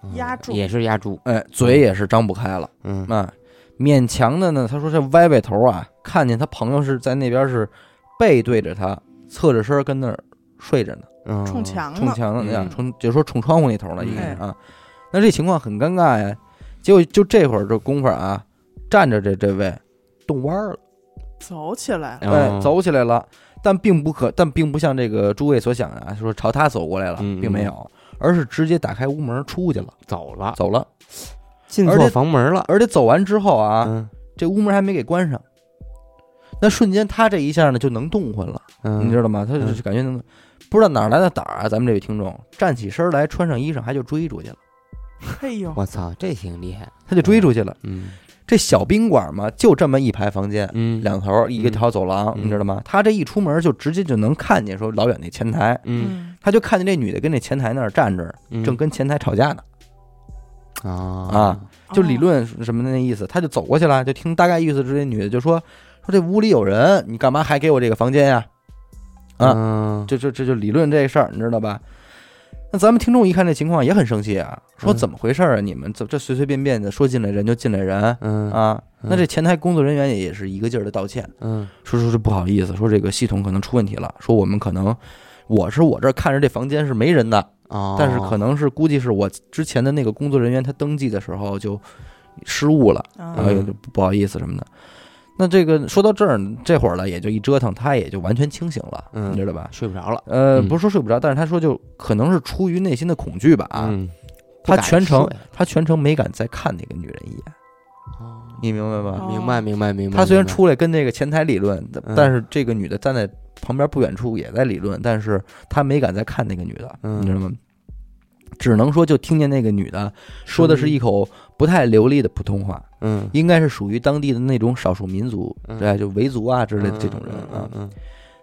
嗯压住也是压住，哎，嘴也是张不开了，嗯啊，勉强的呢，他说这歪歪头啊，看见他朋友是在那边是背对着他，侧着身儿跟那儿睡着呢。嗯冲，墙冲呢，墙了，那样嗯冲就是说冲窗户那头了，嗯应该是啊。那这情况很尴尬呀，结果就这会儿这功夫啊，站着这这位动弯儿了，走起 来了，哎，嗯，走起来了，但并不可，但并不像这个诸位所想啊，说朝他走过来了，嗯并没有，而是直接打开屋门出去了，走了，走了，进而错且房门了而且走完之后啊，嗯这屋门还没给关上。那瞬间，他这一下呢就能动换了，嗯，你知道吗？他就是感觉能，不知道哪儿来的胆儿啊！咱们这位听众站起身来，穿上衣裳，还就追出去了，哎呦，我操，这挺厉害，他就追出去了。嗯这小宾馆嘛，就这么一排房间，嗯两头一个条走廊，嗯你知道吗？他这一出门就直接就能看见说老远那前台，嗯嗯，他就看见这女的跟那前台那儿站着，嗯正跟前台吵架呢，啊啊哦就理论什么的那意思，他就走过去了，就听大概意思是这女的就说说这屋里有人，你干嘛还给我这个房间呀？啊，嗯这这这就理论这事儿，你知道吧？那咱们听众一看这情况也很生气啊，说嗯怎么回事儿啊？你们这这随随便便的说进来人就进来人嗯啊？那嗯这前台工作人员也也是一个劲儿的道歉。嗯说说是不好意思，说这个系统可能出问题了，说我们可能，我是我这儿看着这房间是没人的，哦，但是可能是估计是我之前的那个工作人员他登记的时候就失误了，啊嗯然后就不好意思什么的。那这个说到这儿，这会儿了也就一折腾，他也就完全清醒了，嗯你知道吧？睡不着了呃，嗯不是说睡不着，但是他说就可能是出于内心的恐惧吧啊，嗯他不敢全程睡他全程没敢再看那个女人一眼，哦你明白吗？哦明白明白明白。他虽然明白出来跟那个前台理论，但嗯但是这个女的站在旁边不远处也在理论，但是他没敢再看那个女的，嗯你知道吗？只能说就听见那个女的说的是一口不太流利的普通话，嗯应该是属于当地的那种少数民族，嗯对，就维族啊之类的嗯这种人啊嗯。嗯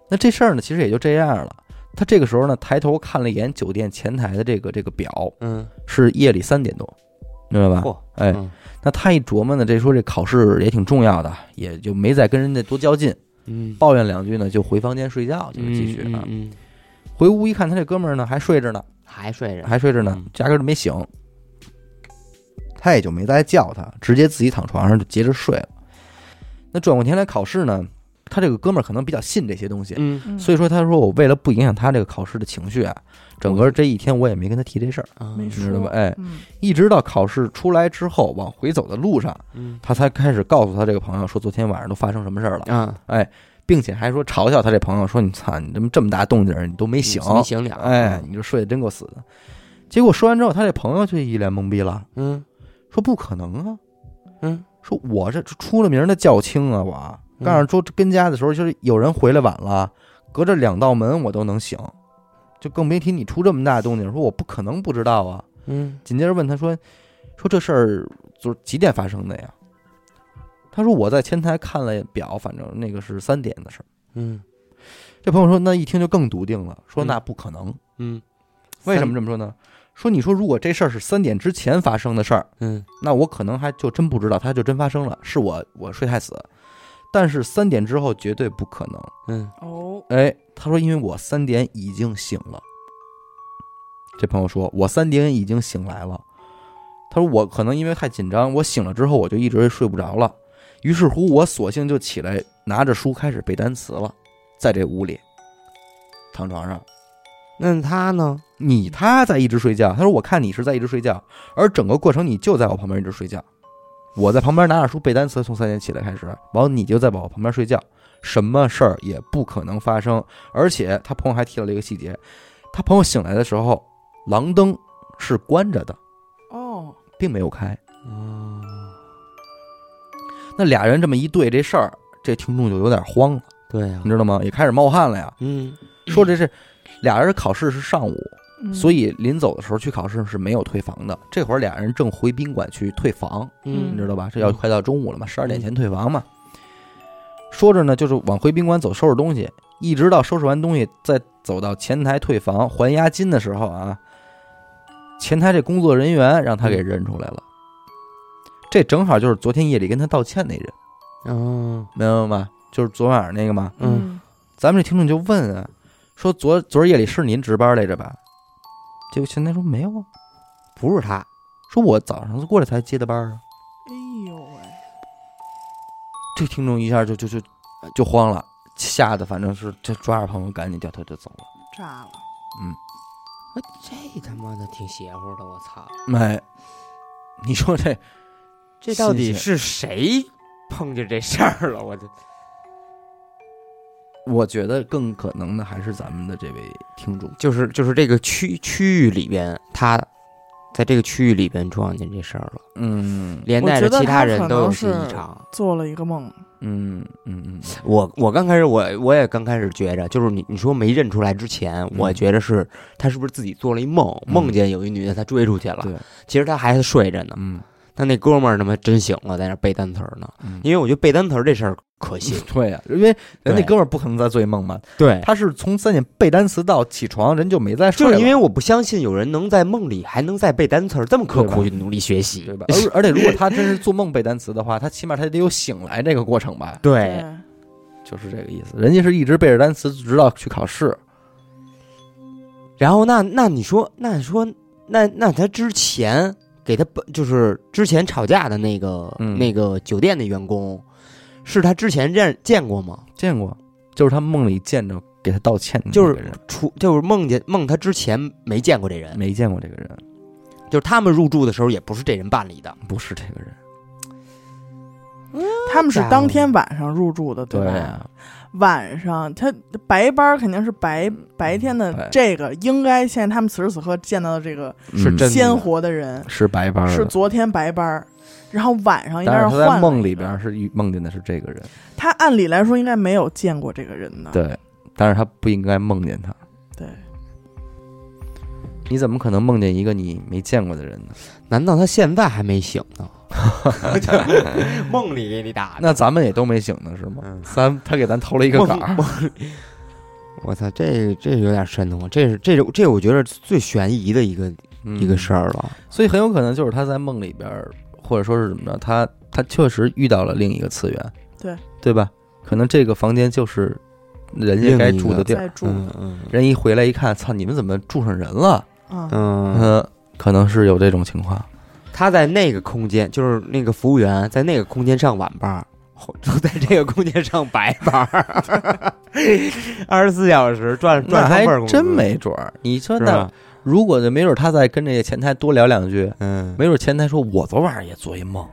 那这事儿呢，其实也就这样了。他这个时候呢，抬头看了一眼酒店前台的这个这个表，嗯是夜里三点多，明白吧？嚯哎，嗯那他一琢磨呢，这说这考试也挺重要的，也就没再跟人家多较劲，嗯，抱怨两句呢，就回房间睡觉去了，继续啊。嗯，嗯嗯回屋一看，他这哥们儿呢还睡着呢，还睡着，还睡着呢嗯，压根儿就没醒。他也就没再叫他，直接自己躺床上就接着睡了。那转过天来考试呢，他这个哥们儿可能比较信这些东西，嗯嗯所以说他说我为了不影响他这个考试的情绪啊，整个这一天我也没跟他提这事儿，啊没你知道吧说？哎，嗯一直到考试出来之后，往回走的路上，嗯他才开始告诉他这个朋友说昨天晚上都发生什么事儿了，啊，并且还说嘲笑他这朋友说你操你怎么这么大动静儿你都没醒，嗯没醒嗯了，哎，你这睡得真够死的。结果说完之后，他这朋友就一脸懵逼了，嗯说不可能啊，嗯，说我这出了名儿的较轻啊，我嗯告诉说跟家的时候就是有人回来晚了，隔着两道门我都能醒，就更别提你出这么大动静，说我不可能不知道啊。嗯紧接着问他说：“说这事儿就是几点发生的呀？”他说：“我在前台看了表，反正那个是三点的事儿。嗯”这朋友说：“那一听就更笃定了，说嗯那不可能。嗯，为什么这么说呢？说你说如果这事儿是三点之前发生的事儿，嗯那我可能还就真不知道，它就真发生了，是我我睡太死。但是三点之后绝对不可能。嗯哦，哎，他说因为我三点已经醒了。这朋友说，我三点已经醒来了。他说我可能因为太紧张，我醒了之后我就一直睡不着了，于是乎我索性就起来拿着书开始背单词了，在这屋里躺床上。那他呢？你他在一直睡觉，他说我看你是在一直睡觉，而整个过程你就在我旁边一直睡觉，我在旁边拿着书背单词，从三点起来开始，完后你就在我旁边睡觉，什么事儿也不可能发生。而且他朋友还提到了一个细节，他朋友醒来的时候，廊灯是关着的，哦，并没有开。哦，那俩人这么一对这事儿，这听众就有点慌了，对啊呀你，知道吗？也开始冒汗了呀。嗯说这是俩人考试是上午，嗯所以临走的时候去考试是没有退房的。这会儿俩人正回宾馆去退房，你嗯知道吧？这要快到中午了嘛，十二点前退房嘛。说着呢，就是往回宾馆走，收拾东西，一直到收拾完东西，再走到前台退房还押金的时候啊，前台这工作人员让他给认出来了。这正好就是昨天夜里跟他道歉那人，哦明白吗？就是昨晚上那个嘛。嗯嗯咱们这听众就问啊，说昨昨儿夜里是您值班来着吧？结果前台说没有啊，不是他，说我早上过来才接的班儿啊。哎呦喂，这听众一下就就就就慌了，吓得反正是这抓着朋友赶紧掉头就走了。炸了！这他妈的挺邪乎的，我操！哎，你说这 这到底新鲜是谁碰见这事儿了？我这我觉得更可能的还是咱们的这位听众，就是就是这个区区域里边，他在这个区域里边撞见这事儿了，嗯连我带觉着得其他他可人都有能些异是常。做了一个梦，嗯嗯嗯，我我刚开始我我也刚开始觉着，就是你你说没认出来之前，我觉着是他是不是自己做了一梦，嗯梦见有一女的他追出去了，对，其实他还睡着呢。嗯但那哥们儿他妈真醒了，在那背单词儿呢，嗯，因为我觉得背单词儿这事儿可信。对呀、因为人那对哥们儿不可能在做梦嘛，对，他是从三点背单词到起床，人就没再睡就了，是因为我不相信有人能在梦里还能再背单词儿，这么刻苦对去努力学习，对吧？而而且如果他真是做梦背单词的话，他起码他得有醒来这个过程吧，对，啊就是这个意思。人家是一直背着单词，直到去考试。然后那那你说，那你说，那那他之前给他不就是之前吵架的那个、嗯那个酒店的员工，是他之前认见过吗？见过，就是他梦里见着给他道歉的那个人，出就是梦见梦他之前没见过这人，没见过这个人，就是他们入住的时候也不是这人办理的。不是这个人。他们是当天晚上入住的，对吧？啊，晚上他白班儿肯定是白白天的嗯白，这个应该现在他们此时此刻见到的这个是真嗯的鲜活的人是白班是的，昨天白班儿，然后晚上应该但是换他在了梦一里个边，是一梦见的是这个人，他按理来说应该没有见过这个人的，对，但是他不应该梦见他。啊对，你怎么可能梦见一个你没见过的人呢？难道他现在还没醒 呢？梦里给你打的，那咱们也都没醒呢，是吗？嗯咱他给咱投了一个梦坎儿， 我操，这这有点瘆得慌，这是这这我觉得最悬疑的一个嗯一个事儿了。所以很有可能就是他在梦里边儿，或者说是怎么着，他他确实遇到了另一个次元，对对吧？可能这个房间就是人另家一该住的个地儿，在住嗯嗯人一回来一看，操，你们怎么住上人了？啊，嗯，嗯，可能是有这种情况。他在那个空间，就是那个服务员在那个空间上晚班儿，后 就在这个空间上白班儿，二十四小时赚那赚还双份儿工资真没准儿。你说是那吧？如果就没准儿他再跟这个前台多聊两句，嗯，没准儿前台说我昨晚上也做一梦，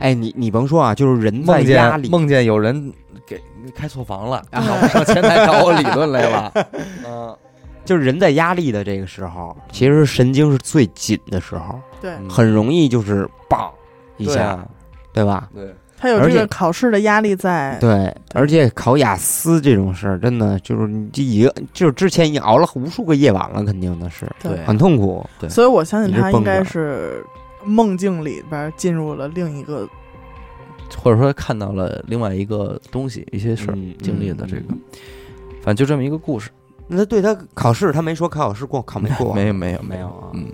哎，你你甭说啊，就是人在梦压见力，啊梦见有人给开错房了，然后上前台找我理论来了。 嗯就是人在压力的这个时候，其实神经是最紧的时候，对嗯很容易就是棒一对下，啊，对吧？对，他有而这个且考试的压力在，对，而且考雅思这种事儿，真的就是你这一个，就是之前已经熬了无数个夜晚了，肯定的是对很痛苦。对所以我相信你是他蹦应该着是梦境里边进入了另一个或者说看到了另外一个东西，一些事儿嗯经历的这个，反正就这么一个故事。那他对他考试，他没说考试过考没过， 没有没有 没有，有啊？嗯，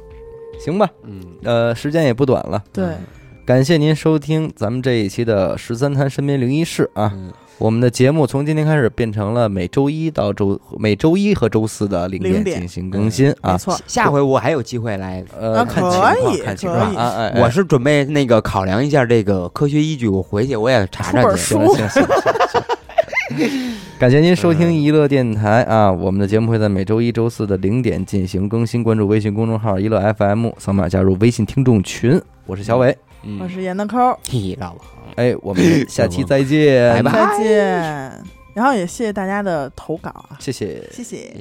行吧，嗯，呃，时间也不短了。对感谢您收听咱们这一期的十三滩身边灵异事啊！嗯我们的节目从今天开始变成了每周一到周每周一和周四的零零点点进行更新没啊。错，下回我还有机会来。呃，啊看可情况以，看情可况以啊！哎，哎我是准备那个考量一下这个科学依据，我回去我也查查出本去。行了行了行了行了行了。感谢您收听娱乐电台啊！我们的节目会在每周一周四的零点进行更新，关注微信公众号“娱乐 FM”，扫码加入微信听众群。我是小伟，嗯我是严德抠， 嘿老王，哎，我们下期再见，拜拜再见。然后也谢谢大家的投稿啊，谢谢。谢谢。